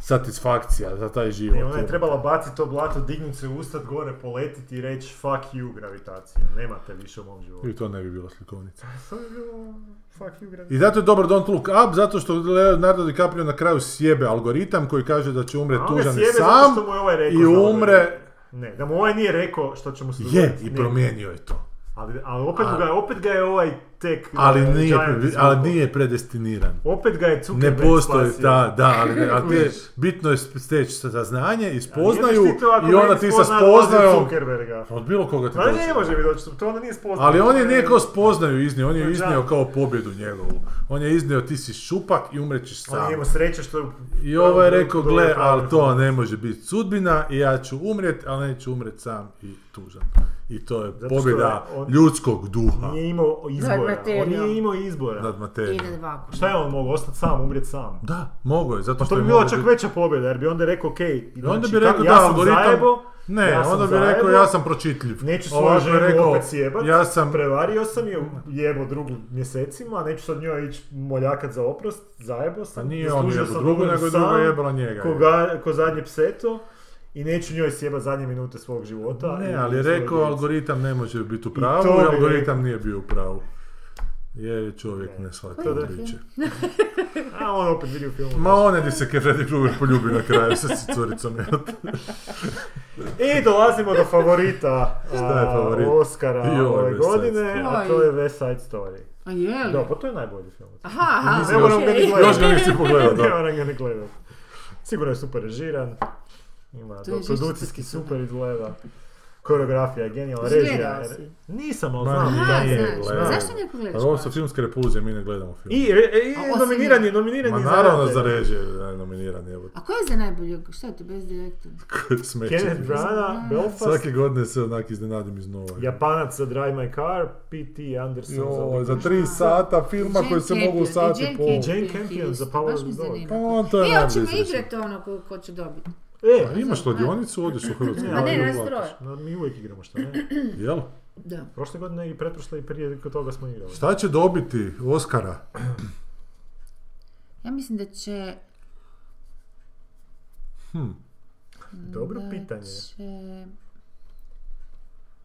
S3: satisfakcija za taj život.
S2: I ona je trebala baciti to blato, dignuti se, ustat gore, poletiti i reći fuck you gravitacija. Nemate više u mom životu.
S3: I to ne bi bila slikovnica.
S2: To je bilo fuck you gravitacija.
S3: I zato je dobar Don't Look Up, zato što Leonardo DiCaprio na kraju sjebe algoritam koji kaže da će umre
S2: A on ga
S3: tužan
S2: sjebe zato
S3: sam
S2: što mu je ovaj rekao
S3: i
S2: za ovaj
S3: umre...
S2: Ne, da mu ovaj nije rekao što će mu se
S3: Je,
S2: dogoditi.
S3: i
S2: Ne.
S3: promijenio je to.
S2: Ali, ali opet, mu ga, opet ga je ovaj tek...
S3: Ali
S2: uh,
S3: nije,
S2: Giant
S3: pre-
S2: izvukao.
S3: ali nije predestiniran.
S2: Opet ga je
S3: Ne
S2: Zuckerberg
S3: postoji
S2: spasio.
S3: ta, da, ali, ne- ali te-
S2: Kužiš.
S3: bitno je steći saznanje i
S2: A nije
S3: spoznaju
S2: ti štitila ako
S3: i onda
S2: ne
S3: ti sa
S2: spozna dolazi od
S3: spoznajom...
S2: Zuckerberga.
S3: Od bilo koga ti
S2: Ma ne
S3: dođe.
S2: može mi doći, to onda nije spoznao.
S3: Ali on je nije kao spoznaju iznio, on
S2: To
S3: je
S2: je
S3: iznio
S2: žalosno.
S3: kao pobjedu njegovu. On je iznio ti si šupak i umrećeš
S2: On je
S3: sam.
S2: imao sreće što je...
S3: I ovo je rekao,
S2: dobro
S3: gle,
S2: pravio
S3: ali to
S2: fond.
S3: ne može biti sudbina i ja ću umrijet, ali neću umrijet sam i tužan. I to je
S2: što
S3: pobjeda
S2: je on-
S3: ljudskog duha
S2: Nije imao izbora. On
S1: materijal.
S2: nije imao izbora.
S3: nad
S1: Ide
S3: materijom.
S1: dva kuća.
S2: Šta je on mogao? Ostati sam, umrijeti sam.
S3: Da, mogo je, zato što
S2: Pa To
S3: je
S2: bi bila
S3: mogao
S2: čak
S3: biti-
S2: veća pobjeda, jer bi onda rekao, ok,
S3: onda bi rekao,
S2: Znači, ja
S3: da,
S2: sam
S3: algoritam-
S2: zajebo,
S3: Ne,
S2: ja sam
S3: onda bi
S2: zajebo,
S3: rekao ja sam pročitljiv.
S2: Neću
S3: Ovaj
S2: svoju
S3: bi
S2: ženu
S3: rekao,
S2: opet sjebat,
S3: Ja sam...
S2: prevario sam je, jebo drugu mjesecima, neću sad njoj ići moljakat za oprost, zajebo
S3: Pa
S2: sam.
S3: nije on
S2: zaslužio
S3: jebo
S2: sam
S3: drugu,
S2: dugo
S3: nego je
S2: sam,
S3: druga jebala njega.
S2: Koga, ko zadnje pseto i neću njoj sjebat zadnje minute svog života.
S3: Ne,
S2: i
S3: ali je
S2: svoje
S3: rekao
S2: djece.
S3: algoritam ne može biti u
S2: I
S3: pravu
S2: to
S3: i,
S2: bi
S3: algoritam nije bio u pravu. Je čovjek ne
S2: To
S3: shvatio
S2: da.
S3: priče.
S2: A on opet vidi u filmu.
S3: Ma one di se Freddy Krueger poljubi na kraju sa curicom. jel?
S2: I dolazimo do favorita
S3: Šta je
S2: a,
S3: favorit? I
S2: Oscara
S3: ovaj
S2: ove
S3: West Side
S2: godine, a to je West Side Story.
S1: A je li?
S2: Da, pa to je najbolji film.
S1: Aha, aha,
S3: Nisam
S2: Ne moram ga ni
S1: okej.
S2: gledat.
S3: Još ga nisi pogledao,
S2: Ne
S3: da.
S2: moram ga ni gledat. Sigurno je super režiran. Ima
S1: To je
S2: do- producijski
S1: žešće
S2: super izgleda. Koreografija je genijalna,
S1: Izgledao
S2: režija je-
S1: si.
S2: Nisam, ali
S3: Ma,
S2: znam
S3: nije,
S2: da
S1: Aha,
S2: je.
S3: nije,
S1: znaš.
S3: gledao.
S1: Zašto ne pogledaš?
S3: Ali ovo su filmske repulzije, mi ne gledamo film.
S2: I, re- e,
S1: A osim-
S2: nominiran je, nominiran
S3: Ma
S2: je za
S3: naravno
S2: Rate.
S3: za režije da je nominiran, evo.
S1: A ko je za najboljeg? Šta je to bez direktora?
S3: Smeće.
S2: Kenneth Branagh, Belfast,
S3: Svake godine se onak iznenadim iznova.
S2: Japanac za Drive My Car, P.T. Anderson
S3: Joj,
S2: za...
S3: za tri sata filma koji se mogu u sati i pol.
S2: Campion. Jane Campion za Power
S1: Baš
S2: of
S1: me
S2: the Dog.
S1: zanima.
S3: Pa on to je
S1: E, hoćemo
S3: najbliže što-
S1: igrat ono ko, ko će Pa dobiti.
S2: E,
S3: Pa imaš kladionicu, odeš u Hrvatski
S2: Ma
S3: radio
S2: ne,
S1: nas
S3: vlakiš.
S1: troje.
S2: no, mi uvijek igramo što ne.
S3: Jel?
S1: Da.
S2: Prošle godine i pretprošle i prije kod toga smo igrali.
S3: Šta će dobiti Oscara?
S1: Ja mislim da će...
S2: Dobro
S1: da
S2: pitanje.
S1: će-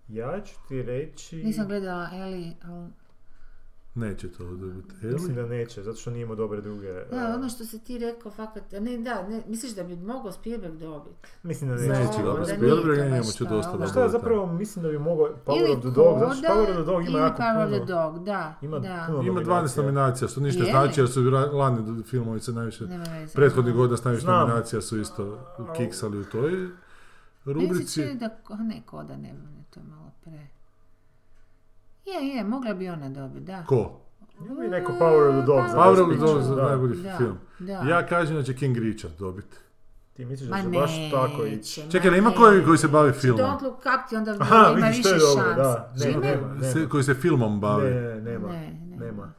S2: Ja ću ti reći...
S1: Nisam gledala Eli, ali...
S3: Neće to dobiti.
S2: Mislim
S3: Eli?
S2: da neće, zato što nije imao dobre druge...
S1: Da,
S2: e,
S1: ono što si ti rekao, fakat... Ne, da, ne, misliš da bi mogao Spielberg dobiti?
S2: Mislim da neće.
S3: Neće
S1: Onda
S3: dobiti
S1: nije
S3: Spielberg,
S1: to baš
S3: njemu će
S1: to,
S3: dosta
S1: ali-
S3: da
S1: Znaš
S2: Šta ja zapravo mislim da bi mogao Power
S1: Ili
S2: of the Dog, zato što
S1: Koda
S2: Power of the Dog ima
S1: ili
S2: jako
S1: Power of the
S2: puno...
S1: Dog, da,
S2: Ima
S1: da.
S2: puno
S3: Ima 12 nominacija, što ništa ne
S1: Je
S3: znači,
S1: li?
S3: jer su ra- lani filmovi se najviše...
S1: Nema veze.
S3: Prethodnih godina s najviše
S2: Znam.
S3: nominacija su isto kiksali u toj
S1: Meni se
S3: rubrici.
S1: čini da, ko- ne, koda ne, ne, to je malo pre. Je, je, mogla bi ona dobiti, da.
S3: Ko?
S2: Ja bih rekao Power of the Dog za Best
S3: Power of the Dog
S2: Picture,
S3: za
S2: da.
S3: najbolji
S1: Da,
S3: film.
S1: da.
S3: Ja kažem da će King Richard dobiti.
S2: Ti misliš da
S1: Ma
S2: će
S1: ne,
S2: baš tako ići?
S3: Čekaj, jel ima koji koji se bavi
S1: Znači,
S3: filmom?
S1: Don't look up ti onda
S2: Aha,
S1: ima
S2: vidiš,
S1: više
S2: to je dobro,
S1: šans.
S2: da. Nema,
S1: Ima?
S2: Pa nema,
S3: Se-
S2: nema.
S3: koji se filmom bavi?
S2: Ne, ne, nema.
S1: Ne, nema.
S2: Nema.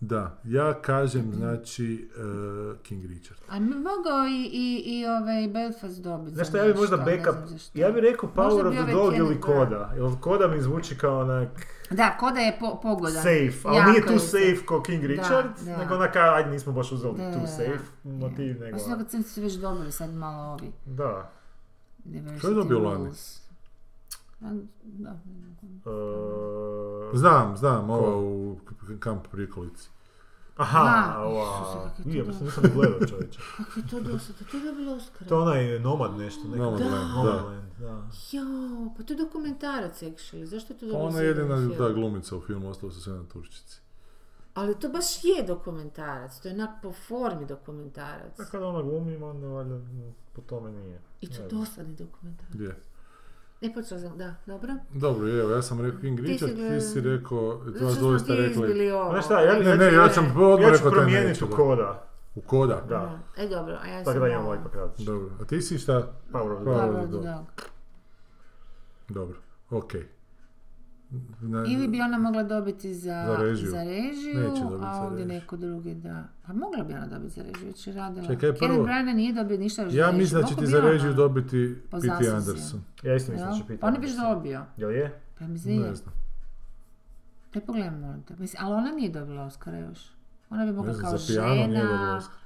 S3: Da, ja kažem znači eh, King Richard.
S1: A mi mogao i, i, i ovaj Belfast dobiti.
S2: Znaš šta, ja bih možda backup, ja bih rekao Power
S1: bi
S2: of
S1: ovaj
S2: the Dog ili
S1: Kenneth Branagh.
S2: Koda, jer Koda mi zvuči kao onak
S1: Da, koda je po, pogodan.
S2: safe, ali
S1: Jako
S2: nije tu
S1: je
S2: safe kao King Richard,
S1: da.
S2: nego onak, a, ajde nismo baš uzeli
S1: Da,
S2: tu
S1: da,
S2: safe
S1: da.
S2: motiv, nego,
S1: Osim kad sam se već dobili sad malo ovi.
S2: da.
S1: Ne
S3: Što je dobio lani?
S1: Da,
S2: E,
S3: Znam, znam, ova u kamp prikolici.
S2: Aha,
S1: Da. Isuse,
S2: ova.
S1: kak je to
S2: Nije,
S1: dobro.
S2: mislim, nisam ni gledao čovječe.
S1: kako je to dosta, Pa to je dobilo Oscar.
S2: To ono- je onaj nomad nešto, neko.
S3: Nomadland, da.
S2: Nomadland, da.
S1: Jo, pa to je dokumentarac actually, zašto je to
S3: Pa
S1: dobilo
S3: ona
S1: za
S3: je
S1: jedan
S3: jedina
S1: film?
S3: ta glumica u filmu, ostalo su sve na Turčici.
S1: Ali to baš je dokumentarac, to je onak po formi dokumentarac.
S2: A kada Pa ona glumi, onda valjda m, po tome nije.
S1: I to
S2: Ne znam.
S1: dosadni dokumentarac.
S3: Je.
S1: Ne počela sam, da, dobro.
S3: Dobro, evo, ja sam rekao King
S1: si
S3: Richard, ti
S1: gledala-
S3: si rekao, to
S1: Zašto
S3: vas
S1: smo ti
S3: doista rekli.
S1: izbili ovo?
S2: Znaš šta, ja- znači,
S3: Ne, ne, ja sam odmah
S2: Ja ću
S3: rekao taj
S2: promijeniti
S3: neću,
S2: u
S3: da.
S2: koda,
S3: U koda?
S2: da.
S1: Da. E dobro, a
S3: Pa
S1: ja sam... Pa
S2: Tako da imamo
S1: ovo.
S2: ovaj Pa pakrač.
S3: Dobro, a ti si šta?
S2: Power of the
S3: Power
S2: Dog.
S3: of
S1: Dobro,
S3: the Dog.
S1: dobro.
S3: Dobro, okej. Na-
S1: Ili bi ona mogla dobiti za,
S3: Za režiju.
S1: režiju,
S3: Neće dobiti za
S1: a ovdje
S3: režiju.
S1: neko drugi da. Pa mogla bi ona dobiti za režiju, već je radila.
S3: Čekaj, prvo-
S1: Kenneth Branagh nije dobio ništa još
S3: Ja
S1: režiju.
S3: mislim da će
S1: Koliko
S3: ti
S1: bi
S3: za
S1: ona?
S3: režiju dobiti
S1: Pa
S3: P.T.
S1: zaslužio.
S3: Anderson.
S2: Ja isto mislim da
S1: Jel?
S2: će pitati.
S1: Pa on je već dobio.
S2: Jel je?
S1: Pa mislim da
S3: Ne
S1: je.
S3: znam.
S1: Ne pogledam molim te. Mislim, ali ona nije dobila Oscara još. Ona bi mogla
S3: Ne znam,
S1: kao
S3: za pijano nije dobio
S1: žena.
S3: Oscar.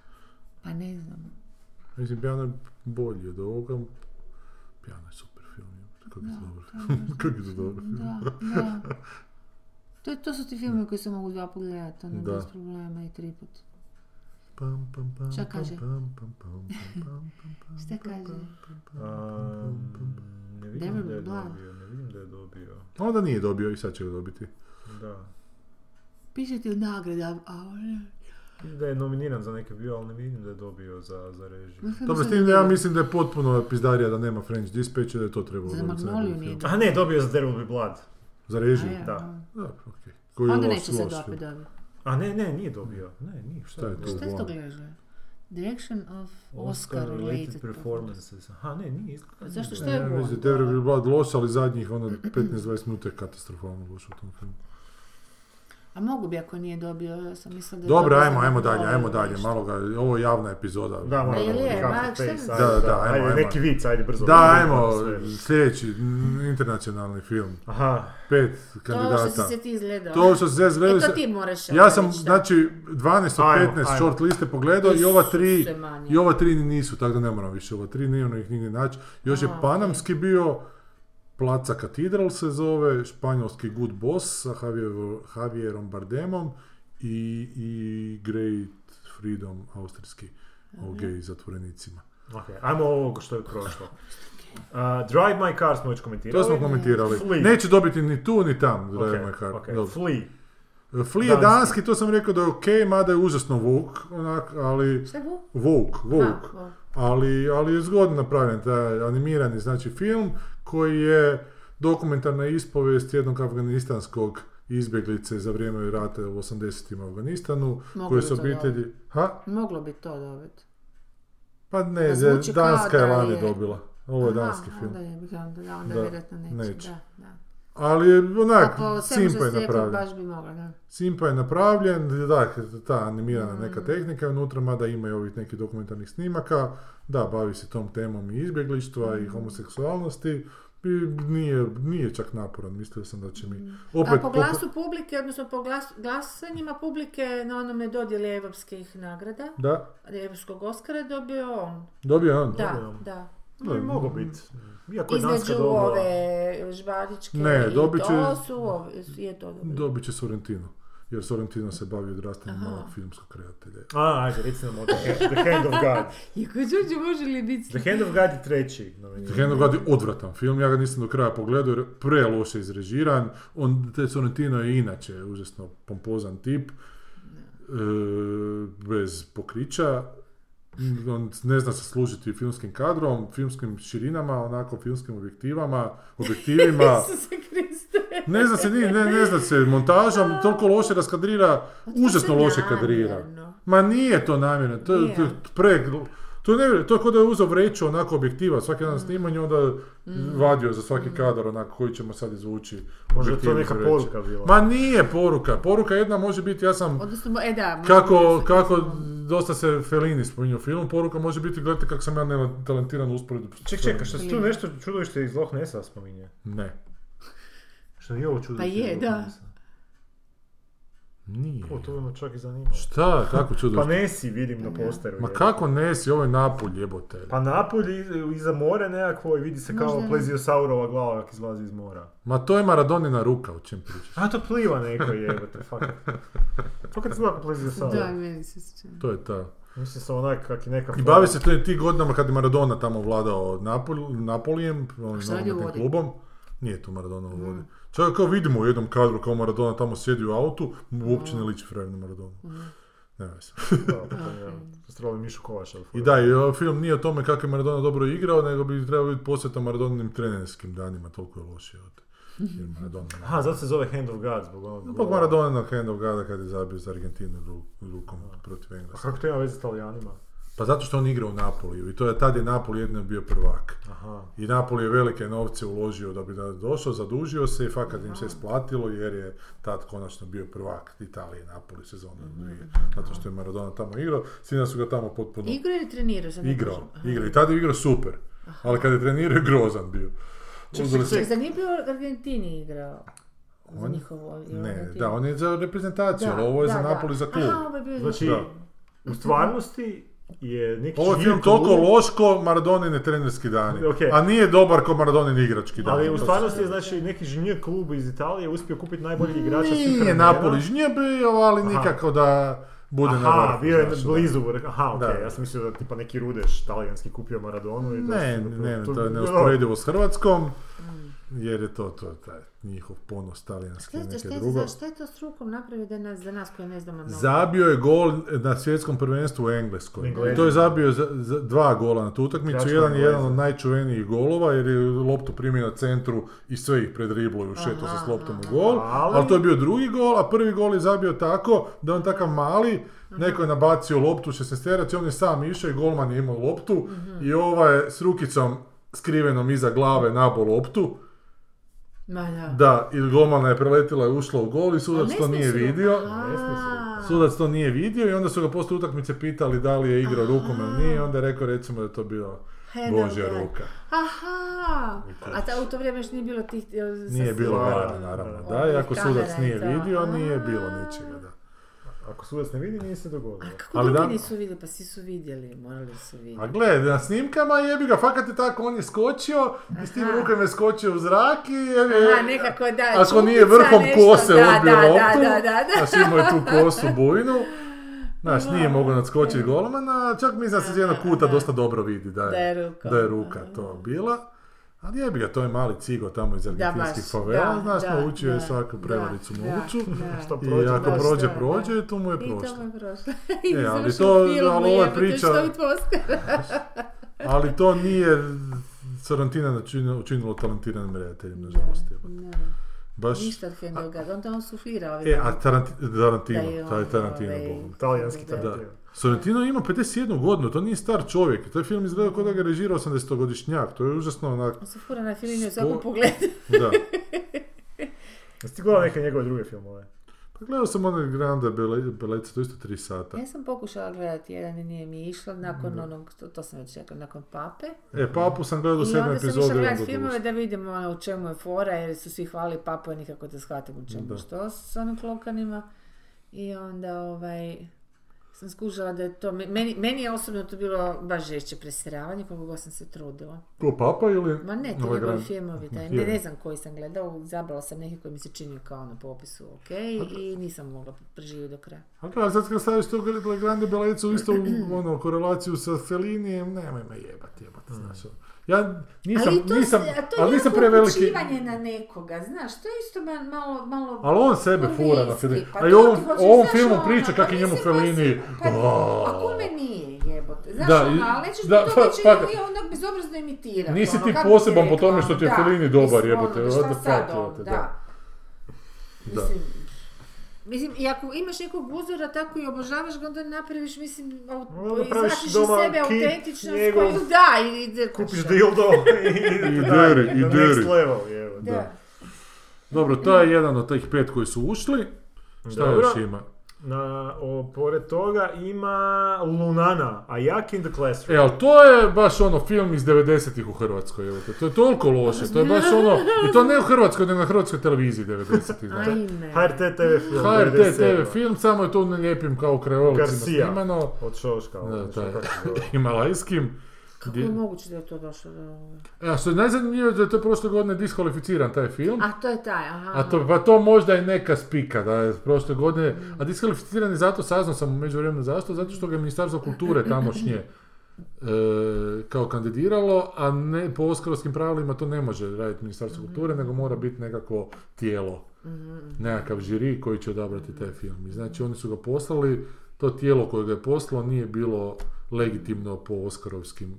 S1: Pa ne znam.
S3: Mislim, pijano je bolji od ovoga. Pijano je super film. jebote, Kako je to dobro. Kako je to dobro.
S1: Da, da. To, je- to su ti filmi koji se mogu dva pogledati, ono
S3: Da.
S1: bez problema i tri put.
S3: Pam, pam, pam,
S1: Šta
S3: pam,
S1: kaže?
S3: pam, pam, pam, pam, pam, pam, pam.
S1: Šta kaže?
S2: Um, Ne vidim
S1: Devil
S2: da je
S1: Blood.
S2: dobio, ne vidim da je dobio.
S3: Onda nije dobio i sad će ga dobiti.
S2: Da.
S4: Piše ti nagrada, a ono...
S2: Vidim da je nominiran za neke bio, ali ne vidim da je dobio za, za režiju.
S4: Pa Mislim
S3: Dobro,
S4: da
S3: s
S4: sam
S3: tim da ja
S4: vidjela.
S3: mislim da je potpuno pizdarija da nema French Dispatch i da je to trebalo
S4: Za
S3: dobiti za
S4: Magnoliju
S3: najbolji
S4: nije
S3: film.
S4: dobio.
S2: A ne, dobio je za There Will Be Blood.
S3: Za režiju?
S4: A je,
S2: da.
S4: a.
S3: Da, okej. Koji je
S4: Onda
S3: loš,
S4: neće se
S3: loš
S4: opet
S3: film.
S4: dobiti.
S2: A ne, ne, nije dobio. Ne, nije. Šta,
S3: Šta je
S2: bio?
S3: to?
S4: Šta je to
S3: Uglavnom.
S4: gleža? Direction of Oscar
S2: Oscar related
S4: related
S2: performances. Aha, ne, nije. izgleda.
S4: Zašto šta
S3: Ne,
S4: je
S3: ja mislim,
S4: Bond?
S3: Devil Will Blood loš, ali zadnjih ono 15-20 minuta je katastrofalno loš u tom filmu.
S4: A mogu bi ako nije dobio, ja sam mislila da... je
S3: Dobro,
S4: dobio
S3: ajmo,
S4: za
S3: ajmo dalje,
S4: Magnoliju
S3: ajmo dalje,
S4: nešto.
S3: malo ga, ovo je javna epizoda.
S2: Da,
S4: Ma
S2: moram.
S4: je li je,
S2: Kako
S4: ma,
S2: se
S4: šta
S2: face,
S4: da-
S2: ajde,
S3: Da, da, ajmo,
S2: ajde,
S3: ajmo.
S2: Neki vic, ajde brzo.
S3: Da, ajmo,
S2: Sve.
S3: sljedeći n- internacionalni film,
S2: Aha,
S3: pet
S4: To što
S3: kandidata.
S4: si se ti izgledao.
S3: To što se
S4: E, to
S3: zgledali,
S4: ti moraš
S3: ja
S4: onda
S3: sam,
S4: reći, da.
S3: znači, 12 od
S2: Ajmo,
S3: 15
S2: ajmo.
S3: short liste pogledao i ova tri,
S4: Isuse manje.
S3: i ova tri ni nisu, tako da ne moram više, ova tri nije ono ih nigdje naći. Još je
S4: Aha, okej.
S3: panamski bio, Placa Katedral se zove, španjolski Good Boss sa Javier- Javierom Bardemom i, i Great Freedom, austrijski, o gej zatvorenicima.
S2: ok, ajmo ovog što je prošlo. Uh, Drive My Car smo već komentirali.
S3: To smo komentirali.
S2: Flea.
S3: Neće dobiti ni tu, ni tam.
S2: Ok,
S3: Drive My Car.
S2: ok,
S3: Dobro.
S2: Flea.
S3: Flea je
S2: Danski.
S3: danski, to sam rekao da je ok, mada je užasno vuk, onak, ali...
S4: Šta je bu?
S3: Vuk, vuk.
S4: A, Vogue.
S3: Ali, ali je zgodno napravljen taj animirani znači, film koji je dokumentarna ispovijest jednog afganistanskog izbjeglice za vrijeme rata u 80-im u Afganistanu,
S4: Moglo
S3: koje
S4: bi
S3: su
S4: to
S3: obitelji... Ha?
S4: Moglo bi to dobiti.
S3: Pa ne,
S4: Pa zvuči kao
S3: Danska je
S4: da
S3: lani
S4: je-
S3: dobila. Ovo je
S4: Aha,
S3: danski film.
S4: Onda je, bi ga onda, da, onda
S3: Da,
S4: vjerojatno neće.
S3: neće.
S4: Da, da.
S3: Ali je onak,
S4: Ako sve
S3: simpa
S4: što
S3: je
S4: si rekao,
S3: napravljen.
S4: baš bi mogla, da.
S3: Simpa je napravljen, da, ta animirana
S4: Mm.
S3: neka tehnika je unutra, mada ima i ovih nekih dokumentarnih snimaka, da, bavi se tom temom i izbjeglištva
S4: Mm.
S3: i homoseksualnosti, i nije, nije čak naporan, mislio sam da će mi... Opet,
S4: Mm. A po
S3: poku-
S4: glasu publike, odnosno po glas, glasanjima publike na onome dodjeli evropskih nagrada,
S3: Da,
S4: evropskog Oscara je dobio on.
S3: dobio je on.
S4: Da,
S2: Dobio.
S4: da.
S2: To bi moglo biti. Iako je Danska
S4: Između
S2: dobila...
S4: ove žbaričke
S3: Ne,
S4: i
S3: dobit će-
S4: to su, ove, su- je to dobio.
S3: Dobit će Sorrentino, jer Sorrentino se bavi odrastanjem
S4: Aha.
S3: malog filmskog kreatelja.
S2: A, ajde, reci nam ovdje. The Hand of God.
S4: I ko Đuđe može li biti?
S2: The Hand of God je treći.
S3: The Hand of God je odvratan film, ja ga nisam do kraja pogledao jer pre loše izrežiran. On, te Sorrentino je inače užasno pompozan tip, e, bez pokrića. On ne zna se služiti filmskim kadrom, filmskim širinama, onako filmskim objektivama, objektivima.
S4: Isuse Kriste.
S3: Ne zna se, ni- ne, ne zna se montažom, toliko loše raskadrira, užasno loše kadrira.
S4: Namjerno.
S3: Ma nije to namjerno, to, je- to je
S4: Nije.
S3: pre... To, je nevjerojatno, to je kao da je uzeo vreću onako objektiva, svaki dan snimanje, onda vadio za svaki kadar onako koji ćemo sad izvući.
S2: Možda je
S3: objektiv
S2: to
S3: iz
S2: neka
S3: vreće.
S2: poruka bila.
S3: Ma nije poruka, poruka jedna može biti, ja sam...
S4: Odnosno, e da. možda bi
S3: Kako,
S4: se-
S3: kako dosta se Felini spominju u filmu, poruka može biti, gledajte kako sam ja talentiran u usporedbi.
S2: Ček, čekaj, što se tu nešto čudovište iz Loch Nessa spominje?
S3: Ne,
S2: Što nije ovo čudovište?
S4: Pa je,
S2: iz Loch
S4: da.
S2: Nessa?
S3: nije.
S2: O, to bi me čak i zanimalo.
S3: Šta, kako čudo?
S2: Pa Nesi vidim na posteru.
S3: Ma
S2: je.
S3: kako nesi, ovo je napulj jebote.
S2: Pa napolje, iz- iza more nekako i vidi se kao
S4: Možda-
S2: pleziosaurova glava kako izlazi iz mora.
S3: Ma to je Maradonina ruka, o čem pričaš.
S2: A to pliva neko jebote, fakat. To kad se zove pleziosaur.
S4: Da, i meni se čini.
S3: To je ta.
S2: Mislim se onak kak je neka...
S3: I bavi se ti, ti godinama kad je Maradona tamo vladao Napol- Napolijem, ovim
S4: Šta je
S3: nogometnim
S4: vodi? Mm.
S3: klubom. Nije tu Maradona u vodi. Čak kao vidimo u jednom kadru kao Maradona tamo sjedi u autu, mu uopće
S4: Mm.
S3: ne liči frajer na Maradonu. Ne veze.
S2: pa Strali Mišu Kovaša. ali
S3: I
S2: fora.
S3: da, i ovaj film nije o tome kako je Maradona dobro igrao, nego bi trebao biti posjeta Maradoninim trenerskim danima, toliko je loše od jer Maradona.
S2: Aha, zato se zove Hand of God zbog onog...
S3: Zbog Maradona Hand of Goda kad je zabio za Argentinu ru- rukom protiv
S2: A
S3: Engleska.
S2: Kako to ima veze s Italijanima?
S3: Pa zato što on igra u Napoliju i to je tad je Napoli jedno bio prvak.
S2: Aha.
S3: I Napoli je velike novce uložio da bi da- došao, zadužio se i fakat im se isplatilo jer je tad konačno bio prvak Italije Napoli sezonu
S4: Mhm.
S3: dvije. Zato što je Maradona tamo igrao, svi nas su ga tamo potpuno
S4: Igro ili trenirao sam?
S3: igrao. igrao. I tad je igrao super, ali kad je trenirao je grozan bio. Uzeli su-
S4: Ček, zar nije bio u Argentini igrao? Za njihovo... ili ono
S3: Ne,
S4: ti-
S3: da, on je za reprezentaciju,
S4: Da,
S3: Znači, ali ovo je
S4: da,
S3: za
S4: da.
S3: Napoli za klub.
S4: Aha, ovo je bio za
S2: Znači,
S3: Da.
S2: u stvarnosti je neki
S3: Ovo je
S2: živi
S3: film
S2: klub,
S3: toliko loš ko Maradonine trenerski dani,
S2: Okej.
S3: a nije dobar ko Maradonin igrački dani.
S2: Ali u
S3: To su-
S2: stvarnosti je znači neki ženje klub iz Italije uspio kupiti najboljih igrača svih
S3: Nije
S2: vremena.
S3: Napolić, nije bio, ali nikako da bude na
S2: Aha,
S3: vrhu,
S2: bio je
S3: znaš, da.
S2: blizu vrha. Aha, okej,
S3: Da.
S2: ja sam mislio da tipa neki rudeš talijanski kupio Maradonu i
S3: Ne,
S2: došao do-
S3: ne,
S2: to- Mm.
S3: to je neusporedivo s Hrvatskom. Jer je to, to je taj njihov ponos talijanski
S1: Šta
S3: i
S1: je, to-
S3: neke
S1: šta, je,
S3: drugo.
S1: za- šta je to s rukom napravio da je nas, za nas koji ne znamo mnogo?
S3: Zabio je gol na svjetskom prvenstvu u Engleskoj.
S2: Englezi.
S3: I to je zabio za, za dva gola na tu utakmicu.
S2: Pljačka
S3: Jedan je jedan
S2: Engleza.
S3: od najčuvenijih golova jer je loptu primio na centru i sve ih predribluju, šeto se s loptom u gol.
S2: Ali-
S3: Ali to je bio drugi gol, a prvi gol je zabio tako da je on takav mali, neko je nabacio loptu u šestesterac i on je sam išao i golman je imao loptu
S1: Mhm.
S3: i ovaj je s rukicom skrivenom iza glave nabo loptu.
S1: Ma da.
S3: Da, i golmana je preletila i ušla u gol i
S1: Ali
S3: sudac
S1: ne
S3: to
S1: smije
S3: nije
S1: s rukom.
S3: vidio.
S1: A.
S2: Ne smije s rukom.
S3: Sudac to nije vidio i onda su ga poslije utakmice pitali da li je igrao rukom ili nije, onda je rekao recimo da je to bio
S1: Handball,
S3: Božja
S1: E, da.
S3: ruka.
S1: Aha! A ta, u to vrijeme još nije bilo tih... e, sa
S3: Nije bilo
S1: silom.
S3: vara, naravno, da,
S1: Ovih
S3: i ako
S1: kamera
S3: sudac
S1: i
S3: nije
S1: to.
S3: vidio, nije bilo
S1: A.
S3: ničega, da.
S2: Ako sudac ne vidi, nije se dogodilo.
S1: Kako
S3: Ali
S1: drugi
S3: da-
S1: nisu vidjeli? Pa svi su vidjeli, morali su
S3: A
S1: vidjeti.
S3: gle, na snimkama jebi ga, fakat je tako, on je skočio i s tim
S1: Aha.
S3: rukama je skočio u zrak i jebi,
S1: Aha, nekako da,
S3: ako
S1: čupica,
S3: nije vrhom
S1: nešto,
S3: kose
S1: da,
S3: odbio
S1: da, da,
S3: loptu,
S1: da, da, da.
S3: znaš imao je tu kosu bujnu, znaš nije mogao nadskočiti golmana, čak mislim da se iz jednog kuta dosta dobro vidi da je,
S1: Da je rukom.
S3: da je ruka to bila. Ali jebi ga, to je mali cigo tamo iz argentinskih
S1: baš,
S3: favela,
S1: da,
S3: znaš,
S1: da,
S3: naučio je
S1: da,
S3: svaku
S1: da,
S3: prevaricu
S1: da,
S3: moguću.
S1: da.
S2: Što
S3: I
S2: prođe,
S3: ako
S2: baš
S3: prođe,
S1: da,
S3: prođe, tu mu je
S1: I to
S3: prošlo.
S1: mu je prošlo.
S3: E, ali
S1: završen
S3: to-
S1: film
S3: ali
S1: je,
S3: ovo je
S1: pa to
S3: priča-
S1: Što bi postoje?
S3: Ali to nije Sorrentina načinilo- učinilo talentiranim redateljem, nažalost. jebote.
S1: Ne,
S3: Baš,
S1: Ništa od Hendelga, onda on suflira ove...
S3: e, a Taranti-
S1: Da je
S3: Tarantino,
S1: on,
S3: taj Tarantino,
S1: ovaj,
S3: bogom.
S2: Talijanski
S1: Da.
S3: Da.
S2: Tarantino.
S3: Sorrentino ima 51 godinu, to nije star čovjek. Taj film izgleda kao da ga režira 80-godišnjak, to je užasno onak,
S1: On se fura Pa na filinu u
S3: Spo-
S1: svakom pogledu.
S3: da.
S2: Jesi ti gledao neke njegove druge filmove?
S3: Pa gledao sam onaj Granda Beleca, to je isto 3 sata.
S1: Ja sam pokušala gledati jedan i nije mi išlo, nakon onog, to, to sam već rekla, nakon pape.
S3: E, Papu sam gledao u
S1: I
S3: sedmoj
S1: onda sam
S3: epizodi.
S1: išla gledati
S3: onda
S1: filmove
S3: odustao.
S1: da vidimo ono, u čemu je fora, jer su svi hvali papu, a nikako da shvatim u čemu
S3: Da.
S1: što s onim klokanima. I onda ovaj, sam skužila da je to, meni, meni je osobno to bilo baš žešće presjeravanje, koliko god sam se trudila.
S3: Ko, Papa ili...
S1: Ma ne, ti njegovi
S3: ovaj Grand-
S1: filmovi, taj, ne,
S3: Film.
S1: ne znam koji sam gledala, zabrala sam neki koji mi se činio kao na popisu, ok,
S3: Pa
S1: i nisam mogla preživjeti do kraja.
S3: A kao, sad kad staviš to Gr- Grande Belecu isto u ono, korelaciju sa Felinijem, nemoj me jebat, jebat, znaš. ono. Ja nisam,
S1: Mm. ali to,
S3: nisam,
S1: se- a to je
S3: ali nisam
S1: jako
S3: preveliki...
S1: upućivanje na nekoga, znaš, to je isto ma- malo, malo...
S3: Ali on sebe
S1: Ko
S3: fura na
S1: viski,
S3: Fellini.
S1: pa
S3: A i
S1: to
S3: ovom,
S1: ti hoćeš,
S3: ovom
S1: znaš,
S3: filmu
S1: ono,
S3: priča
S1: pa
S3: kak je njemu
S1: mislim,
S3: Fellini.
S1: Pa,
S3: Aaa.
S1: a kome nije jebote? Znaš,
S3: Da,
S1: da, ono,
S3: i-
S1: ali nećeš
S3: da,
S1: da, to
S3: pa-
S1: veći
S3: pa-
S1: ili onog bezobrazno imitirati.
S3: Nisi
S1: ono,
S3: ti
S1: kako
S3: poseban
S1: ti
S3: po tome
S1: rekla,
S3: što ti je
S1: ono,
S3: Fellini
S1: da,
S3: dobar,
S1: mislim, ono,
S3: jebote,
S1: šta
S3: what
S1: sad,
S3: the fuck, да.
S1: ono,
S3: jebote, da.
S1: da.
S3: Da.
S1: Mislim, Mislim, i ako imaš nekog uzora tako i obožavaš ga, onda napraviš, mislim,
S2: Onda
S1: aut-
S2: praviš
S1: izvlačiš iz
S2: doma
S1: sebe
S2: kit
S1: autentičnost
S2: njegov.
S1: koju da i, i drkaš
S2: Kupiš
S1: ga.
S2: dildo i
S3: I
S2: dalje,
S3: deri, i
S2: na
S3: deri.
S2: Next level, jevo.
S1: Da.
S3: Da. Dobro, to je jedan od tih pet koji su ušli. Šta
S2: Dobro.
S3: još ima?
S2: Na, o, pored toga ima Lunana, a jak in the classroom.
S3: E, ali to je baš ono film iz 90-ih u Hrvatskoj, evo te. To je toliko loše, to je baš ono, i to ne u Hrvatskoj, nego na Hrvatskoj televiziji 90-ih, znači.
S1: Ajme.
S2: HRT TV film.
S3: HRT
S2: 97.
S3: TV film, samo je to na lijepim kao krajolicima
S2: Garcia.
S3: snimano.
S2: Od Šoška.
S3: Da,
S2: ono, što
S3: taj.
S2: kako se zove.
S3: I malajskim.
S1: Kako je moguće da je to došlo do ovoga?
S3: E, a što je najzanimljivije da je to prošle godine diskvalificiran taj film.
S1: A to je taj, aha.
S3: A to, pa to možda je neka spika, da je prošle godine, a diskvalificiran je zato, saznao sam u međuvremenu zašto, zato što ga je Ministarstvo kulture tamošnje e, kao kandidiralo, a ne po oskarovskim pravilima to ne može raditi Ministarstvo kulture, nego mora biti nekakvo tijelo, nekakav žiri koji će odabrati taj film. I znači oni su ga poslali, to tijelo koje ga je poslalo nije bilo legitimno po oskarovskim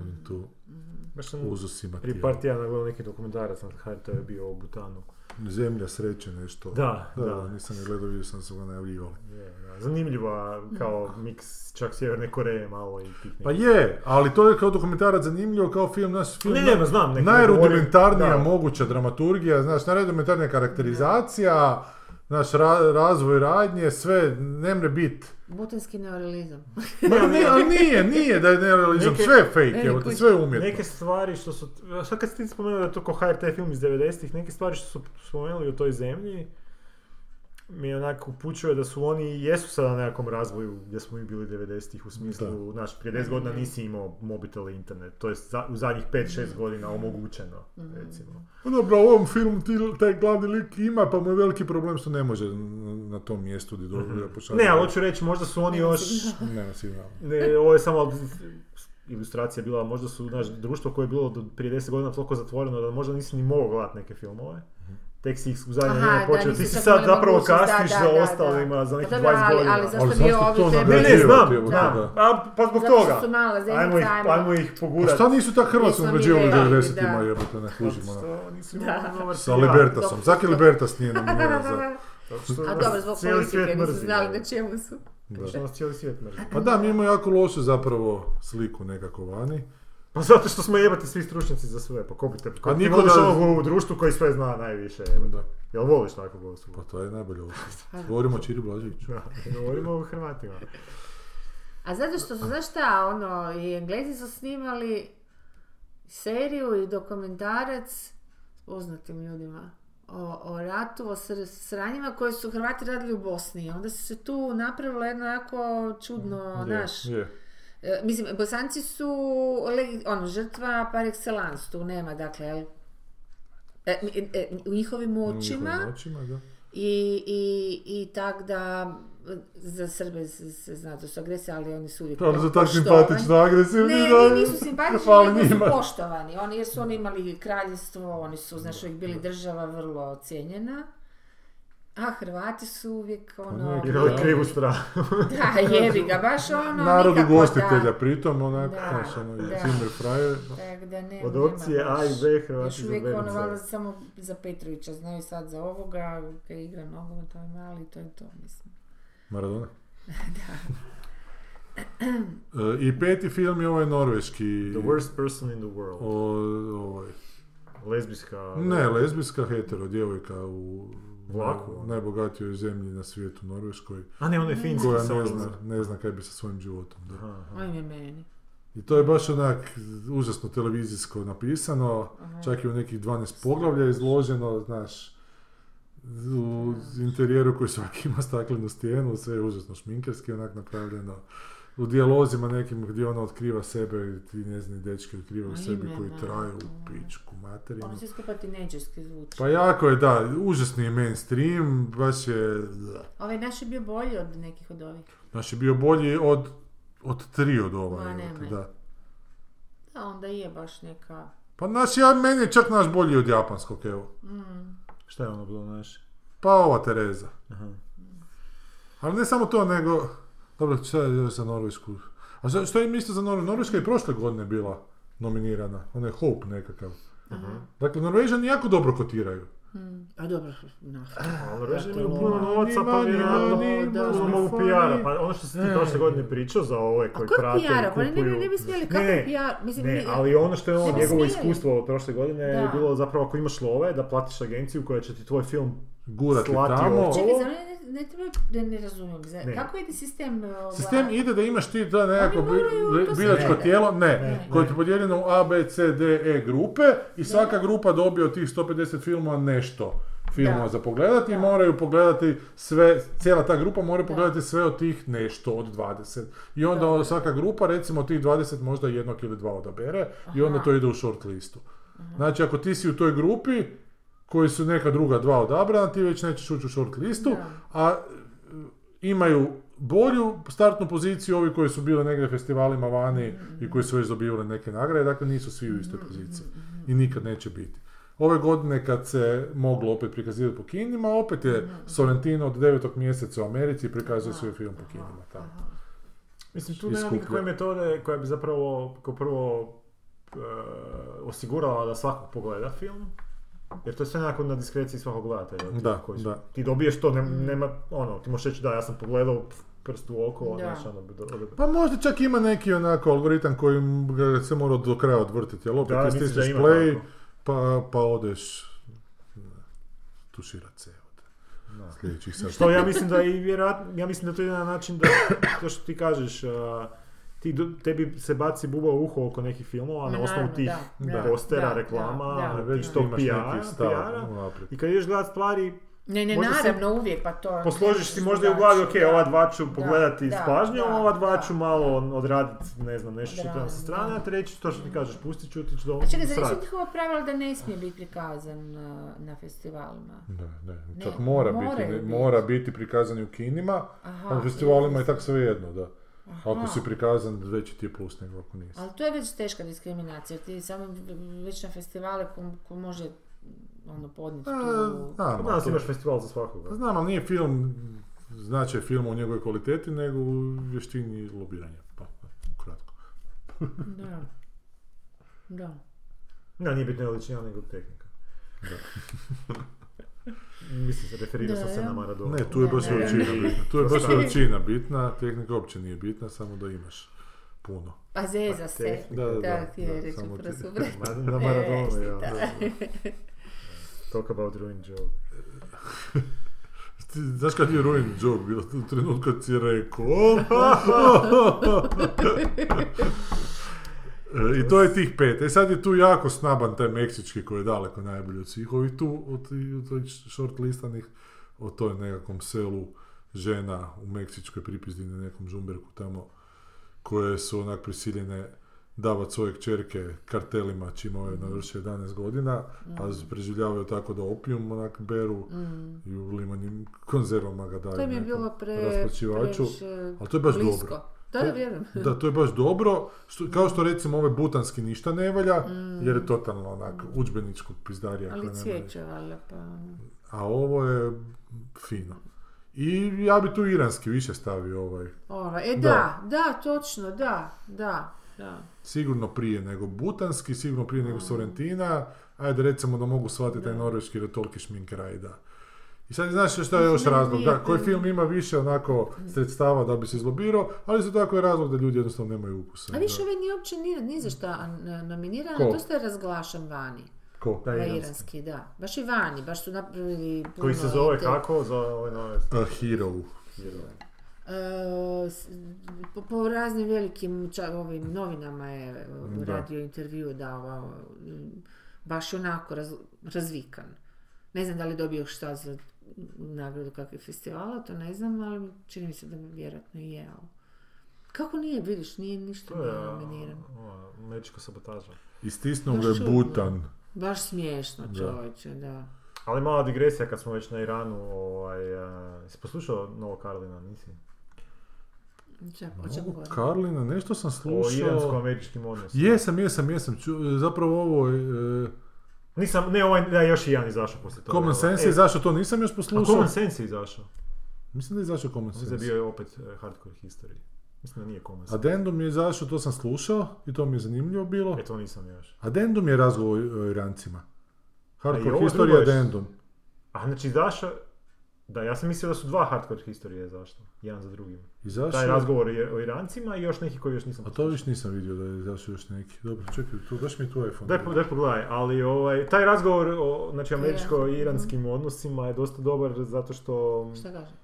S3: onim tu
S2: Baš sam
S3: uzusima
S2: prije
S3: tijela.
S2: par tjedana gledao neki dokumentarac na HRT je bio o Butanu.
S3: Zemlja sreće nešto.
S2: Da,
S3: Da,
S2: da.
S3: nisam ga gledao, vidio sam se ga najavljivali.
S2: Je, da. Zanimljiva kao miks čak Sjeverne Koreje malo i tih
S3: Ja. Pa
S2: nekih.
S3: je, ali to je kao dokumentarac zanimljivo, kao film, naš film.
S2: Ne, ne, ma znam, nek-
S3: najrudimentarnija
S2: da.
S3: moguća dramaturgija, znaš, najrudimentarnija karakterizacija, znaš, ra- razvoj radnje, sve, ne mre bit.
S1: Butanski neorealizam.
S3: Ma ne, ali nije, nije da je nerealizam,
S2: Neke-
S3: sve je fake,
S1: Ej,
S3: evo, te,
S1: kuć-
S3: sve je umjetno.
S2: Neke stvari što su, sad kad ste ti spomenuli da je to kao HRT film iz 90-ih, neke stvari što su spomenuli o toj zemlji mi onako upućuje da su oni i jesu sada na nekakvom razvoju gdje smo mi bili 90-ih u smislu, znaš, prije 10 godina nisi imao mobitel i internet, to je za- u zadnjih 5-6 godina omogućeno, recimo.
S3: Pa Dobro, u ovom filmu ti- taj glavni lik ima, pa mu je veliki problem što ne može na tom mjestu gdje dobro
S2: Ne, ali hoću reći, možda su oni još,
S3: Nema signala.
S2: ne, ovo je samo ilustracija bila, možda su, znaš, društvo koje je bilo do prije 10 godina toliko zatvoreno da možda nisi ni mogao gledati neke filmove.
S3: Mhm.
S2: Tek si ih u zadnje
S1: Aha,
S2: vrijeme
S1: da,
S2: počeo. Ti
S1: nisi
S2: si
S1: sad
S2: sad
S1: imali
S2: zapravo
S1: mogućnost, da,
S2: kasniš
S1: da, da,
S2: za
S1: da.
S2: ostalima, za
S1: Pa
S2: nekih
S1: dobro,
S2: 20
S1: ali-
S2: godina.
S1: ali zašto
S3: Ali
S1: bi
S3: zašto
S1: ovi
S3: to
S1: trebali-
S2: Ne, ne,
S3: nagrađivati,
S2: znam,
S3: evo,
S2: znam.
S3: da.
S2: A, pa zbog
S1: Zato što
S2: toga.
S1: su mala zemlja,
S2: Ajmo ih,
S1: ajmo.
S2: ajmo ih
S3: A
S2: pogurati.
S3: šta nisu tak Hrvatsku
S1: Nismo mi
S3: nagrađivali u
S1: realni, da.
S3: 90-ima, jebote, ne kužimo. ono.
S2: Što nisi
S1: Da.
S2: imao dobar
S3: Sa
S2: PR.
S3: Libertasom. Zaki Libertas nije nominiran za...
S2: Zato što
S1: A
S2: nas
S1: dobro, zbog
S2: cijeli
S1: politike
S2: svijet
S1: nisu
S2: mrzi,
S1: znali
S2: evo.
S1: na čemu su.
S3: da.
S2: Zato što nas cijeli svijet mrzi.
S3: Pa da, mi imamo jako lošu zapravo sliku nekako vani.
S2: Pa zato što smo jebate svi stručnjaci za sve, pa ko bi te... Ko ti
S3: niko
S2: voliš
S3: da-
S2: onog u društvu koji sve zna najviše, jebate.
S3: Da.
S2: Jel voliš takvog osobu?
S3: Pa to je najbolje ovo.
S1: Pa
S3: Govorimo o Čiri Blaževiću.
S2: Da, govorimo o Hrvatima.
S1: A zato što su, znaš šta, ono, i Englezi su snimali seriju i dokumentarac s poznatim ljudima o, o ratu, o sr- sranjima koje su Hrvati radili u Bosni. I Onda su se tu napravilo jedno jako čudno,
S3: Mhm, Je,
S1: znaš,
S3: Je.
S1: E, mislim, bosanci su le- ono, žrtva par excellence, tu nema, dakle, jel? E, mi- e, u njihovim
S3: U
S1: očima
S3: njihovim očima, da.
S1: i, i, i tak da e, za Srbe se, se zna da su agresija, ali oni su uvijek
S3: Ali za tak
S1: poštovani.
S3: simpatično, agresivni.
S1: Ne,
S3: da.
S1: ni- nisu simpatični,
S3: Fali
S1: nego su
S3: njima.
S1: poštovani. Oni, jer su oni imali kraljevstvo, oni su, znaš, uvijek bili država vrlo cijenjena. A Hrvati su uvijek ono...
S3: Pa ne,
S2: Igrali
S3: Da.
S2: krivu stranu.
S1: Da, jebi ga, baš ono...
S3: Narodu
S1: nikako da.
S3: gostitelja, pritom onako,
S1: Da,
S3: znaš, ono,
S1: da.
S3: Zimmer Frajer.
S1: Tak da ne,
S2: Od
S1: nema
S2: opcije A
S1: baš.
S2: i B Hrvati
S1: Još uvijek ono, valjda
S2: za
S1: samo za Petrovića znaju sad za ovoga, kaj igra nogomet, ovaj mali, to je to, mislim.
S3: Maradona. E, I peti film je ovaj norveški.
S2: The worst person in the world.
S3: O, ovaj,
S2: Lezbijska... ovaj-
S3: ne, lezbijska hetero djevojka u
S2: Vlaku. ono.
S3: najbogatijoj zemlji na svijetu, Norveškoj,
S2: A ne, ono je finski.
S3: koja
S2: sa
S3: ne
S2: onim-
S3: zna, ne zna kaj bi sa svojim životom. Da.
S2: Aha, aha.
S1: Ajme meni.
S3: I to je baš onak užasno televizijsko napisano, čak i u nekih 12 poglavlja izloženo, znaš, u interijeru koji svaki ima staklenu stijenu, sve je užasno šminkerski onak napravljeno. U dijalozima nekim gdje ona otkriva sebe, i ti njezini dečki otkrivaju
S1: Ma
S3: sebi
S1: ime,
S3: koji
S1: da.
S3: traju u pičku materinu.
S1: Ono se skupa tineđerski zvuči.
S3: Pa jako je, da, užasni je mainstream, baš je,
S1: Ovaj naš je bio bolji od nekih od ovih.
S3: znači bio bolji od, od tri od ova,
S1: Ma,
S3: evo te,
S1: nemoj.
S3: da.
S1: Da, onda je baš neka...
S3: Pa naš, ja, meni je čak naš bolji od japanskog, evo.
S1: mm,
S2: Šta je ono bilo naše?
S3: Pa ova Tereza.
S2: Aha.
S3: Ali ne samo to, nego... Dobro, šta je još za Norvešku? A za- što je mislio za Norvešku? Norveška je i prošle godine bila nominirana. Ona je Hope nekakav. Dakle, Norvežani jako dobro kotiraju.
S1: A dobro, no.
S2: Ali režim
S1: to
S2: imaju
S1: ono,
S2: puno novaca, pa
S3: Nima,
S2: vjerojatno
S3: nima,
S1: nima,
S2: puno
S1: nima,
S2: mogu
S3: fali.
S2: PR-a. Pa ono što si ti prošle godine pričao za ove koji
S1: kod
S2: prate i
S1: PR-a? Pa ne bi-
S2: kupuju-
S1: ne bi smjeli, kako PR? Mislim,
S2: ne,
S1: mi-
S2: ali ono što je
S1: Ne
S2: ono
S1: bi
S2: njegovo
S1: smjeli.
S2: iskustvo od prošle godine je
S1: Da.
S2: bilo zapravo ako imaš love da platiš agenciju koja će ti tvoj film
S3: Gurati
S2: slati
S3: tamo.
S2: ovo.
S1: Čekaj, za ne, ne treba, ne, ne razumijem. Za,
S2: Ne.
S1: Kako ide sistem? e, ovaj- Ova,
S3: Sistem ide da imaš ti da nekako
S1: Oni moraju
S3: bi-
S1: to sve
S3: biračko
S1: ne.
S3: tijelo, ne,
S2: Ne.
S3: koje
S2: Ne.
S3: je podijeljeno u A, B, C, D, E grupe i svaka grupa dobije od tih 150 filmova nešto filmova
S1: Da.
S3: za pogledati i moraju pogledati sve, cijela ta grupa mora pogledati sve od tih nešto od 20. I onda svaka grupa recimo od tih 20 možda jednog ili dva odabere i onda to ide u short listu. Znači ako ti si u toj grupi koji su neka druga dva odabrana, ti već nećeš ući u short listu, a e, imaju bolju startnu poziciju ovi koji su bili negdje na festivalima vani i koji su već dobivali neke nagrade, dakle nisu svi u istoj poziciji i nikad neće biti. Ove godine kad se moglo opet prikazivati po kinima, opet je Sorrentino od 9. mjeseca u Americi i prikazuje svoj film po kinima tamo.
S2: Mislim, tu
S3: I
S2: nema
S3: skuplje.
S2: nikakve metode koja bi zapravo kao prvo e, osigurala da svako pogleda film. Jer to je sve nekako na diskreciji svakog gledatelja. ti
S3: Da,
S2: koji su-
S3: da.
S2: Ti dobiješ to, ne- nema, ono, ti možeš reći da, ja sam pogledao pf, prst u
S1: Da.
S2: oko, znaš, ono, do- do-
S3: Pa možda čak ima neki onako algoritam koji ga se mora do kraja odvrtiti, ali opet
S2: Da,
S3: ti
S2: mislim da
S3: stisneš
S2: ima
S3: play,
S2: tako.
S3: pa, pa odeš tuširat se od sljedećih sati.
S2: Što ja mislim da i vjerojatno, ja mislim da to ide na način da, to što ti kažeš, a, ti, do- tebi se baci buba u uho oko nekih filmova
S1: Ma
S2: na osnovu
S1: naravno,
S2: tih
S1: da, da,
S2: postera,
S1: da,
S2: reklama,
S1: da, da.
S3: Već
S2: tih
S3: to
S2: tog
S3: imaš
S2: PR-a,
S3: neki stav ono,
S2: PR-a.
S3: unaprijed.
S2: I kad ideš gledat stvari,
S1: Ne, ne,
S2: Možda se-
S1: naravno, uvijek, pa to...
S2: Posložiš si možda i u glavi, ok,
S1: Da.
S2: ova dva ću pogledati
S1: da,
S2: s pažnjom,
S1: da,
S2: ova dva
S1: da.
S2: ću malo odraditi, ne znam, nešto što trebam
S1: Odraditi,
S2: sa strane,
S1: da.
S2: a treći ću to što ti kažeš, pustit ću, otići do
S1: A čekaj, zar
S2: srati.
S1: nisu njihova pravila da ne smije biti prikazan na, na festivalima?
S3: Ne, ne,
S1: Ne,
S3: čak mora
S1: moraju
S3: biti, ne,
S1: biti. Pa,
S3: mora biti prikazani u kinima,
S1: Aha,
S3: a u festivalima je tak svejedno, da. Ako si prikazan, veći ti je plus nego ako nisi.
S1: Ali to je već teška diskriminacija, jer ti samo već na festivale ko, ko može ono podnijeti tu...
S2: Kod
S3: Znam,
S2: nas imaš festival za
S1: Pa
S2: svakoga.
S3: E, znam, ali nije film, značaj filma u njegovoj kvaliteti, nego u vještini lobiranja. Pa, kratko.
S1: Da. Da.
S2: Ja, nije bitno je veličina nego tehnika. Mislim se referirao
S1: Da,
S2: sam se
S1: ja.
S2: na Maradona.
S3: Ne, tu je
S1: Ne,
S3: baš
S1: ne, ne,
S3: veličina
S2: ne.
S3: bitna. Tu je baš veličina bitna, tehnika uopće nije bitna, samo da imaš puno.
S1: Pa zeza
S2: Pa te-
S1: se.
S3: Da, da, da,
S1: Da, ti je
S3: da,
S1: reći
S3: samo ti.
S1: upravo
S2: Ma- Na Maradona,
S1: E,
S2: ja.
S1: da.
S2: Talk about ruin joke.
S3: Ti, znaš kad je Ruin Joke bilo u trenutku kad si rekao E, I to je tih pet. E sad je tu jako snaban taj meksički koji je daleko najbolji od svih ovih tu, od, od ovih short listanih, o toj nekakvom selu žena u meksičkoj pripizdini na nekom žumberku tamo koje su onak prisiljene davat svoje kćerke kartelima čim ove navrše 11 godina, a preživljavaju tako da opijum onak beru
S1: Mm.
S3: i u limanim konzervama ga
S1: To
S3: daju.
S1: mi je
S3: nekom
S1: bilo pre,
S3: raspačivaču.
S1: previše
S3: Ali to je baš
S1: blisko.
S3: dobro.
S1: Da, da, vjerujem.
S3: Da, to je baš dobro. Što, kao što recimo ovaj butanski ništa ne valja, jer je totalno onak udžbeničko pizdarija. koja
S1: Mm. Ali
S3: nema-
S1: cvijeće, valjda, pa...
S3: A ovo je fino. I ja bi tu iranski više stavio ovaj.
S1: Ova. E
S3: Da.
S1: da, da, točno, da, da, da.
S3: Sigurno prije nego butanski, sigurno prije nego Sorrentina. Ajde recimo da mogu shvatiti taj norveški jer je toliki šminkerajda. I sad znaš šta je još
S1: Meni
S3: razlog,
S1: nije-
S3: da, koji film ima više onako sredstava da bi se izlobirao, ali isto tako je razlog da ljudi jednostavno nemaju ukusa.
S1: A više
S3: Da.
S1: ovaj nije uopće ni, ni za šta an- nominiran,
S3: Ko?
S1: a dosta je razglašan vani.
S3: Ko?
S2: Da,
S1: Ovaj
S2: iranski.
S1: iranski, da. Baš i vani, baš su napravili... puno
S2: Koji se zove
S1: te-
S2: kako za ovaj ove nove
S3: A Hero.
S2: vjerove.
S1: E, s- po, po raznim velikim ča- ovim novinama je e,
S3: Da.
S1: radio intervju davao, m, baš onako raz- razvikan. Ne znam da li je dobio šta za nagradu kakvih festivala, to ne znam, ali čini mi se da vjerojatno i je. ali- Kako nije, vidiš, nije ništa
S2: To je
S1: nije
S2: a,
S1: nominiran.
S2: ova, američka sabotaža.
S3: Istisnuo
S1: Baš
S3: ga je
S1: čudno.
S3: Butan.
S1: Baš smiješno
S3: Da.
S1: čovječe, da.
S2: Ali mala digresija kad smo već na Iranu, ovaj, a, jesi poslušao Novo Karlina, nisi?
S1: Čak, o čemu
S3: Ovo
S1: govorim?
S3: Karlina, nešto sam
S2: O
S3: slušao.
S2: iransko-američkim odnosima.
S3: Jesam, jesam, jesam. Ču- zapravo ovo je... e,
S2: Nisam, ne ovaj, da još i jedan izašao poslije toga.
S3: Common
S2: evo.
S3: Sense je
S2: E,
S3: izašao, to nisam još
S2: A
S3: poslušao.
S2: Common Sense je izašao.
S3: Mislim da je izašao Common
S2: Mislim da je
S3: Sense.
S2: bio je opet e, Hardcore History. Mislim da nije Common Sense.
S3: Addendum je izašao, to sam slušao i to mi je zanimljivo bilo.
S2: E to nisam još.
S3: Addendum je razgovor o Irancima.
S2: A i
S3: Hardcore
S2: ovo
S3: History
S2: drugo je-
S3: Addendum.
S2: A znači izašao... Da, ja sam mislio da su dva Hardcore History izašla. Jedan za drugim.
S3: Izašao
S2: Taj
S3: je-
S2: razgovor je o Irancima i još neki koji još nisam
S3: A to
S2: poslušao.
S3: još nisam vidio da je izašao još neki. Dobro, čekaj, tu, daš mi tu iPhone.
S2: Daj, po- daj pogledaj, ali ovaj, taj razgovor o znači, američko-iranskim odnosima je dosta dobar zato što...
S1: Šta kažem?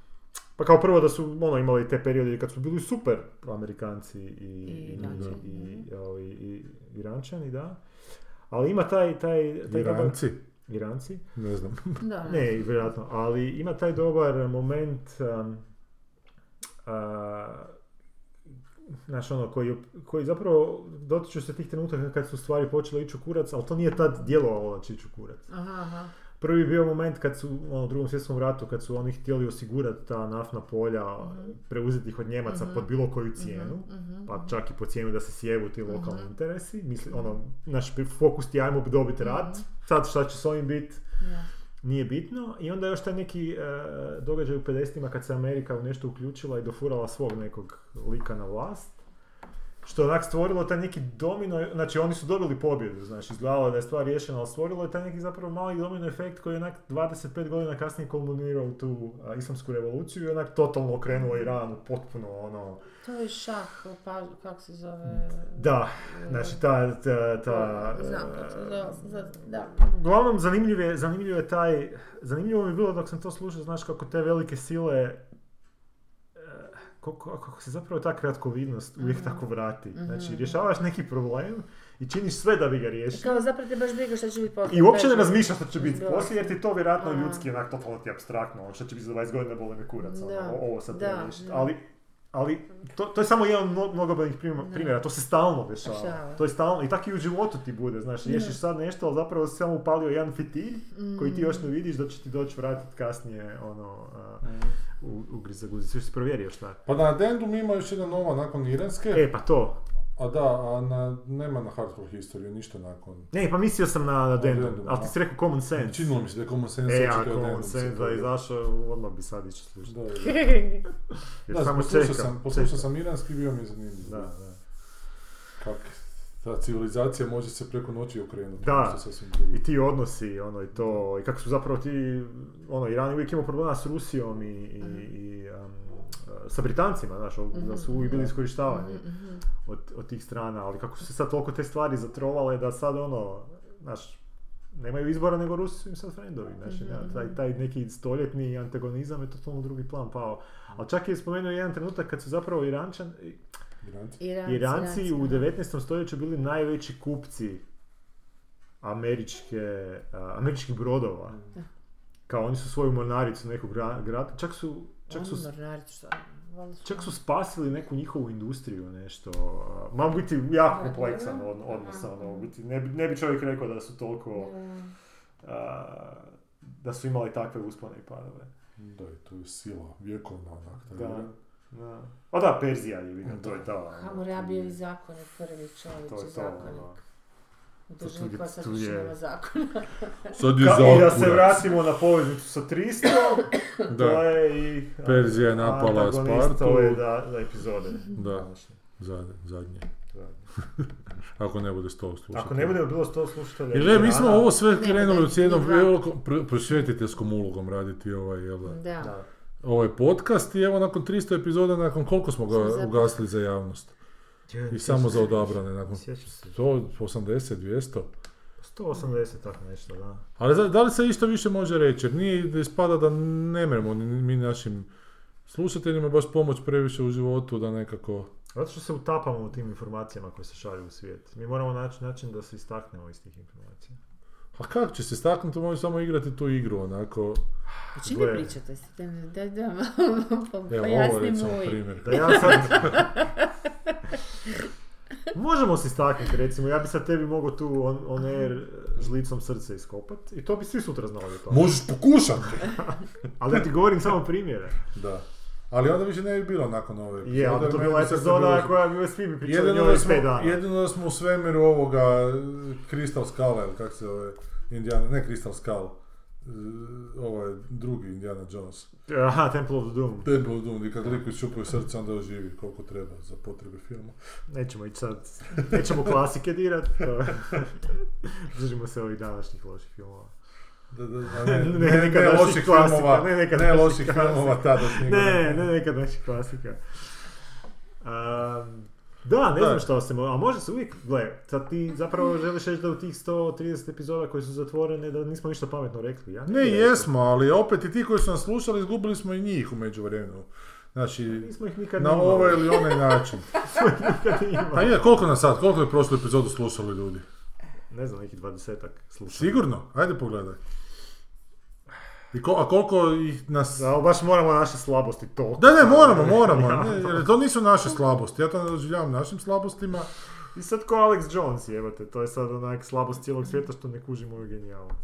S2: Pa kao prvo da su ono, imali te periode kad su bili super Amerikanci i,
S1: I
S2: i,
S1: Irančani,
S2: i, ovaj, i Irančani, da. Ali ima taj, taj, taj dobar-
S3: Iranci?
S2: Iranci?
S3: Ne znam.
S1: Da, da.
S2: Ne, vjerojatno, ali ima taj dobar moment um, a, znaš ono, koji, koji zapravo dotiču se tih trenutaka kad su stvari počele ići u kurac, ali to nije tad djelovalo da će ići u kurac.
S1: Aha, aha.
S2: Prvi je bio moment kad su ono, u drugom svjetskom ratu, kad su oni htjeli osigurati ta naftna polja, preuzeti ih od Njemaca pod bilo koju cijenu,
S1: Mhm.
S2: pa čak i po cijenu da se sjevu ti lokalni interesi. Misli, ono, naš fokus ti je ajmo dobiti rat, sad šta će s ovim biti,
S1: Da.
S2: nije bitno. I onda još taj neki e, događaj u 50-ima kad se Amerika u nešto uključila i dofurala svog nekog lika na vlast. Što je onak stvorilo taj neki domino, znači oni su dobili pobjedu, znači izgledalo je da je stvar riješena, ali stvorilo je taj neki zapravo mali domino efekt koji je onak 25 godina kasnije kulminirao u tu a, islamsku revoluciju i onak totalno okrenuo Iran u potpuno ono...
S1: To je šah, pa, kako se zove?
S2: Da, znači ta... ta, ta
S1: Znam kako se zove,
S2: e,
S1: sam sad- da.
S2: Uglavnom, zanimljiv je, zanimljiv je taj, zanimljivo mi je bilo dok sam to slušao, znaš kako te velike sile, e, kako, kako se zapravo ta kratkovidnost uvijek tako vrati. Znači, rješavaš neki problem i činiš sve da bi ga riješio.
S1: Kao zapravo te baš briga šta će biti poslije.
S2: I uopće ne
S1: Znači,
S2: razmišljaš što će biti
S1: Da.
S2: poslije, jer ti to vjerojatno
S1: Mhm.
S2: ljudski onak totalno ti je abstraktno, ono što će biti za 20 godina boli me kurac, ono,
S1: Da.
S2: ovo sad
S1: Da,
S2: treba riješiti.
S1: da.
S2: Ali, Ali to, to je samo jedan mno- mnogobrojnih primjera, primjera, to se stalno dešava.
S4: Dešava.
S2: To je stalno, i tako i u životu ti bude, znaš, riješiš sad nešto, ali zapravo si samo upalio jedan fitilj koji ti
S1: Mm.
S2: još ne vidiš da će ti doći vratiti kasnije, ono, a,
S1: Mm.
S2: u, u griza guzicu. Još si provjerio šta?
S3: Pa na addendum ima još jedna nova nakon iranske,
S2: E, pa to.
S3: a da, a na, nema na hardcore historiju ništa nakon.
S2: Ne, pa mislio sam na, na Dendon,
S3: Dendon,
S2: ali ti
S3: aha.
S2: si rekao Common Sense.
S3: Činilo mi se da je Common Sense
S2: E,
S3: očito
S2: a
S3: je addendum
S2: Common
S3: se
S2: Sense da je
S3: pojavio.
S2: izašao, odmah bi sad išao slušati.
S3: Da, da.
S2: Jer
S3: Da,
S2: samo
S3: poslušao
S2: čekam,
S3: sam, poslušao
S2: čekam.
S3: sam iranski, bio mi je zanimljiv.
S2: Da, da.
S3: Kak ta civilizacija može se preko noći okrenuti.
S2: Da.
S3: nešto sasvim drugo.
S2: I ti odnosi, ono i to, i kako su zapravo ti, ono, Iran je uvijek imao problema s Rusijom i, i, i um, sa Britancima, znaš, da su uvijek bili iskorištavani
S1: Mhm.
S2: od, od tih strana, ali kako su se sad toliko te stvari zatrovale da sad, ono, znaš, nemaju izbora nego Rusi su im sad frendovi, znači, ne, taj, taj neki stoljetni antagonizam je totalno u drugi plan pao.
S3: Mhm.
S2: Ali čak je spomenuo jedan trenutak kad su zapravo Irančan,
S3: Iranci.
S4: Iranci,
S2: Iranci u
S4: Iranci,
S2: 19. stoljeću bili najveći kupci američke, a, američkih brodova. Kao oni su svoju mornaricu nekog gra- grada, čak su, čak su,
S4: Ono, mornaricu, šta? Valjda su-
S2: čak su spasili neku njihovu industriju, nešto. a, Ma u biti jako kompleksan od- odnos, ono, u biti ne, bi- ne bi čovjek rekao da su toliko, a, da su imali takve uspone i padove.
S3: Da, i to je sila, vjekovna onak. taj
S2: Da.
S3: Iran.
S2: Da. A da, Perzija je, vidim, to je ta, ono,
S4: Hamurabijevi zakonik, prvi čovječe
S2: to je to,
S4: zakonik.
S2: ono.
S4: Državni
S2: tu je-
S4: klasa
S2: tu
S4: više
S2: je-
S4: nema zakona.
S3: Sad
S2: Ka- I
S3: je
S2: da
S3: zakurac.
S2: se vratimo na poveznicu sa 300, to
S3: Da,
S2: je i...
S3: Perzija je napala
S2: antagonist
S3: Spartu.
S2: ove da, da epizode.
S3: da, zadnje, zadnje.
S2: Da.
S3: Ako ne bude sto slušati.
S2: Ako ne budemo bilo sto slušatelja...
S3: Jer gle, mi smo
S2: Irana-
S3: ovo sve
S4: Ne,
S3: krenuli
S4: ne,
S3: s jednom
S4: dva.
S3: velikom pr- prosvjetiteljskom ulogom raditi ovaj, jel da,
S4: Da.
S2: Da.
S3: ovaj podcast i evo nakon 300 epizoda, nakon koliko smo
S4: Smo
S3: ga
S4: zapravo-
S3: ugasili za javnost. I samo za odabrane, nakon
S2: Sjećam se.
S3: 100, 80, 200.
S2: 180 tako nešto, da.
S3: Ali za- da li se isto više može reći? Jer nije da ispada da ne mremo mi našim slušateljima baš pomoć previše u životu da nekako...
S2: Zato što se utapamo u tim informacijama koje se šalju u svijet. Mi moramo naći način da se istaknemo iz tih informacija.
S3: A kako će se staknuti? Možeš samo igrati tu igru onako.
S4: O čemu
S2: Gle.
S4: pričate? Daj, daj, daj, pa,
S3: Evo, ovo je
S4: pojasni
S3: recimo
S4: moj.
S3: primjer.
S2: Da ja sad... Možemo se istaknuti, recimo, ja bi sad tebi mogao tu on, on air žlicom srce iskopat i to bi svi sutra znali o tome.
S3: Možeš pokušati!
S2: Ali ja ti govorim samo primjere.
S3: da. Ali onda više ne bi bilo nakon ove epizode.
S2: Je, ali bi to
S3: meni
S2: bila
S3: bi sad
S2: epizoda
S3: bilo-
S2: koja bi svi bi pričali njoj
S3: Jedino da,
S2: još
S3: smo,
S2: pet dana.
S3: jedino da smo u svemiru ovoga eh, Crystal Skala, ili kak se zove, Indiana, ne Crystal Skull, e, ovaj drugi Indiana Jones.
S2: Aha, Temple of the Doom.
S3: Temple of Doom, gdje kad liku iščupaju srce, onda oživi koliko treba za potrebe filma.
S2: Nećemo ići sad, nećemo klasike dirat. to- Držimo se ovih današnjih loših filmova.
S3: Da, da, da, ne,
S2: Ne,
S3: ne, ne,
S2: neka naših
S3: loših
S2: klasika,
S3: filmova,
S2: ne,
S3: ne,
S2: neka naših
S3: loših
S2: klasika.
S3: filmova tadašnjeg.
S2: Ne, ne neka naših klasika. Ehm, da, ne
S3: Da.
S2: znam što se mo- a može se uvijek, gle, sad ti zapravo želiš reći da u tih 130 epizoda koji su zatvorene da nismo ništa pametno rekli, ja?
S3: Ne, jesmo, ali opet i ti koji su nas slušali, izgubili smo i njih u međuvremenu. Znači,
S2: Nismo ih nikad
S3: na
S2: ni imali.
S3: ovaj ili onaj način.
S2: Nikad ni imali.
S3: Pa je, koliko nas sad, koliko je prošlu epizodu slušali ljudi?
S2: Ne znam, neki dvadesetak slušam.
S3: Sigurno? Ajde pogledaj. I ko- a koliko ih nas...
S2: Da, ali baš moramo naše slabosti toliko.
S3: Da, ne, moramo, moramo. Ne, jer to nisu naše slabosti. Ja to ne doživljavam našim slabostima.
S2: I sad ko Alex Jones jebate, to je sad onak slabost cijelog svijeta što ne kuži moju genijalnost.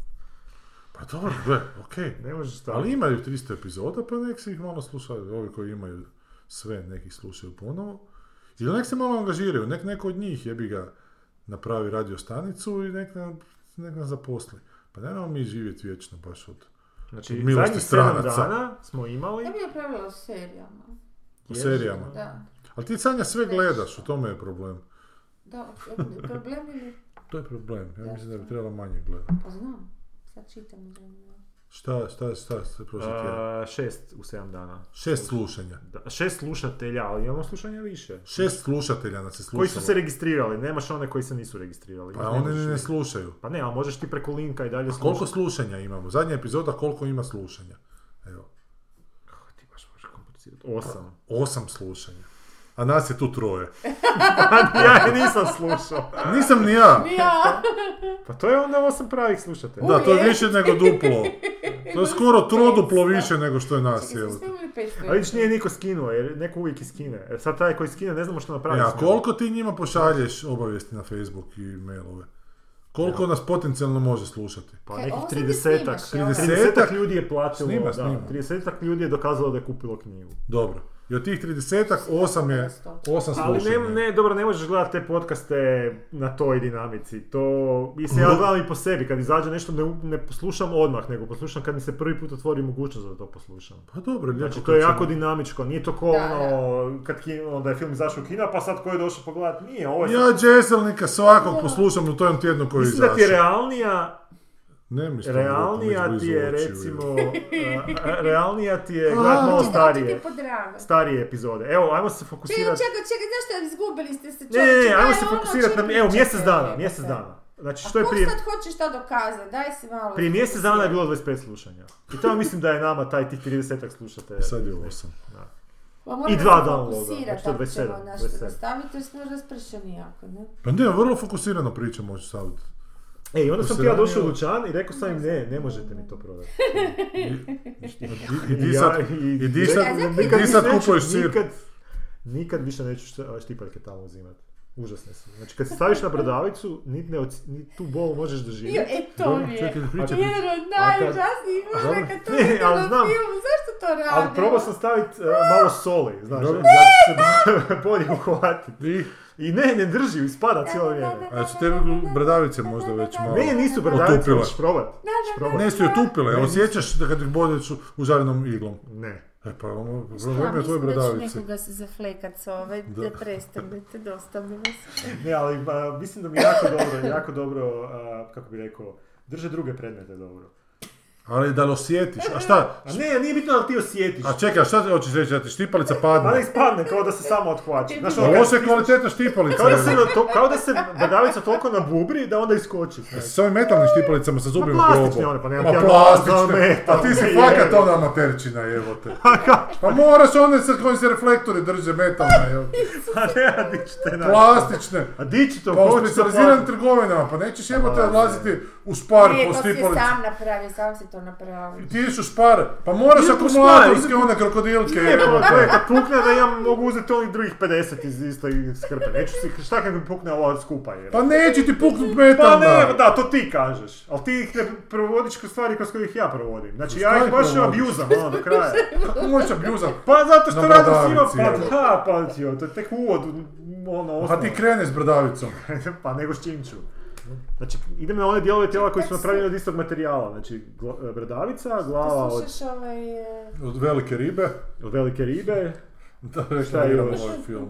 S3: Pa dobro, gle, okej.
S2: Ne možeš tako.
S3: Ali imaju 300 epizoda, pa nek se ih malo slušaju. Ovi koji imaju sve, neki slušaju ponovo. Ili nek se malo angažiraju. Nek neko od njih jebi ga napravi radio stanicu i nek, nam, nek nas zaposli. Pa nemamo mi živjeti vječno baš od...
S2: Znači,
S3: od milosti
S2: zadnjih sedam
S3: stranaca.
S2: dana smo imali...
S1: Ja bi napravila o serijama.
S3: O
S2: Ježi.
S3: serijama.
S1: Da.
S3: Ali ti Sanja sve gledaš, u tome je problem.
S1: Da, problem ili...
S3: To je problem. Ja mislim da bi trebalo manje gledati.
S1: Pa znam. Sad čitam. u zemlju.
S3: Šta, šta, šta se prošli tjedan?
S2: A, šest u sedam dana.
S3: Šest slušanja.
S2: Da, šest slušatelja, ali imamo slušanja više.
S3: Šest slušatelja nas je slušalo.
S2: Koji su se registrirali, nemaš one koji se nisu registrirali.
S3: Pa
S2: Ne
S3: oni
S2: možeš
S3: ne,
S2: ih.
S3: slušaju.
S2: Pa ne, ali možeš ti preko linka i dalje slušati.
S3: Koliko slušanja imamo? Zadnja epizoda koliko ima slušanja? Evo,
S2: Kako Ti baš možeš komplicirati. Osam.
S3: osam slušanja. A nas je tu troje.
S2: ja je nisam slušao.
S3: Nisam ni ja.
S1: Ja!
S2: Pa to je onda osam pravih slušatelja.
S3: Da, to je više nego duplo. To je skoro troduplo više nego što je nas,
S1: Čekaj,
S3: jel?
S1: smo spremili 500
S2: A vidiš, nije niko skinuo, jer neko uvijek i skine. E, sad taj koji skine, ne znamo što napravi.
S3: Ja, E, koliko ti njima pošalješ obavijesti na Facebook i mailove? Koliko nas potencijalno može slušati?
S2: Pa
S1: Kaj,
S2: nekih
S1: ovo sad ne
S2: 30-ak.
S1: snimaš, jel?
S3: 30-ak?
S2: 30-ak ljudi je platilo,
S3: Snima,
S2: da.
S3: snima.
S2: 30-ak ljudi je dokazalo da je kupilo knjigu.
S3: Dobro. I od tih 30-ak, 8 je, 8
S2: Ali
S3: slušanja.
S2: ne, ne, dobro, ne možeš gledati te podcaste na toj dinamici. To, mislim, ja gledam i po sebi. Kad izađe nešto, ne, ne poslušam odmah, nego poslušam kad mi se prvi put otvori mogućnost da to poslušam.
S3: Pa dobro, lijepo.
S2: Znači, to je
S3: kad
S2: jako
S3: ćemo-
S2: dinamičko, nije to ko
S1: Da,
S2: ono, kad ki- onda je film izašao u kina, pa sad ko je došao pogledat, nije, ovo je...
S3: Ja Jesselnika svakog poslušam u tom tjednu koji
S2: Mislim da ti je
S3: izašao.
S2: realnija,
S3: Ne mislim.
S2: realnija ti je recimo, a, a, realnija ti je
S3: A,
S2: gledat malo
S3: to-
S2: starije,
S1: podraga.
S2: starije epizode. Evo, ajmo se
S1: Čekaj,
S2: fokusirati,
S1: čekaj, čekaj, znaš što, izgubili ste se.
S2: ne, ne, ne,
S1: čovječe,
S2: ajmo
S1: daj
S2: se
S1: ono,
S2: fokusirati
S1: čim
S2: na, evo, mjesec
S1: pričate,
S2: dana,
S1: jebote.
S2: mjesec dana. Znači,
S1: A
S2: što je
S1: ko
S2: prije,
S1: sad hoćeš to dokazati? Daj si malo.
S2: prije mjesec dana je bilo 25 slušanja. I to ja mislim da je nama taj tih 30-ak slušatelja.
S3: Sad je 8.
S1: Pa moramo
S2: i dva
S1: se
S2: downloada,
S1: fokusirati,
S2: znači to je
S1: ako ćemo
S2: 27,
S1: nešto
S2: 27.
S1: nastaviti, jer smo raspršeni jako, ne?
S3: Pa ne, vrlo fokusirano pričam hoću staviti.
S2: E, i onda sam ti ja
S3: Fokusiranje.
S2: došao u Lučan i rekao sam im, ne, ne možete mi to prodati.
S3: I di sad, i di sad,
S1: Ja,
S3: i di sad kupuješ sir.
S2: Nikad, nikad više neću šta- štipaljke tamo uzimati. Užasne su. Znači kad se staviš na bradavicu, ni, ne oci- ni tu bol možeš doživjeti.
S1: Jo, e to
S3: Dobro,
S1: mi je.
S3: čekaj da pričam.
S1: Jedan od
S2: A kad-
S1: najužasnijih možda
S2: Dobro.
S1: kad to
S2: Ne,
S1: vidite
S2: ali
S1: na
S2: znam.
S1: filmu, zašto to radimo?
S2: Ali probao sam staviti e, malo soli, znaš,
S3: Dobro.
S2: da će se bolje uhvatiti.
S3: I,
S2: I ne, ne drži, ispada cijelo vrijeme.
S3: a su tebi bradavice možda već malo.
S2: Ne, nisu bradavice,
S3: Otupile.
S2: možeš probat. Možeš probat.
S3: Ne su je tupile, osjećaš da kad ih bodeš u- užarenom iglom.
S2: Ne.
S3: E pa, ono,
S1: Ja
S3: problem je tvoje
S1: mislim da ću
S3: bradavice.
S1: nekoga se zaflekat s ove,
S3: Da.
S1: da prestanete, dosta mi vas.
S2: Ne, ali a, mislim da mi jako dobro, jako dobro, a, kako bi rekao, drže druge predmete dobro.
S3: Ali da li osjetiš? A šta?
S2: A ne, nije bitno da ti osjetiš.
S3: A čekaj, a šta ti hoćeš reći? Da ti štipalica
S2: Pa ne
S3: padne?
S2: ispadne, kao da se samo othvaća. Znaš, ono,
S3: Ovo
S2: kad-
S3: se kvaliteta štipalica.
S2: kao, da se, na to, kao da se bradavica toliko nabubri da onda iskoči. znaš.
S3: E, S ovim metalnim štipalicama sa zubima
S2: Ma plastične
S3: probao.
S2: one, pa nemam
S3: Ma
S2: ti ja za
S3: plastične,
S2: metal,
S3: a ti si
S2: je.
S3: fakat ona amaterčina, evo te. Pa moraš one sa kojim se reflektori drže metalne, evo te.
S2: A ne, a dići te na...
S3: Plastične.
S2: A dići to,
S3: Pa u
S2: ko će to
S3: specializiranim
S2: platiti?
S3: trgovinama, pa nećeš jebote
S2: Pa,
S3: odlaziti u špar
S1: Ne,
S3: po
S1: to si je
S3: stipalici.
S1: sam napravio, sam si to napravio.
S3: Ti ideš u špar, pa moraš
S2: Idem u
S3: akumulatorske
S2: Spar, idem-
S3: one krokodilke,
S2: Ne,
S3: evo
S2: pa ne,
S3: te.
S2: kad pukne da ja mogu uzeti onih drugih 50 iz iste skrpe. Neću si, šta kad mi pukne ova skupa je.
S3: Pa neće ti puknut
S2: Pa
S3: metalna.
S2: ne, da, to ti kažeš. Ali ti ih ne provodiš kroz stvari kroz koje ih ja provodim. Znači
S3: Kroz
S2: ja
S3: stvari
S2: ih baš
S3: provodiš.
S2: abjuzam, ono, do kraja.
S3: Kako možeš abjuzat?
S2: Pa zato što
S3: Na
S2: radim s njima,
S3: bradavici,
S2: pa
S3: evo.
S2: da, pa jo, to je tek uvod, u- ono,
S3: Pa ti
S2: osnovno.
S3: kreneš s brdavicom.
S2: pa nego s čim ću. Znači, idem na one dijelove tijela koji su napravljeni od istog materijala, znači gla- bradavica, glava od,
S1: Slušaš ovaj... e,
S3: Od velike ribe.
S2: od velike ribe,
S3: Da
S2: Šta je
S3: reklamiram
S2: još?
S3: ovaj film.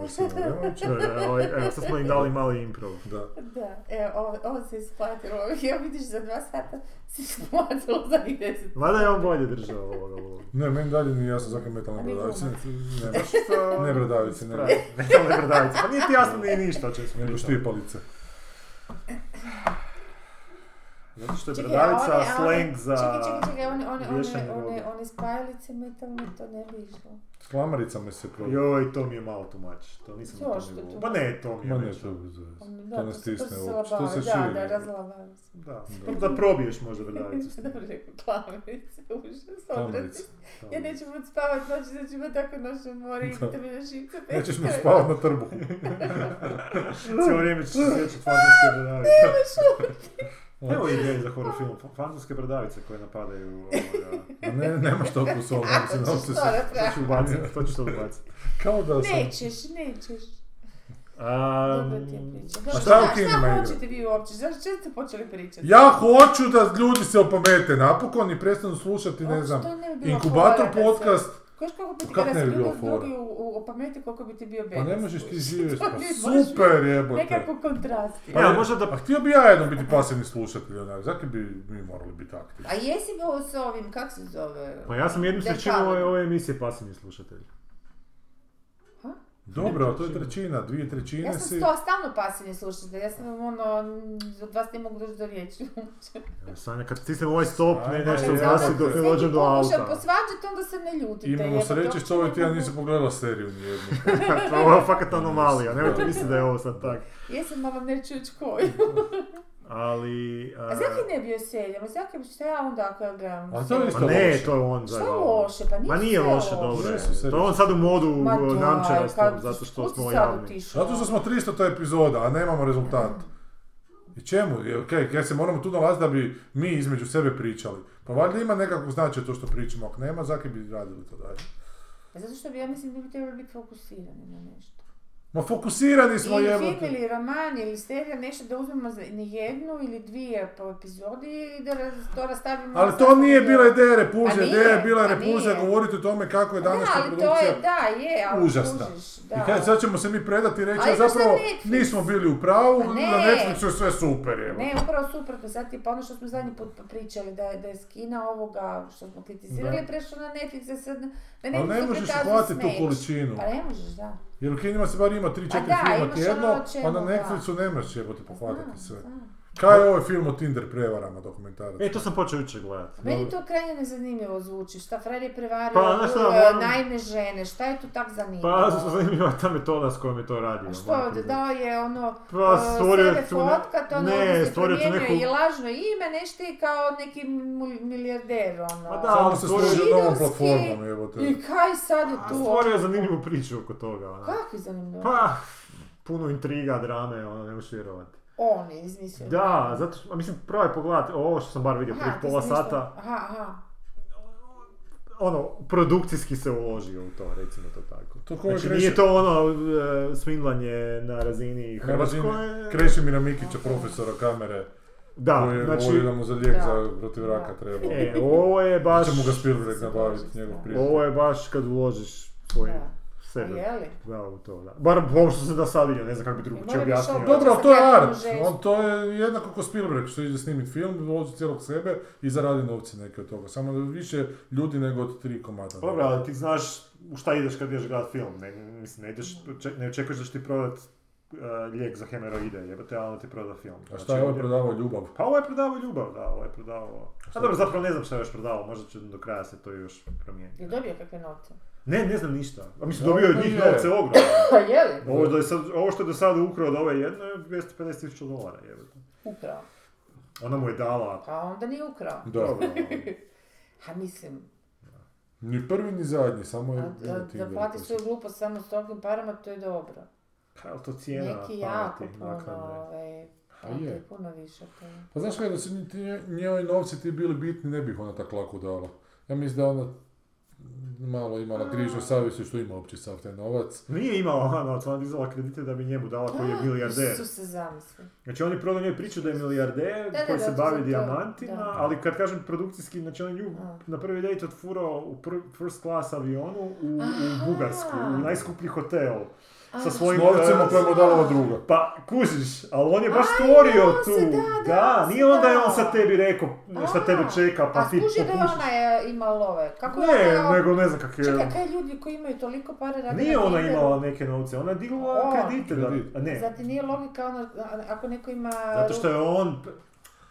S3: Marcela Lemovića.
S2: E, ovaj, evo sad smo im dali mali improv.
S3: Da.
S1: Da, evo, ovo, ovo se isplatilo. Ja vidiš, za dva sata se isplatilo za njih deset.
S2: Mada je on bolje držao ovoga lovu.
S3: Ne, meni dalje nije jasno zakaj metalne
S1: A mi
S3: bradavice.
S1: glumac.
S3: Ne, ne,
S2: Što...
S3: Ne bradavice, ne.
S2: Pravi, metalne bradavice, pa nije ti jasno ni ništa o čem smo
S3: nego pa-
S2: pričali.
S3: štipalice.
S2: Zato što je
S1: Čekaj, a one- a
S2: bradavica
S1: one-
S2: slang za...
S1: Čekaj, čekaj, čekaj, one, one,
S2: vješanje
S1: one, one,
S2: robe.
S1: one spajalice metalne, to ne bi išlo.
S3: S klamaricama se proba.
S2: Joj, to mi je malo tumač, to nisam na
S1: Jo,
S2: tom
S1: što
S2: nivou.
S1: tu?
S2: Ma ne, to mi je
S3: Ma ne,
S2: već,
S3: to,
S1: Pa
S3: to,
S1: mi-
S3: to
S1: to se-
S3: ne
S1: to
S3: stisne
S1: se
S3: uopće, to
S1: labave,
S3: se
S1: Da, da,
S3: širi.
S1: razlabavim se.
S2: Da, da probiješ možda bradavicu s tim.
S1: Dobro, rekao, klamice, užas, odrati.
S3: Klamarice.
S1: Ja neću moći spavat noć, znači ima tako noć more i
S3: Da.
S1: da mi na živce.
S3: Nećeš
S1: e,
S3: mi spavat na trbu.
S2: Cijelo vrijeme ćeš se sjećati fantomske bradavice. Evo ideje za horror film, fa- fantomske bradavice koje napadaju ovaj, ovoga.
S3: A Ne, nema što oko sola, mislim,
S1: Ako ćeš
S3: uopće se-
S1: to napraviti.
S2: To ću ubaciti, to ću sad ubaciti.
S3: Kao da sam...
S1: Nećeš, nećeš.
S2: Am,
S1: Dobro ti je priča.
S3: šta
S1: Dobro,
S3: u
S1: šta,
S3: kinima igra?
S1: šta hoćete vi uopće? Zašto ste počeli pričati?
S3: Ja hoću da ljudi se opamete napokon i prestanu slušati, ne
S1: Hoćeš,
S3: znam,
S1: to ne bi bila
S3: inkubator
S1: fora da se-
S3: podcast.
S1: Koš koliko bi ti
S3: Kak
S1: kada
S3: ne
S1: si
S3: bi bilo
S1: bilo
S3: fora?
S1: drugi u, u, u pameti, koliko bi ti bio
S3: Pa
S1: bedast.
S3: ne možeš ti živjeti,
S1: To
S3: pa
S1: ne možeš.
S3: super jebote.
S1: Nekako kontrasti.
S3: Pa
S2: Ja,
S3: ne-
S2: možda da-
S3: A htio bi ja jednom biti pasivni slušatelj, onak, zato bi mi morali biti aktivni.
S1: A jesi bio s ovim, kak se zove?
S2: Pa ja sam jednu trećinu
S1: Dekada.
S2: ove, ove emisije pasivni slušatelj.
S3: Dobro, a to je trećina, dvije trećine
S1: Ja sam
S3: si...
S1: sto stalno pasivni slušatelj, ja sam ono, m, od vas ne mogu doći do riječi.
S3: E,
S2: Evo, Sanja, kad stisnem ovaj stop, ne
S3: Ajde,
S2: nešto
S3: ajde,
S2: ugasi
S3: ajde.
S2: dok ne dođem do
S1: Pokušam
S2: auta.
S1: posvađati, onda se ne ljutite.
S3: Imamo
S1: jebote,
S3: sreće
S1: uopće
S3: što ovaj
S1: ne
S3: tjedan
S1: mogu.
S3: nisam pogledala seriju nijednu.
S2: Ovo je fakat anomalija, nemojte misliti da je ovo sad tak.
S1: Jesam, ali vam neću reći koju.
S2: ali...
S1: A zakaj ne bi joj seljamo? Zakaj šta ja onda ako ja gledam?
S3: A to je
S1: film?
S2: Ma
S3: isto
S2: Pa ne, to
S3: loše.
S2: je on
S1: Šta
S2: za...
S1: loše? Pa nije,
S2: Ma nije
S1: sve
S2: loše, dobro
S3: Jesu se
S2: je. To je on sad u modu
S1: Ma daj,
S2: namčarastom,
S1: kad-
S2: zato što
S1: kud si
S2: smo
S1: sad
S2: javni.
S1: otišao?
S3: Zato što smo 300 epizoda, a nemamo rezultat. I čemu? Je, okej, kaj se moramo tu nalaziti da bi mi između sebe pričali. Pa valjda ima nekakvog značaja to što pričamo, ako nema, zakaj bi radili to dalje?
S1: Pa Zato što bi, ja mislim da bi trebali biti fokusirani na nešto.
S3: Ma fokusirani smo
S1: Ili film,
S3: jebote.
S1: ili roman, ili serija, nešto da uzmemo za- ni jednu ili dvije po epizodi i da raz- to rastavimo.
S3: Ali
S1: na
S3: to
S1: sasvim
S3: nije bila
S1: dio.
S3: ideja Repulzije,
S1: Pa nije,
S3: ideja je bila
S1: pa
S3: Repulzija
S1: nije.
S3: govoriti o tome kako je
S1: Da,
S3: današnja
S1: ali to
S3: produkcija
S1: je, da, je, ali
S3: užasna.
S1: kužiš, da.
S3: I kaj, sad ćemo se mi predati i reći,
S1: Ali
S3: a
S1: znaš šta
S3: zapravo
S1: Netflix?
S3: nismo bili u pravu,
S1: Pa
S3: na
S1: ne.
S3: Netflixu je sve super, evo.
S1: Ne, upravo suprotno, sad je pa ono što smo zadnji put pričali, da je, da je skina ovoga što smo kritizirali,
S3: Da.
S1: prešlo na Netflix, da sad na
S3: Ali
S1: Netflixu
S3: ne možeš
S1: prikazuju
S3: uhvatiti tu
S1: smeće.
S3: količinu.
S1: Pa ne možeš, da.
S3: Jer u kinima se bar ima 3-4
S1: A Pa da,
S3: filma
S1: imaš
S3: tjedno,
S1: ono o čemu,
S3: a na
S1: da.
S3: Netflixu ne možeš jebote
S1: Pa
S3: pohvatati sve.
S1: znam, znam.
S3: Kaj je ovaj film o Tinder prevarama dokumentarac?
S2: E, to sam počeo jučer gledati.
S1: Pa Meni to krajnje nezanimljivo zvuči, šta Fred je prevario
S2: Pa, znaš
S1: tu,
S2: šta,
S1: e,
S2: moram-
S1: naivne žene, šta je tu tak zanimljivo?
S2: Pa, zanimljiva ta metoda s kojom je to radio.
S1: A što
S2: moram
S1: je,
S2: priznati.
S1: dao je ono,
S2: Pa,
S1: e,
S2: stvorio je
S1: sebe
S2: tu ne-
S1: fotkat, ono,
S2: ne,
S1: ovdje se
S2: stvorio je tu
S1: promijenio
S2: neku-
S1: i lažno ime, nešto i kao neki mu- milijarder, ono.
S2: Pa da,
S3: Samo
S2: ali
S3: se
S2: to je
S3: služi novom
S1: židovski
S3: platformom, jebote.
S1: I kaj sad je
S2: A
S1: tu?
S2: Stvorio je zanimljivu priču oko toga. ono. ona.
S1: Kako je zanimljivo?
S2: Pa, puno intriga, drame, ono, ne možeš vjerovati.
S1: On je izmislio.
S2: Da, zato što, a mislim, prvo je pogledati ovo što sam bar vidio prije
S1: Aha, ti
S2: pola
S1: si nešto-
S2: sata,
S1: Aha, aha.
S2: ono, produkcijski se uložio u to, recimo to tako.
S3: To ko je
S2: Znači,
S3: Krešo-
S2: nije to ono e, svindlanje na razini
S3: Na razini
S2: Hrvatskoj.
S3: Krešimira Mikića, profesora kamere,
S2: Da,
S3: koji je
S2: znači,
S3: volio da mu za lijek
S1: Da.
S3: za protiv raka
S1: Da.
S3: treba.
S2: e, ovo je baš,
S3: Baš će mu ga Spielberg
S1: se
S3: nabaviti,
S1: slažem,
S3: njegov
S1: da.
S3: prijatelj.
S2: ovo je baš kad uložiš svoj
S1: Da.
S2: sebe.
S1: Je li?
S2: Da, u to, da. Bar ovo što sam da sad vidio, ne znam kako bi drugo
S1: Ima
S2: će
S1: li više
S2: objasnio.
S1: obrada?
S3: Pa Dobro, ali to je art. On
S1: Žesto.
S3: to je jednako kao Spielberg što ide snimiti film, uloži cijelog sebe i zaradi novce neke od toga. Samo više ljudi nego od tri komada.
S2: Dobro, ali ti znaš u šta ideš kad ideš gledat film, ne, mislim, ne, ideš, oče- ne očekuješ da će ti prodat e, lijek za hemeroide, jebote, ali ti proda film.
S3: A
S2: Znači,
S3: šta je ovaj
S2: ovdje-
S3: prodavao ljubav?
S2: Pa ovo je prodavao ljubav, da, ovo je prodavao... A dobro, zapravo ne znam šta je još prodavao, možda će do kraja se to još promijeniti.
S1: Je dobio kakve novce?
S2: Ne, ne znam ništa. A mislim,
S3: Da,
S2: dobio je
S3: to
S2: od njih
S3: je.
S2: novce ogromne.
S1: Pa je li?
S2: Ovo, što je sad, ovo što je do sada ukrao od ove jedne je 250.000 dolara, jebote.
S1: Ukrao.
S2: Ona mu je dala...
S1: Pa onda nije ukrao.
S3: Da.
S1: Ha, mislim,
S3: Ni prvi ni zadnji, samo
S2: Pa
S1: a-
S3: je
S1: a-
S3: bilo
S1: da
S3: Tinder.
S1: plati svoju glupost samo s tolikim parama, to je dobro.
S2: Pa je li to cijena
S1: Neki jako
S2: pameti,
S1: puno,
S2: naknade?
S1: ovaj,
S3: A
S1: neki
S3: je.
S1: puno više. toga.
S3: Pa znaš kaj, da su nje- ti njoj novci ti bili bitni, ne bih ona tako lako dala. Ja mislim da ona malo imala križnu savjestu što ima uopće sav taj novac.
S2: Nije ono, imala ona novac, ona je dizala kredite da bi njemu dala koji je milijarder.
S1: Isuse zamisli.
S2: Znači on je prodao njoj priču da je milijarder
S1: Da, da,
S2: koji
S1: da,
S2: se
S1: to
S2: bavi
S1: sam to-
S2: dijamantima,
S1: da.
S2: ali kad kažem produkcijski, znači on je nju
S1: A.
S2: na prvi date otfurao u pr- first class avionu u, u
S1: Aha.
S2: Bugarsku, u najskuplji hotel. Sa
S1: A.
S3: S
S2: svojim...
S3: novcem
S2: e,
S3: mu kojemu dala ova druga.
S2: Pa, kužiš, ali on je baš
S1: A,
S2: stvorio
S1: on se,
S2: tu.
S1: da, da, on se
S2: nije onda je on
S1: dao.
S2: sad tebi rekao šta
S1: A,
S2: tebe čeka, pa
S1: a
S2: ti
S1: skuži da je
S2: popušiš.
S1: ona je imala love. Kako je ona-
S2: Ne, nego ne znam kak je...
S1: Čekaj, kaj ljudi koji imaju toliko para radi
S2: Nije
S1: na
S2: ona
S1: Tinderu?
S2: imala neke novce, ona je digla
S1: O.
S2: kredite. Da,
S3: Kredit.
S2: a ne,
S1: Zati nije logika ono, a- ako neko ima...
S2: zato što je on...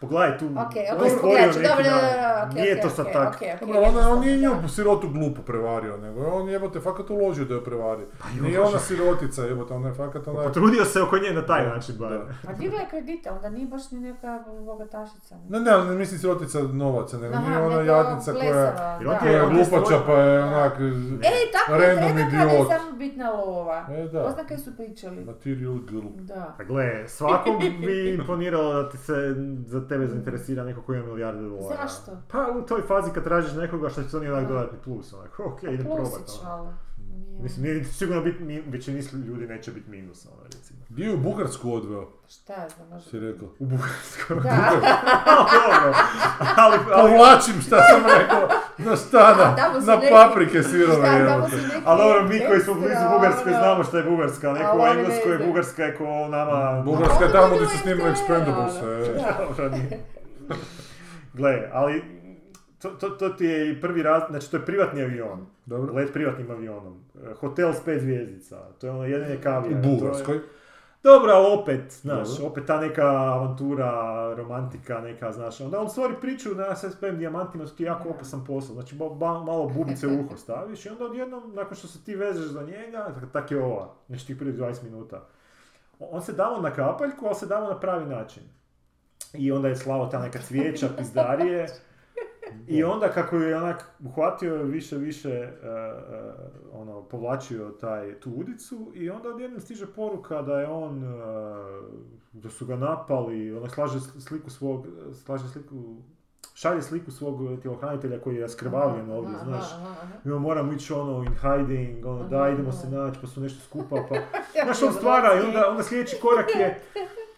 S2: Pogledaj tu,
S1: Okej,
S2: on
S1: okej,
S2: je stvorio
S1: pogledat ću,
S2: neki
S1: dobro, dobro,
S2: narod.
S1: dobro, okej,
S2: Nije
S1: okej,
S2: to sad
S1: okej,
S2: tak.
S1: okej, okej,
S3: Dobro, ona, on nije nju
S1: Pa jednostavno,
S3: sirotu glupu prevario, nego je on jebote fakat uložio da je prevari.
S2: je
S3: nije
S2: uložio.
S3: ona sirotica jebote, ona je
S2: Pa
S3: fakat ona...
S2: Potrudio se oko nje na taj način bar.
S3: Da.
S1: da. A digla je kredita, onda nije baš ni neka bogatašica. ne?
S3: Ne, ne, ali ne mislim sirotica novaca, nego
S1: Aha,
S3: nije ona
S1: nego
S3: jadnica koja...
S1: blesava,
S2: Jer on
S1: da.
S2: ti
S3: Koja je
S2: on ti je
S3: glupača
S2: stvorio-
S3: pa je onak...
S1: E, tako je
S3: Random
S1: treba kad
S3: idiot.
S1: je samo bitna lova.
S3: E, da.
S1: Oznake su pričali.
S3: Material girl.
S1: Da.
S2: Pa gle, svakom bi imponiralo da ti se za tebe zainteresira neko koji ima milijarde dolara.
S1: Zašto?
S2: Pa u toj fazi kad tražiš nekoga što će ti onak dodatni plus, onako, ok, idem probati.
S1: Plusić,
S2: ono.
S1: malo. Nije.
S2: Mislim, nije sigurno biti, mi- većini ljudi neće biti minus, ono, recimo.
S3: Gdje je u Bugarsku odveo,
S1: Pa Šta ja znam, možda...
S3: si rekao?
S2: U Bugarskoj.
S1: Da,
S2: Dobro. ali, ali,
S3: Povlačim šta sam rekao, na
S1: A,
S3: stana,
S1: tamo su
S3: na
S1: neki-
S3: paprike sirove
S1: šta, tamo
S3: jebote.
S1: su neki...
S2: A dobro, mi koji smo blizu
S1: ekstra,
S2: Bugarske
S1: ono,
S2: znamo šta je Bugarska, a neko
S1: Ali
S2: u
S1: oni
S2: Engleskoj
S1: ne-
S2: Bugarska je ko nama...
S3: Bugarska je
S1: Ono
S3: tamo
S1: je
S3: gdje su
S1: bilo
S3: snimali
S1: MTV,
S3: Expendables, e.
S1: Da.
S2: Dobro, nije. Gle, ali to, to, to ti je i prvi raz, znači to je privatni avion,
S3: Dobro.
S2: let privatnim avionom, E, hotel s pet zvijezdica, to je ono jedan je kavijar.
S3: U
S2: to je-
S3: Bugarskoj.
S2: Dobro, ali opet, znaš,
S3: Dobro.
S2: opet ta neka avantura, romantika neka, znaš, onda on stvori priču na SSPM dijamantima, to ti je jako opasan posao, znači ba- ba- malo bubice u uho staviš i onda odjednom, nakon što se ti vežeš za njega, tak- tak je ova, znači ti prvi 20 minuta. O- On se damo na kapaljku, ali se damo na pravi način. I onda je slao ta neka cvijeća, pizdarije. I onda kako je onak uhvatio je više, više e, e, ono, povlačio taj, tu udicu i onda odjednom stiže poruka da je on, e, da su ga napali, ona slaže sliku svog, slaže sliku, šalje sliku svog tjelohranitelja koji je raskrvavljen ovdje,
S1: Aha,
S2: znaš.
S1: aha, aha.
S2: Mi moramo ići ono in hiding, ono da,
S1: Aha.
S2: idemo se naći, pa su nešto skupa, pa...
S1: Ja
S2: Znaš,
S1: bi
S2: on stvara i
S1: odlazila.
S2: onda, onda sljedeći korak je...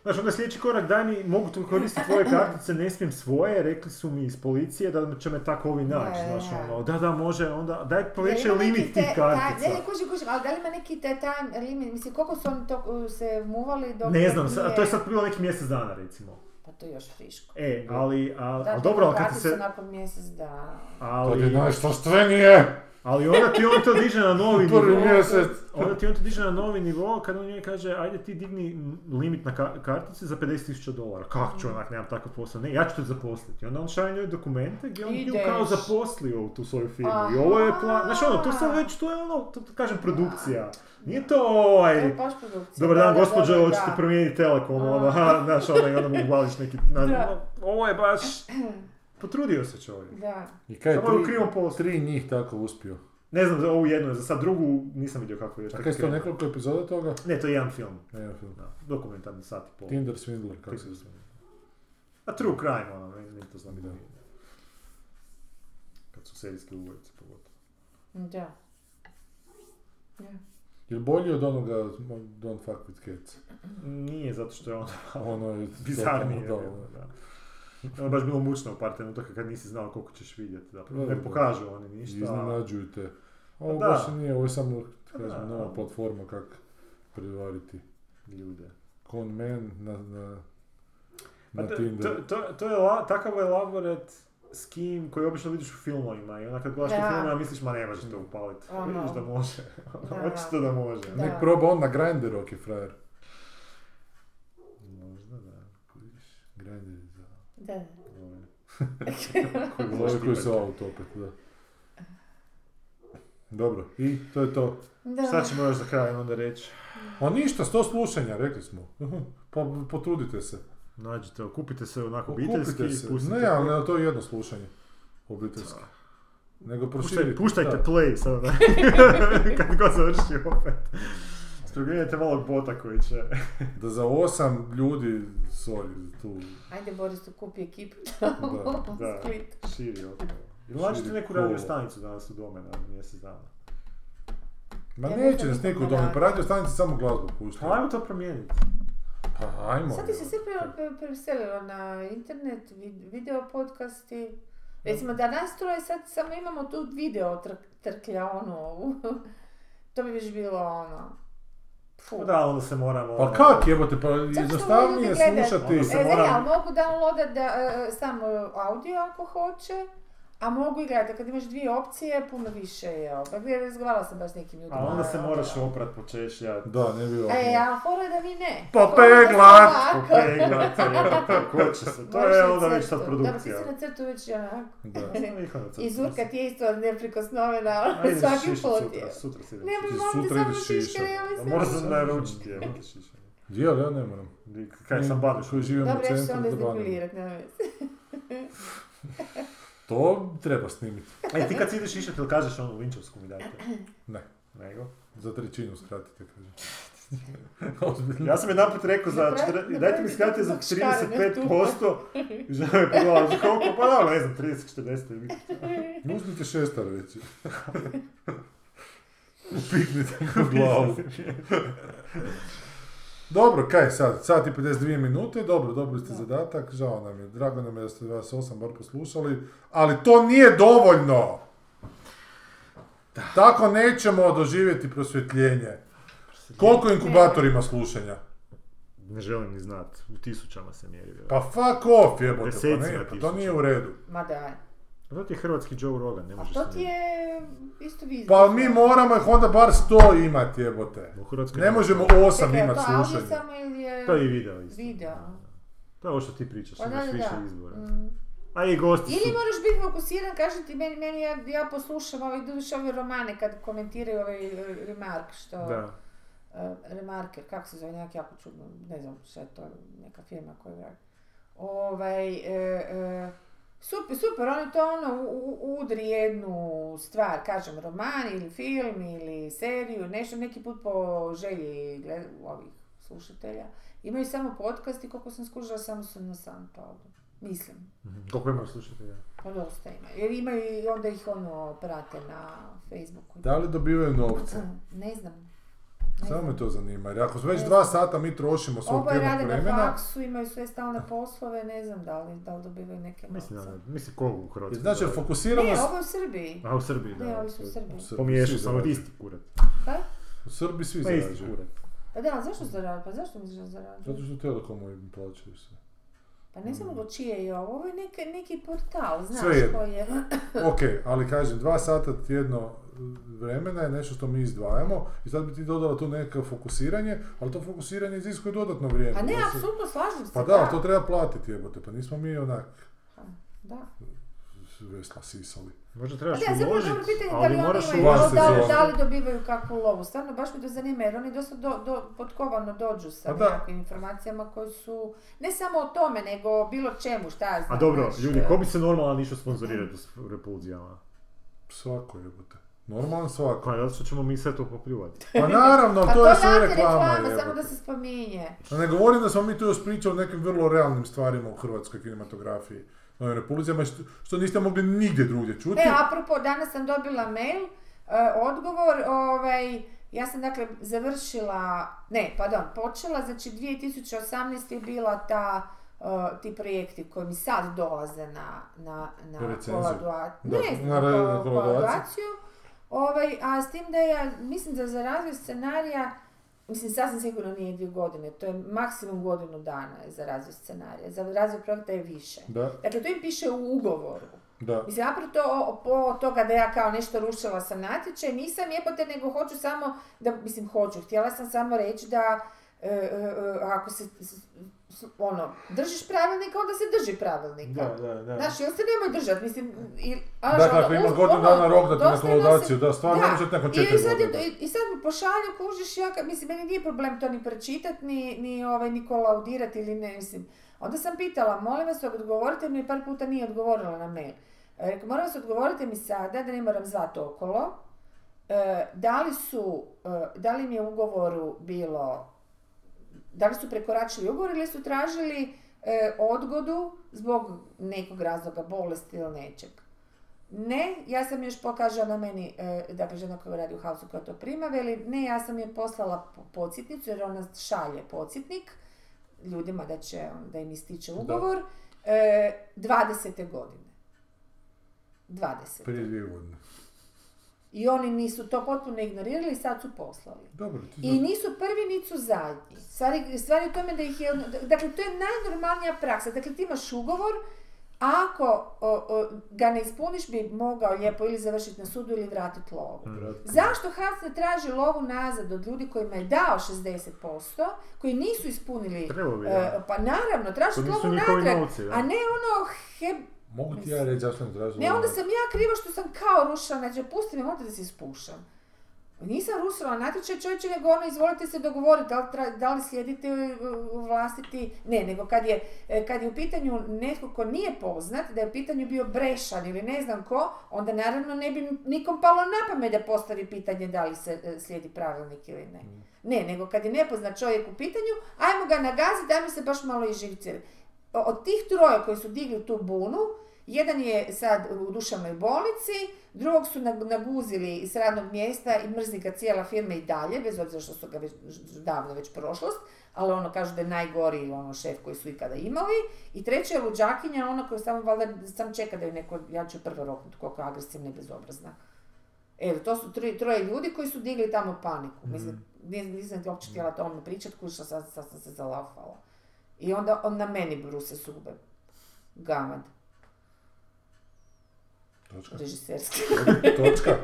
S2: Znaš, onda sljedeći korak, daj mi, mogu tu koristiti tvoje kartice, ne smijem svoje, rekli su mi iz policije da će me tako ovi naći,
S1: Da, da,
S2: znaš,
S1: da.
S2: ono, da, da, može, onda, daj povećaj
S1: Jel ima neki
S2: limit tih
S1: te- ta-
S2: kartica.
S1: Ne, ne, kužim, kužim, ali da li ima neki te time limit, mislim koliko su oni to uh, se muvali dok...
S2: Ne znam,
S1: nije-
S2: sa- to je sad bilo neki mjesec dana, recimo.
S1: Pa to je još friško.
S2: E, ali, al-
S1: Da,
S2: al dobro, ali kad ti
S1: plakati su
S2: se,
S1: nakon mjesec dana.
S3: To ti
S2: ali,
S3: je najštaštvenije,
S2: ali onda ti on to diže na novi
S3: prvi
S2: nivo.
S3: mjesec.
S1: Ono.
S2: Onda ti on to diže na novi nivo kada on njoj kaže ajde ti digni m, limit na ka- kartici za 50.000 dolara. Kako ću onak, nemam takav posao. Ne, ja ću te zaposliti. I onda on šalje njoj dokumente gdje on nju
S1: Ideš.
S2: kao zaposlio u tu svoju firmu. I ovo je plan, znaš ono, to sam već, to je ono, to, to kažem produkcija. Nije to
S1: To je
S2: ovaj,
S1: baš produkcija.
S2: dobar dan
S1: E, pa, Da, da,
S2: gospođo,
S1: dobro,
S2: hoćete
S1: da.
S2: promijeniti telekom, ono, ha, znaš ono, i onda mu hvališ neki, na,
S1: Da.
S2: ovo je baš, potrudio se čovjek.
S1: Da.
S3: I kaj je
S2: Samo je u
S3: tri,
S2: krivom poslu.
S3: tri njih tako uspio?
S2: Ne znam za ovu jednu, za sad drugu nisam vidio kako je.
S3: A
S2: kako
S3: kaj je to
S2: krenuo.
S3: nekoliko epizoda toga?
S2: Ne, to je jedan film.
S3: Ne, ja film.
S2: Da, dokumentarni sat i pol.
S3: Tinder Swindler, kako se zove.
S2: A true crime, ono, meni meni to znam i da
S3: Da.
S2: nije. Kad su serijski ubojice pogotovo.
S1: Da.
S3: Jel bolji od onoga Don't Fuck With Cats?
S2: Nije, zato što je ono
S3: Ono je
S2: bizarnije.
S3: totalno
S2: ono,
S3: dobro.
S2: da. Ono je baš bilo mučno u par trenutaka kad nisi znao koliko ćeš vidjeti. Zapravo.
S3: Da,
S2: Ne
S3: da.
S2: pokažu oni
S3: I
S2: ništa. Pa
S3: Iznenađuju te. A Ovo
S2: Da. Pa
S3: baš nije, ovo je samo
S2: Da.
S3: kažem, nova platforma kak prevariti.
S2: Ljude.
S3: Con Man na, na,
S2: Pa
S3: na
S2: to,
S3: Tinder.
S2: to, to, to je la, takav elaborat s kim koji obično vidiš u filmovima i onda kad gledaš
S1: Da.
S2: te filmove misliš ma ne možeš to upaliti.
S1: Ono.
S2: Vidiš da može.
S1: Da.
S2: Očito da može.
S1: Da.
S3: Nek proba on na Grindr, ok, frajer.
S2: Možda da.
S3: Vidiš, Grindr je za...
S1: Da.
S2: Dobro.
S3: Koji
S2: bi
S3: Zove koji
S2: zaštipati.
S3: se auto opet, da. Dobro, i to je to.
S1: Da.
S2: Šta ćemo još za kraj onda reći?
S3: A ništa, sto slušanja, rekli smo. Pa potrudite se.
S2: Nađite, okupite se onako obiteljski
S3: Okupite
S2: i
S3: se.
S2: pustite.
S3: Ne, ali na to je jedno slušanje. Obiteljski. Nego
S2: Puštaj,
S3: proširite.
S2: puštajte
S3: da.
S2: play sad, da. kad god završi opet. Sprogledajte malog bota koji će...
S3: Da za osam ljudi, sorry, tu,
S1: Ajde Boris, kupi ekipu.
S3: da.
S2: Da,
S1: Split.
S2: širi okolo. Ili nađite
S3: Širi
S2: neku radio
S3: kolo.
S2: stanicu danas u dome na mjesec dana.
S3: Ma
S1: Ja
S3: neće
S1: nisam
S3: nas niko
S1: nikad
S3: doma, pa
S1: radila.
S3: radio stanice samo glazbu puštaju.
S2: Pa ajmo to promijeniti.
S3: Pa ajmo.
S1: Sad ti se sve pre- pre- preselilo na internet, vid- video podcasti. Recimo da nas troje sad samo imamo tu video tr- trklja ono ovu. to bi već bilo ono... Fu. E,
S2: Pa da, onda se moramo...
S3: Pa kak jebote, pa
S1: što
S3: jednostavnije
S1: ljudi gledaju?
S3: slušati.
S2: Ono
S1: E,
S2: se
S1: ne,
S2: moram-
S1: ali mogu downloadat da, e, samo audio ako hoće, a mogu i gledati. Kad imaš dvije opcije, puno više je. ovaj. Pa razgovarala sam baš s nekim ljudima.
S2: A onda se
S1: ono.
S2: moraš oprat, počešljat.
S3: Da, ne bi ovako.
S1: E, ali fora je da mi ne.
S2: Pa
S3: Popeglat!
S2: Popeglat, jebote, ko će se. To je onda već sad produkcija.
S1: Da, ti si na crtu već onako.
S3: Da.
S1: I Zurka ti je isto neprikosnovena, ono,
S2: Ajde,
S1: svaki
S2: šišat
S1: put
S2: sutra,
S1: je.
S2: sutra si idem
S1: Ne,
S2: šišat.
S1: mi molim te
S3: Sutra
S1: samo
S3: ideš
S1: šiške,
S3: šišat.
S1: ja
S2: A
S1: mislim.
S2: Moram se naručiti, evo te šišanje.
S3: Dijel, ja ne moram.
S2: Di- Kaj sam baviš?
S3: Koji živim
S1: Dobro,
S3: u
S1: ja ću se
S3: centru,
S1: onda
S3: da banim.
S1: izmanipulirati, nema veze.
S3: To treba snimiti.
S2: E, ti kad si ideš išati ili kažeš onu linčovsku mi dajte?
S3: Ne.
S2: Nego?
S3: Za trećinu skratite, kažem. Ozbiljno.
S2: Ja sam jedan put rekao za...
S1: Napravi-
S2: četre-
S1: napravi
S2: Dajte mi
S1: ti
S2: skratite za
S1: tako škarene
S2: 35%. I žena me pogledala za koliko? Pa dobro, ne znam, 30, 40 ili više.
S3: Uzmite šestar veći. Upiknite ga u glavu. Dobro, kaj sad? Sat i 52 minute, dobro, dobili ste zadatak, žao nam je, drago nam je da ste vas osam bar poslušali, ali to nije dovoljno! Tako nećemo doživjeti prosvjetljenje. Koliko inkubator ima slušanja?
S2: Ne želim ni znat, u tisućama se mjeri. vjerojatno.
S3: Pa fuck off jebote, pa,
S2: Desecima
S3: ne, pa to
S2: tisuća.
S3: nije u redu.
S1: Ma daj.
S2: Pa To ti je hrvatski Joe Rogan, ne
S1: A
S2: možeš...
S1: to
S2: se
S1: ti
S2: ni-
S1: je isto vizija. ono.
S3: Pa mi moramo ih onda bar 100 imati jebote.
S2: U Hrvatskoj
S3: Ne
S2: nema.
S3: možemo osam
S1: Čekaj, je
S3: imati
S1: to audio
S3: slušanja.
S1: samo ili je...
S2: To je i video isto.
S1: Video.
S2: To je ovo što ti pričaš,
S1: Pa da,
S2: imaš
S1: da,
S2: više
S1: da.
S2: izbora.
S1: Mm.
S2: A i gosti su...
S1: Ili moraš biti fokusiran, kažem ti, meni, meni ja, ja poslušam ove, doduše ove romane kad komentiraju ovaj e, remark, što...
S2: Da.
S1: e, Remarker, kako se zove, nekak jako čudno, ne znam šta je to, neka firma koja radi. ovaj, e, e, super, super, on je to ono, u- u- udri jednu stvar, kažem, roman ili film ili seriju, nešto neki put po želji gled, ovih slušatelja. Imaju samo podcast i koliko sam skužila samo su na Soundcloudu. Mislim,
S2: Mhm. Koliko ima slušatelja?
S1: pa dosta ima. Jer imaju i onda ih ono prate na Facebooku.
S3: Da li dobivaju novce?
S1: Ne znam.
S3: Samo me to zanima. Jer ako već
S1: Ne
S3: dva sata mi trošimo svog
S1: Oboje
S3: tjednog
S1: rade na
S3: vremena,
S1: faksu, imaju sve stalne poslove, ne znam da li, da li dobivaju neke
S2: Mislim da
S1: novce.
S2: ne, mislim koliko u Hrvatskoj.
S3: znači
S2: zaradi?
S1: Ne,
S3: fokusiranost...
S1: ovo je u Srbiji.
S2: A u Srbiji, da.
S1: Ne, ovi su u Srbiji.
S3: U Srbiji
S2: Pomiješao
S3: svi
S2: sam od
S3: zarađuju.
S2: isti kurat.
S1: Kaj?
S3: U Srbiji svi
S2: Pa isti
S3: zarađuju.
S2: kurat.
S1: Pa da, ali zašto zarađuju? Pa zašto misliš da zarađuju?
S3: Zato što telekomu im plaćaju sve.
S1: Pa ne znam go čije je ovo, ovo je neki, neki portal, znaš
S3: Sve jedno.
S1: koji je.
S3: Ok, ali kažem, dva sata tjedno vremena je nešto što mi izdvajamo i sad bi ti dodala tu neko fokusiranje, ali to fokusiranje iziskuje dodatno vrijeme.
S1: Pa ne,
S3: Da se-
S1: apsolutno slažem se.
S3: Pa da, ali to treba platiti jebote, pa nismo mi onak
S1: Da.
S3: vesla sisali.
S2: Možda
S1: Pa
S2: trebaš
S1: da, zapravo je
S2: uložit,
S1: dobro pitanje da
S2: ali
S1: li oni
S2: moraš
S1: imaju,
S3: uložit
S1: da, li,
S3: sezonu.
S1: da li dobivaju kakvu lovu. Stvarno, baš me to zanima jer oni dosta do, do, potkovano dođu sa
S3: Pa da.
S1: nekakvim informacijama koji su, ne samo o tome, nego o bilo čemu, šta ja znam.
S2: A dobro,
S1: znaš,
S2: ljudi,
S1: e,
S2: ko bi se normalan išao sponzorirati u s- repulzijama?
S3: Svako jebote. Normalan svako.
S2: Pa, zato što ćemo mi sve to popljuvati.
S3: Pa naravno,
S1: Pa
S3: to je sve
S1: znate
S3: reklama
S1: samo da
S3: jebote.
S1: se spominje.
S3: A Ne govorim da smo mi tu još pričali o nekim vrlo realnim stvarima u hrvatskoj kinematografiji. Na ovim repulzijama što, što niste mogli nigdje drugdje čuti.
S1: E, apropo, danas sam dobila mail, e, odgovor, ovaj, ja sam dakle završila, ne, pardon, počela, znači 2018. je bila ta, e, ti projekti koji mi sad dolaze na, na, na
S3: Na recenziju.
S1: koladua-
S3: Da,
S1: ne, na,
S3: na re-
S1: ko-
S3: koladuaciju.
S1: koladuaciju, ovaj, a s tim da ja, mislim da za razvoj scenarija, Mislim, sasvim sigurno nije dvije godine, to je maksimum godinu dana je za razvoj scenarija, za razvoj projekta je više.
S3: Da,
S1: Dakle, to im piše u ugovoru.
S3: da.
S1: Mislim, apro to, o- po toga da ja kao nešto rušila sam natječaj, nisam jebote, nego hoću samo, da, mislim, hoću, htjela sam samo reći da e, e, e, ako se, s- s- ono, držiš pravilnika, onda se drži pravilnika.
S2: da, da.
S1: Znaš, ili se nemoj držati, mislim, i, ali
S3: Dakle,
S1: ono,
S3: ako
S1: uz-
S3: imaš godinu
S1: ono,
S3: dana rok da ti na
S1: dosta je da se-
S3: kolodaciju, da, stvarno
S1: da.
S3: ne možete nakon
S1: I
S3: četiri
S1: sad je to-
S3: godine.
S1: I, i sad mi pošalju, kužiš, ja, ka- mislim, meni nije problem to ni pročitat, ni, ni, ovaj, ni kolaudirat ili ne, mislim. Onda sam pitala, molim vas, odgovorite mi, par puta nije odgovorila na mail. E, Rekao, moram vas, odgovorite mi sada, da ne moram zvati okolo, e, da li su, e, da li im je u ugovoru bilo, da li su prekoračili ugovor ili su tražili e, odgodu zbog nekog razloga, bolesti ili nečeg. Ne, ja sam još pokažala na meni, e, dakle žena koja radi u hausu koja to prima, veli ne, ja sam je poslala po- podsjetnicu jer ona šalje podsjetnik ljudima da će, da im ističe ugovor, e, 20. godine. 20.
S3: Prije dvije godine.
S1: I oni nisu to potpuno ignorirali i sad su poslali.
S3: Dobro, ti
S1: I nisu prvi, niti su zadnji. Stvari, stvari u tome da ih je... Dakle, to je najnormalnija praksa. Dakle, ti imaš ugovor, a ako o, o, ga ne ispuniš bi mogao lijepo ili završiti na sudu ili vratiti lovu.
S2: Mm.
S1: Zašto Hans ne traži lovu nazad od ljudi kojima je dao 60%, koji nisu ispunili...
S2: Trebalo bi,
S1: e,
S2: da.
S1: pa naravno, traži
S2: To nisu
S1: lovu
S2: njihovi
S1: natrag,
S2: novci, da.
S1: a ne ono he,
S3: Mogu ti ja reći zašto ne tražim? ono-
S1: ne, onda sam ja kriva što sam kao rušila natječaj, pusti me, možda da se ispušam. Nisam rušila natječaj čovječe, nego ono, izvolite se dogovoriti, da li, tra- da li slijedite uh, vlastiti, ne, nego kad je, e, kad je u pitanju netko ko nije poznat, da je u pitanju bio brešan ili ne znam ko, onda naravno ne bi nikom palo na pamet da postavi pitanje da li se e, slijedi pravilnik ili ne. Ne, nego kad je nepoznat čovjek u pitanju, ajmo ga nagaziti, ajmo se baš malo iživcirati. O- Od tih troje koji su digli tu bunu, jedan je sad u dušanoj bolnici, drugog su nag- naguzili iz radnog mjesta i mrzni ga cijela firma i dalje, bez obzira što su ga već, davno već prošlost, ali ono kažu da je najgori ono šef koji su ikada imali. I treća je luđakinja, ona koja samo valjda sam čeka da je neko, ja ću prvo roknut koliko je agresivna i bezobrazna. Evo, to su troje, troje ljudi koji su digli tamo paniku. Mislim, nis- nisam uopće htjela o tome pričat, kuša, sad, sad sam se zalafala. I onda on na meni bruse sube. Gamad,
S3: Točka.
S1: režiserski.
S3: Točka.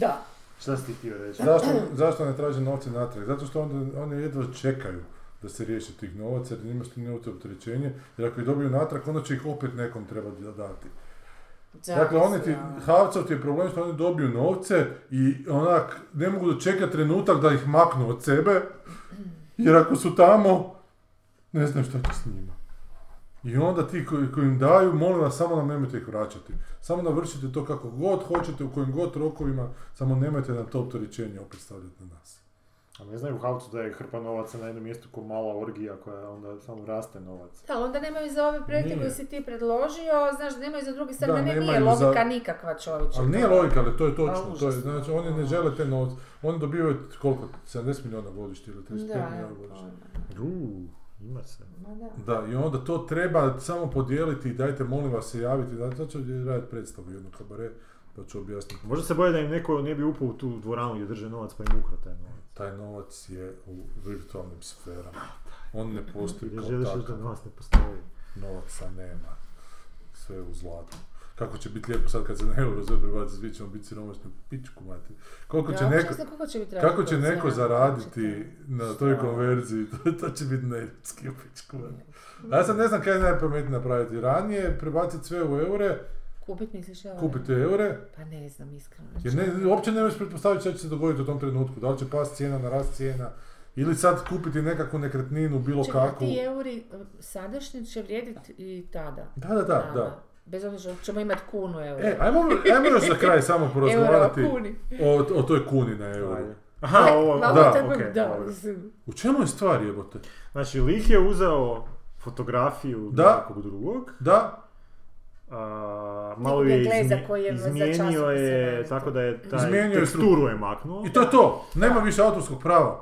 S1: da.
S2: Šta si ti htio reći?
S3: Zašto, zašto ne traže novce natrag? Zato što onda oni jedva čekaju da se riješi tih novaca jer njima što nije opterećenje. Jer ako ih dobiju natrag, onda će ih opet nekom treba da- dati. Dakle, oni ti, Havcov ti je problem što oni dobiju novce i onak ne mogu dočekati trenutak da ih maknu od sebe, jer ako su tamo, ne znam šta će s njima. I onda ti koji, koji im daju, molim vas, samo nam nemojte ih vraćati. Samo navršite to kako god hoćete, u kojim god rokovima, samo nemojte na to opterećenje opet stavljati na nas.
S2: A ne znaju u Havcu da je hrpa novaca na jednom mjestu ko mala orgija koja onda samo raste novac.
S1: Da, ali onda nemaju za ove projekte
S3: Nije.
S1: koje si ti predložio, znaš, da nemaju za drugi stvari,
S3: Da,
S1: da, ne, nije
S3: nemaju za-
S1: logika nikakva čovječe.
S3: Ali nije logika, ali to je točno.
S1: A,
S3: To je,
S1: Pa užasno.
S3: znači, oni ne žele te novce. Oni dobivaju koliko? 70 milijuna godišnje ili
S1: Da,
S3: 35 milijuna
S1: evo, pa
S3: godišnje.
S2: Uuu, ima se.
S1: ma da.
S3: Da, i onda to treba samo podijeliti i dajte, molim vas, se javiti. Da, to ću raditi predstavu jednu kabare, pa ću objasniti.
S2: Možda se boje da im neko ne bi upao u tu dvoranu gdje drže novac pa im ukrao taj novac.
S3: Taj novac je u virtualnim sferama. On ne postoji
S2: Jer
S3: kao
S2: želiš reći da
S3: takav.
S2: novac ne postoji.
S3: Novaca nema. Sve je u zlatu. Kako će biti lijepo sad kad se na euro sve prebaci, svi ćemo biti siromašni u pičku mati. Koliko će
S1: Da,
S3: neko...
S1: šta- kako će, biti
S3: Kako
S1: razlika
S3: će
S1: od
S3: neko
S1: cijena?
S3: zaraditi na toj konverziji, to, to će biti neljudski u pičku. Ja sad ne znam kaj je najpametnije napraviti. Ranije prebaciti sve u eure,
S1: Kupit misliš evo?
S3: kupiti eure,
S1: Pa ne znam, iskreno. Znači,
S3: jer ne, uopće ne možeš pretpostaviti šta će se dogoditi u tom trenutku. Da li će past cijena, narast cijena, ili sad kupiti nekakvu nekretninu, bilo
S1: Čekaj,
S3: kakvu.
S1: Ti euri e, sadašnji će vrijediti i tada.
S3: Da, da, da, da.
S1: Bez obzira što ćemo imati kunu eura.
S3: E, ajmo, ajmo još za kraj samo
S1: Euro
S3: porazgovarati
S1: o kuni. E,
S3: o, o toj kuni na euru.
S2: Ajde. Aha, ovo,
S1: Malo
S3: da,
S1: tako,
S2: okej,
S1: da,
S2: dobro.
S1: mislim.
S3: U čemu je stvar jebote?
S2: Znači, lik je uzeo fotografiju
S3: Da.
S2: nekog drugog,
S3: Da,
S2: a, malo
S1: Nekog
S2: je
S1: Engleza
S2: izmje-
S1: koji je za
S2: izmijenio je,
S1: časopise
S2: tako da je taj
S3: Izmijenio je
S2: teksturu je maknuo.
S3: i to je to. Nema više autorskog prava.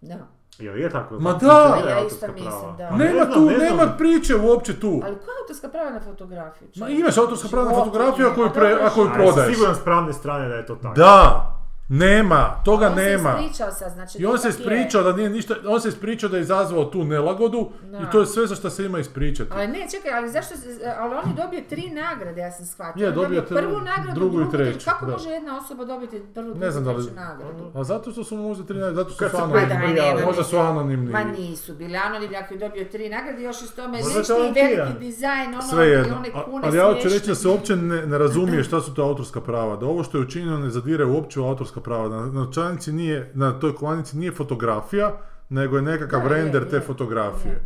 S1: Da.
S2: Jel je tako?
S3: Ma
S2: Mislim,
S3: da!
S2: je
S1: Ja isto
S2: autorska
S1: mislim,
S2: prava.
S1: da.
S2: A ne
S3: Nema
S2: znam,
S3: tu,
S2: ne znam.
S3: nema priče uopće tu.
S1: Ali koja je autorska prava na fotografiju?
S3: Ma
S1: čovječe? Znači,
S3: imaš autorska prava na
S1: Života
S3: fotografiju ako ju,
S1: nema,
S3: pre,
S1: dobro,
S3: ako ju
S2: Ali
S3: prodaješ.
S2: Siguran s pravne strane da je to tako.
S3: Da, nema, toga
S1: On se
S3: nema.
S1: ispričao sad, znači
S3: I on se
S1: ipak je.
S3: ispričao da nije ništa, on se ispričao da je izazvao tu nelagodu
S1: Da.
S3: i to je sve za što se ima ispričati.
S1: Ali ne, čekaj, ali zašto, se- ali on je dobio tri nagrade, ja sam shvatila.
S3: Je,
S1: On
S3: dobio tri-
S1: prvu nagradu,
S3: drugu i treću,
S1: Kako
S3: da.
S1: može jedna osoba dobiti prvu,
S3: Ne
S1: drugu,
S3: znam da li-
S1: treću nagradu?
S3: A zato što su možda 13, zato što
S2: Kad
S3: su
S2: se
S1: Ma daj,
S3: anonimni.
S1: nema
S3: Možda
S1: ništa.
S3: su anonimni.
S1: Ma nisu bili anonimni, ako je dobio tri nagrade, još iz tome
S2: Možda
S1: nešto
S2: to
S1: i veliki
S2: vampira.
S1: dizajn, ono,
S3: Sve jedno.
S1: one
S3: A-
S1: kune
S3: Ali ja hoću
S1: smiješne.
S3: reći da se uopće ne, ne razumije šta su to autorska prava. Da ovo što je učinjeno ne zadire uopće u autorska prava. Na, na članici nije, na toj kovanici nije fotografija, nego je nekakav
S1: Da, je,
S3: render te
S1: je.
S3: fotografije.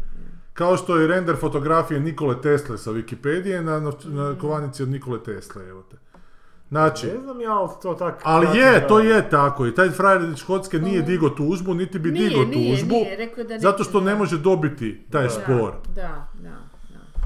S3: Kao što je render fotografije Nikole Tesle sa Wikipedije na, na,
S1: Mhm.
S3: na kovanici od Nikole Tesle, evo te. Znači,
S2: Ne znam ja ali to tako.
S3: ali je, to je tako i taj frajer iz Škotske nije digo tužbu, niti bi
S1: Nije,
S3: digo
S1: nije,
S3: tužbu,
S1: nije, rekao je da ne-
S3: zato što ne može dobiti taj
S2: Da.
S3: spor.
S1: Da, da, da.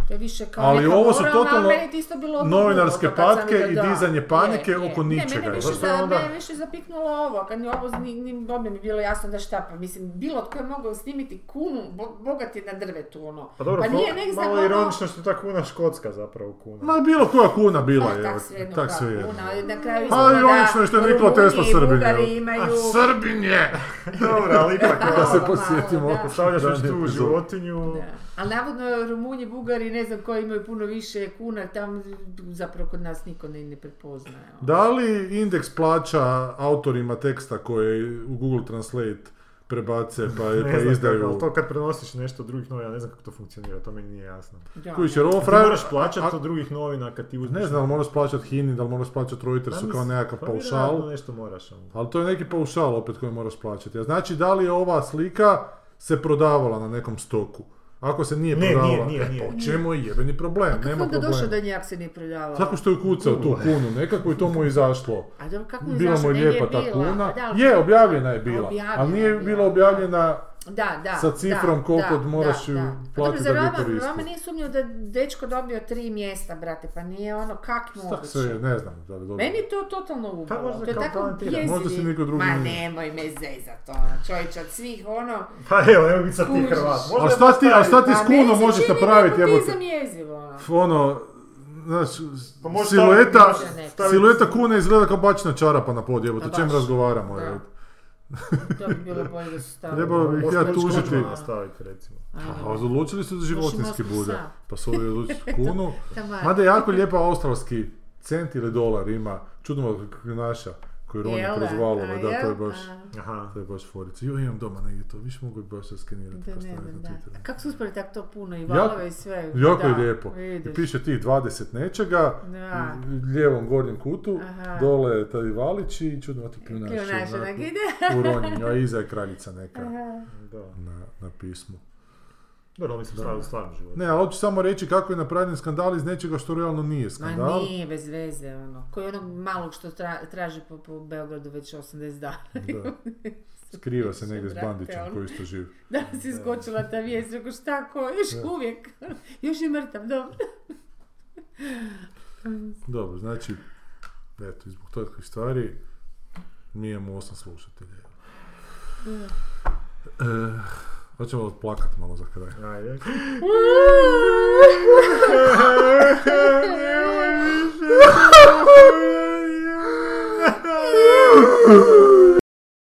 S1: To je više kao
S3: Ali
S1: neka
S3: ovo su
S1: moralna, ali
S3: totalno
S1: meni je isto bilo ovo
S3: novinarske
S1: glupo, kad sam
S3: patke
S1: vidjela,
S3: i dizanje
S1: da,
S3: panike
S1: je, je.
S3: oko
S1: Ne, mene
S3: ničega. pa
S1: je više,
S2: Zato što
S1: za,
S2: onda-
S1: mene je više zapiknulo ovo, kad mi ovo, ni, ni Bobi mi bilo jasno da šta, pa mislim, bilo tko je mogao snimiti kunu, bo, bogat je na drvetu, ono.
S2: Pa dobro,
S1: nije
S2: to-
S1: nek znam,
S2: malo
S1: ono-
S2: je ironično što je ta kuna škotska zapravo kuna.
S3: Ma bilo koja kuna bila
S1: Ah,
S3: je,
S1: tak
S3: evo,
S1: svejedno,
S3: tak
S1: kakva
S3: sve je.
S1: kuna, ali na kraju
S3: Pa
S1: ispada
S3: ironično je što je Nikola
S1: Rumunji
S3: Tesla
S1: i
S3: Srbin,
S1: Bugari
S3: evo.
S1: imaju...
S3: A Srbin je!
S2: Dobro, ali ipak
S3: Da
S2: ono,
S3: se
S1: malo,
S3: posjetimo.
S1: da.
S3: oko
S2: stavljaš već
S3: današnje
S2: tu
S3: epizode.
S2: životinju.
S1: Da. Ali navodno Rumunji, Bugari, ne znam koji imaju puno više kuna, tam zapravo kod nas niko ne, ne prepoznaje. ono.
S3: Da li indeks plaća autorima teksta koje u Google Translate prebace pa,
S2: Ne
S3: pa
S2: znam kako,
S3: izdaju?
S2: ali to kad prenosiš nešto od drugih novina, ne znam kako to funkcionira, to meni nije jasno.
S1: Da.
S3: Kužiš, jer ovo
S2: Ti
S3: frajer...
S2: moraš
S3: a-
S2: plaćati od drugih novina kad ti uzmeš...
S3: Ne znam, da li moraš plaćati Hini, da li moraš plaćati Reutersu kao nekakav
S2: Pa
S3: paušal.
S2: vjerojatno nešto moraš. ono.
S3: Ali to je neki paušal opet koji moraš plaćati. A znači, da li je ova slika se prodavala na nekom stoku? Ako se nije
S2: Ne, nije,
S3: prodavala,
S2: nije, nije.
S3: e, pa u čemu je jebeni problem?
S1: Kako
S3: Nema
S1: onda došao
S3: problema.
S1: da njak se nije prodavala?
S3: Zato što je ukucao tu kunu nekako i to mu je izašlo.
S1: A dobro, kako je
S3: Bila mu je
S1: zašto? Negdje
S3: lijepa ta
S1: bila.
S3: kuna.
S1: Da, ali-
S3: Je, objavljena je bila.
S1: Objavljena
S3: Ali nije
S1: je bila.
S3: bila objavljena
S1: Da, da,
S3: sa cifrom
S1: da,
S3: koliko
S1: da,
S3: moraš
S1: da,
S3: ju
S1: da. Pa dobro,
S3: platiti
S1: za
S3: da bi ju
S1: Roma-
S3: koristio.
S1: Roma nije sumnjao da je dečko dobio tri mjesta, brate, pa nije ono, kak
S3: Tak
S1: moguće?
S3: sve, je, ne znam da li dobro.
S1: Meni je to totalno
S2: Pa
S1: ubalo.
S2: možda
S1: To je
S2: kao
S1: tako
S2: talentiran.
S1: jezivi.
S3: Možda si niko drugi
S1: Ma
S3: nije.
S1: nemoj me zezat, ono, čovječe, od svih ono...
S2: Pa evo, evo biti sad ti
S1: Kužiš.
S2: Hrvat.
S3: A
S2: Možda
S3: šta ti, a šta ti
S1: Pa
S3: s
S1: meni
S3: kunom
S1: se
S3: možeš
S1: čini
S3: napraviti,
S1: nekako
S3: jebote?
S1: izamjezivo, ono.
S3: Ono, znaš,
S2: Pa možeš
S3: silueta,
S2: staviti-
S1: možeš
S2: staviti-
S3: silueta kune izgleda kao bačna čarapa na pod, jebote,
S1: Pa
S3: o čem
S1: baš.
S3: razgovaramo,
S1: Da.
S3: jebote.
S1: To bi bilo bolje da su stavili.
S3: Trebalo bi ih
S2: možeš
S3: ja
S2: Tuđmana
S3: tužiti.
S2: staviti, recimo.
S1: Ajde.
S3: A Pa, odlučili su da životinski
S1: Možemo s
S3: bude.
S1: psa.
S3: Pa su ovi odlučili kunu.
S1: Taman.
S3: Mada je jako lijepa australski cent ili dolar ima. Čudno kako je naša koju Ronja
S1: Jel da?
S3: kroz
S1: A
S3: valove. Da, to je
S1: jel?
S3: baš...
S1: A.
S2: Aha.
S3: To je baš forica. Jo, imam doma negdje to. Više mogu baš se skenirati.
S1: Da,
S3: pa
S1: ne
S3: staviti
S1: znam, da.
S3: na Twitter.
S1: A Kako su uspjeli tako to puno i
S3: Jako-
S1: valove i sve?
S3: Jako je
S1: Da,
S3: lijepo. I
S1: vidiš.
S3: piše ti 20 nečega,
S1: Da.
S3: u lijevom gornjem kutu,
S1: Aha.
S3: dole je taj valić i čudno ti kljunaš
S1: Kljunaš onak ide.
S3: u ronjenju, a iza je kraljica neka
S1: Aha.
S2: Da.
S3: na, na pismu.
S2: Dobro, ali mislim stvar u stvarnom životu.
S3: Ne, ali hoću samo reći kako je napravljen skandal iz nečega što realno nije
S1: Ma
S3: skandal.
S1: nije, bez veze, ono. Koji onog malog što tra- traži po, po Beogradu već 80 dana.
S3: Da. Skriva se negdje s
S1: Brate,
S3: bandićem
S1: ono.
S3: koji isto živi.
S1: Da si iskočila ta vijest, rekao šta ko, još uvijek, još je mrtav, dobro.
S3: Dobro, znači, eto, i zbog takvih stvari mi imamo osam slušatelja.
S1: Mm.
S3: Eh, E, hoćemo odplakat malo za kraj.
S2: Ajde.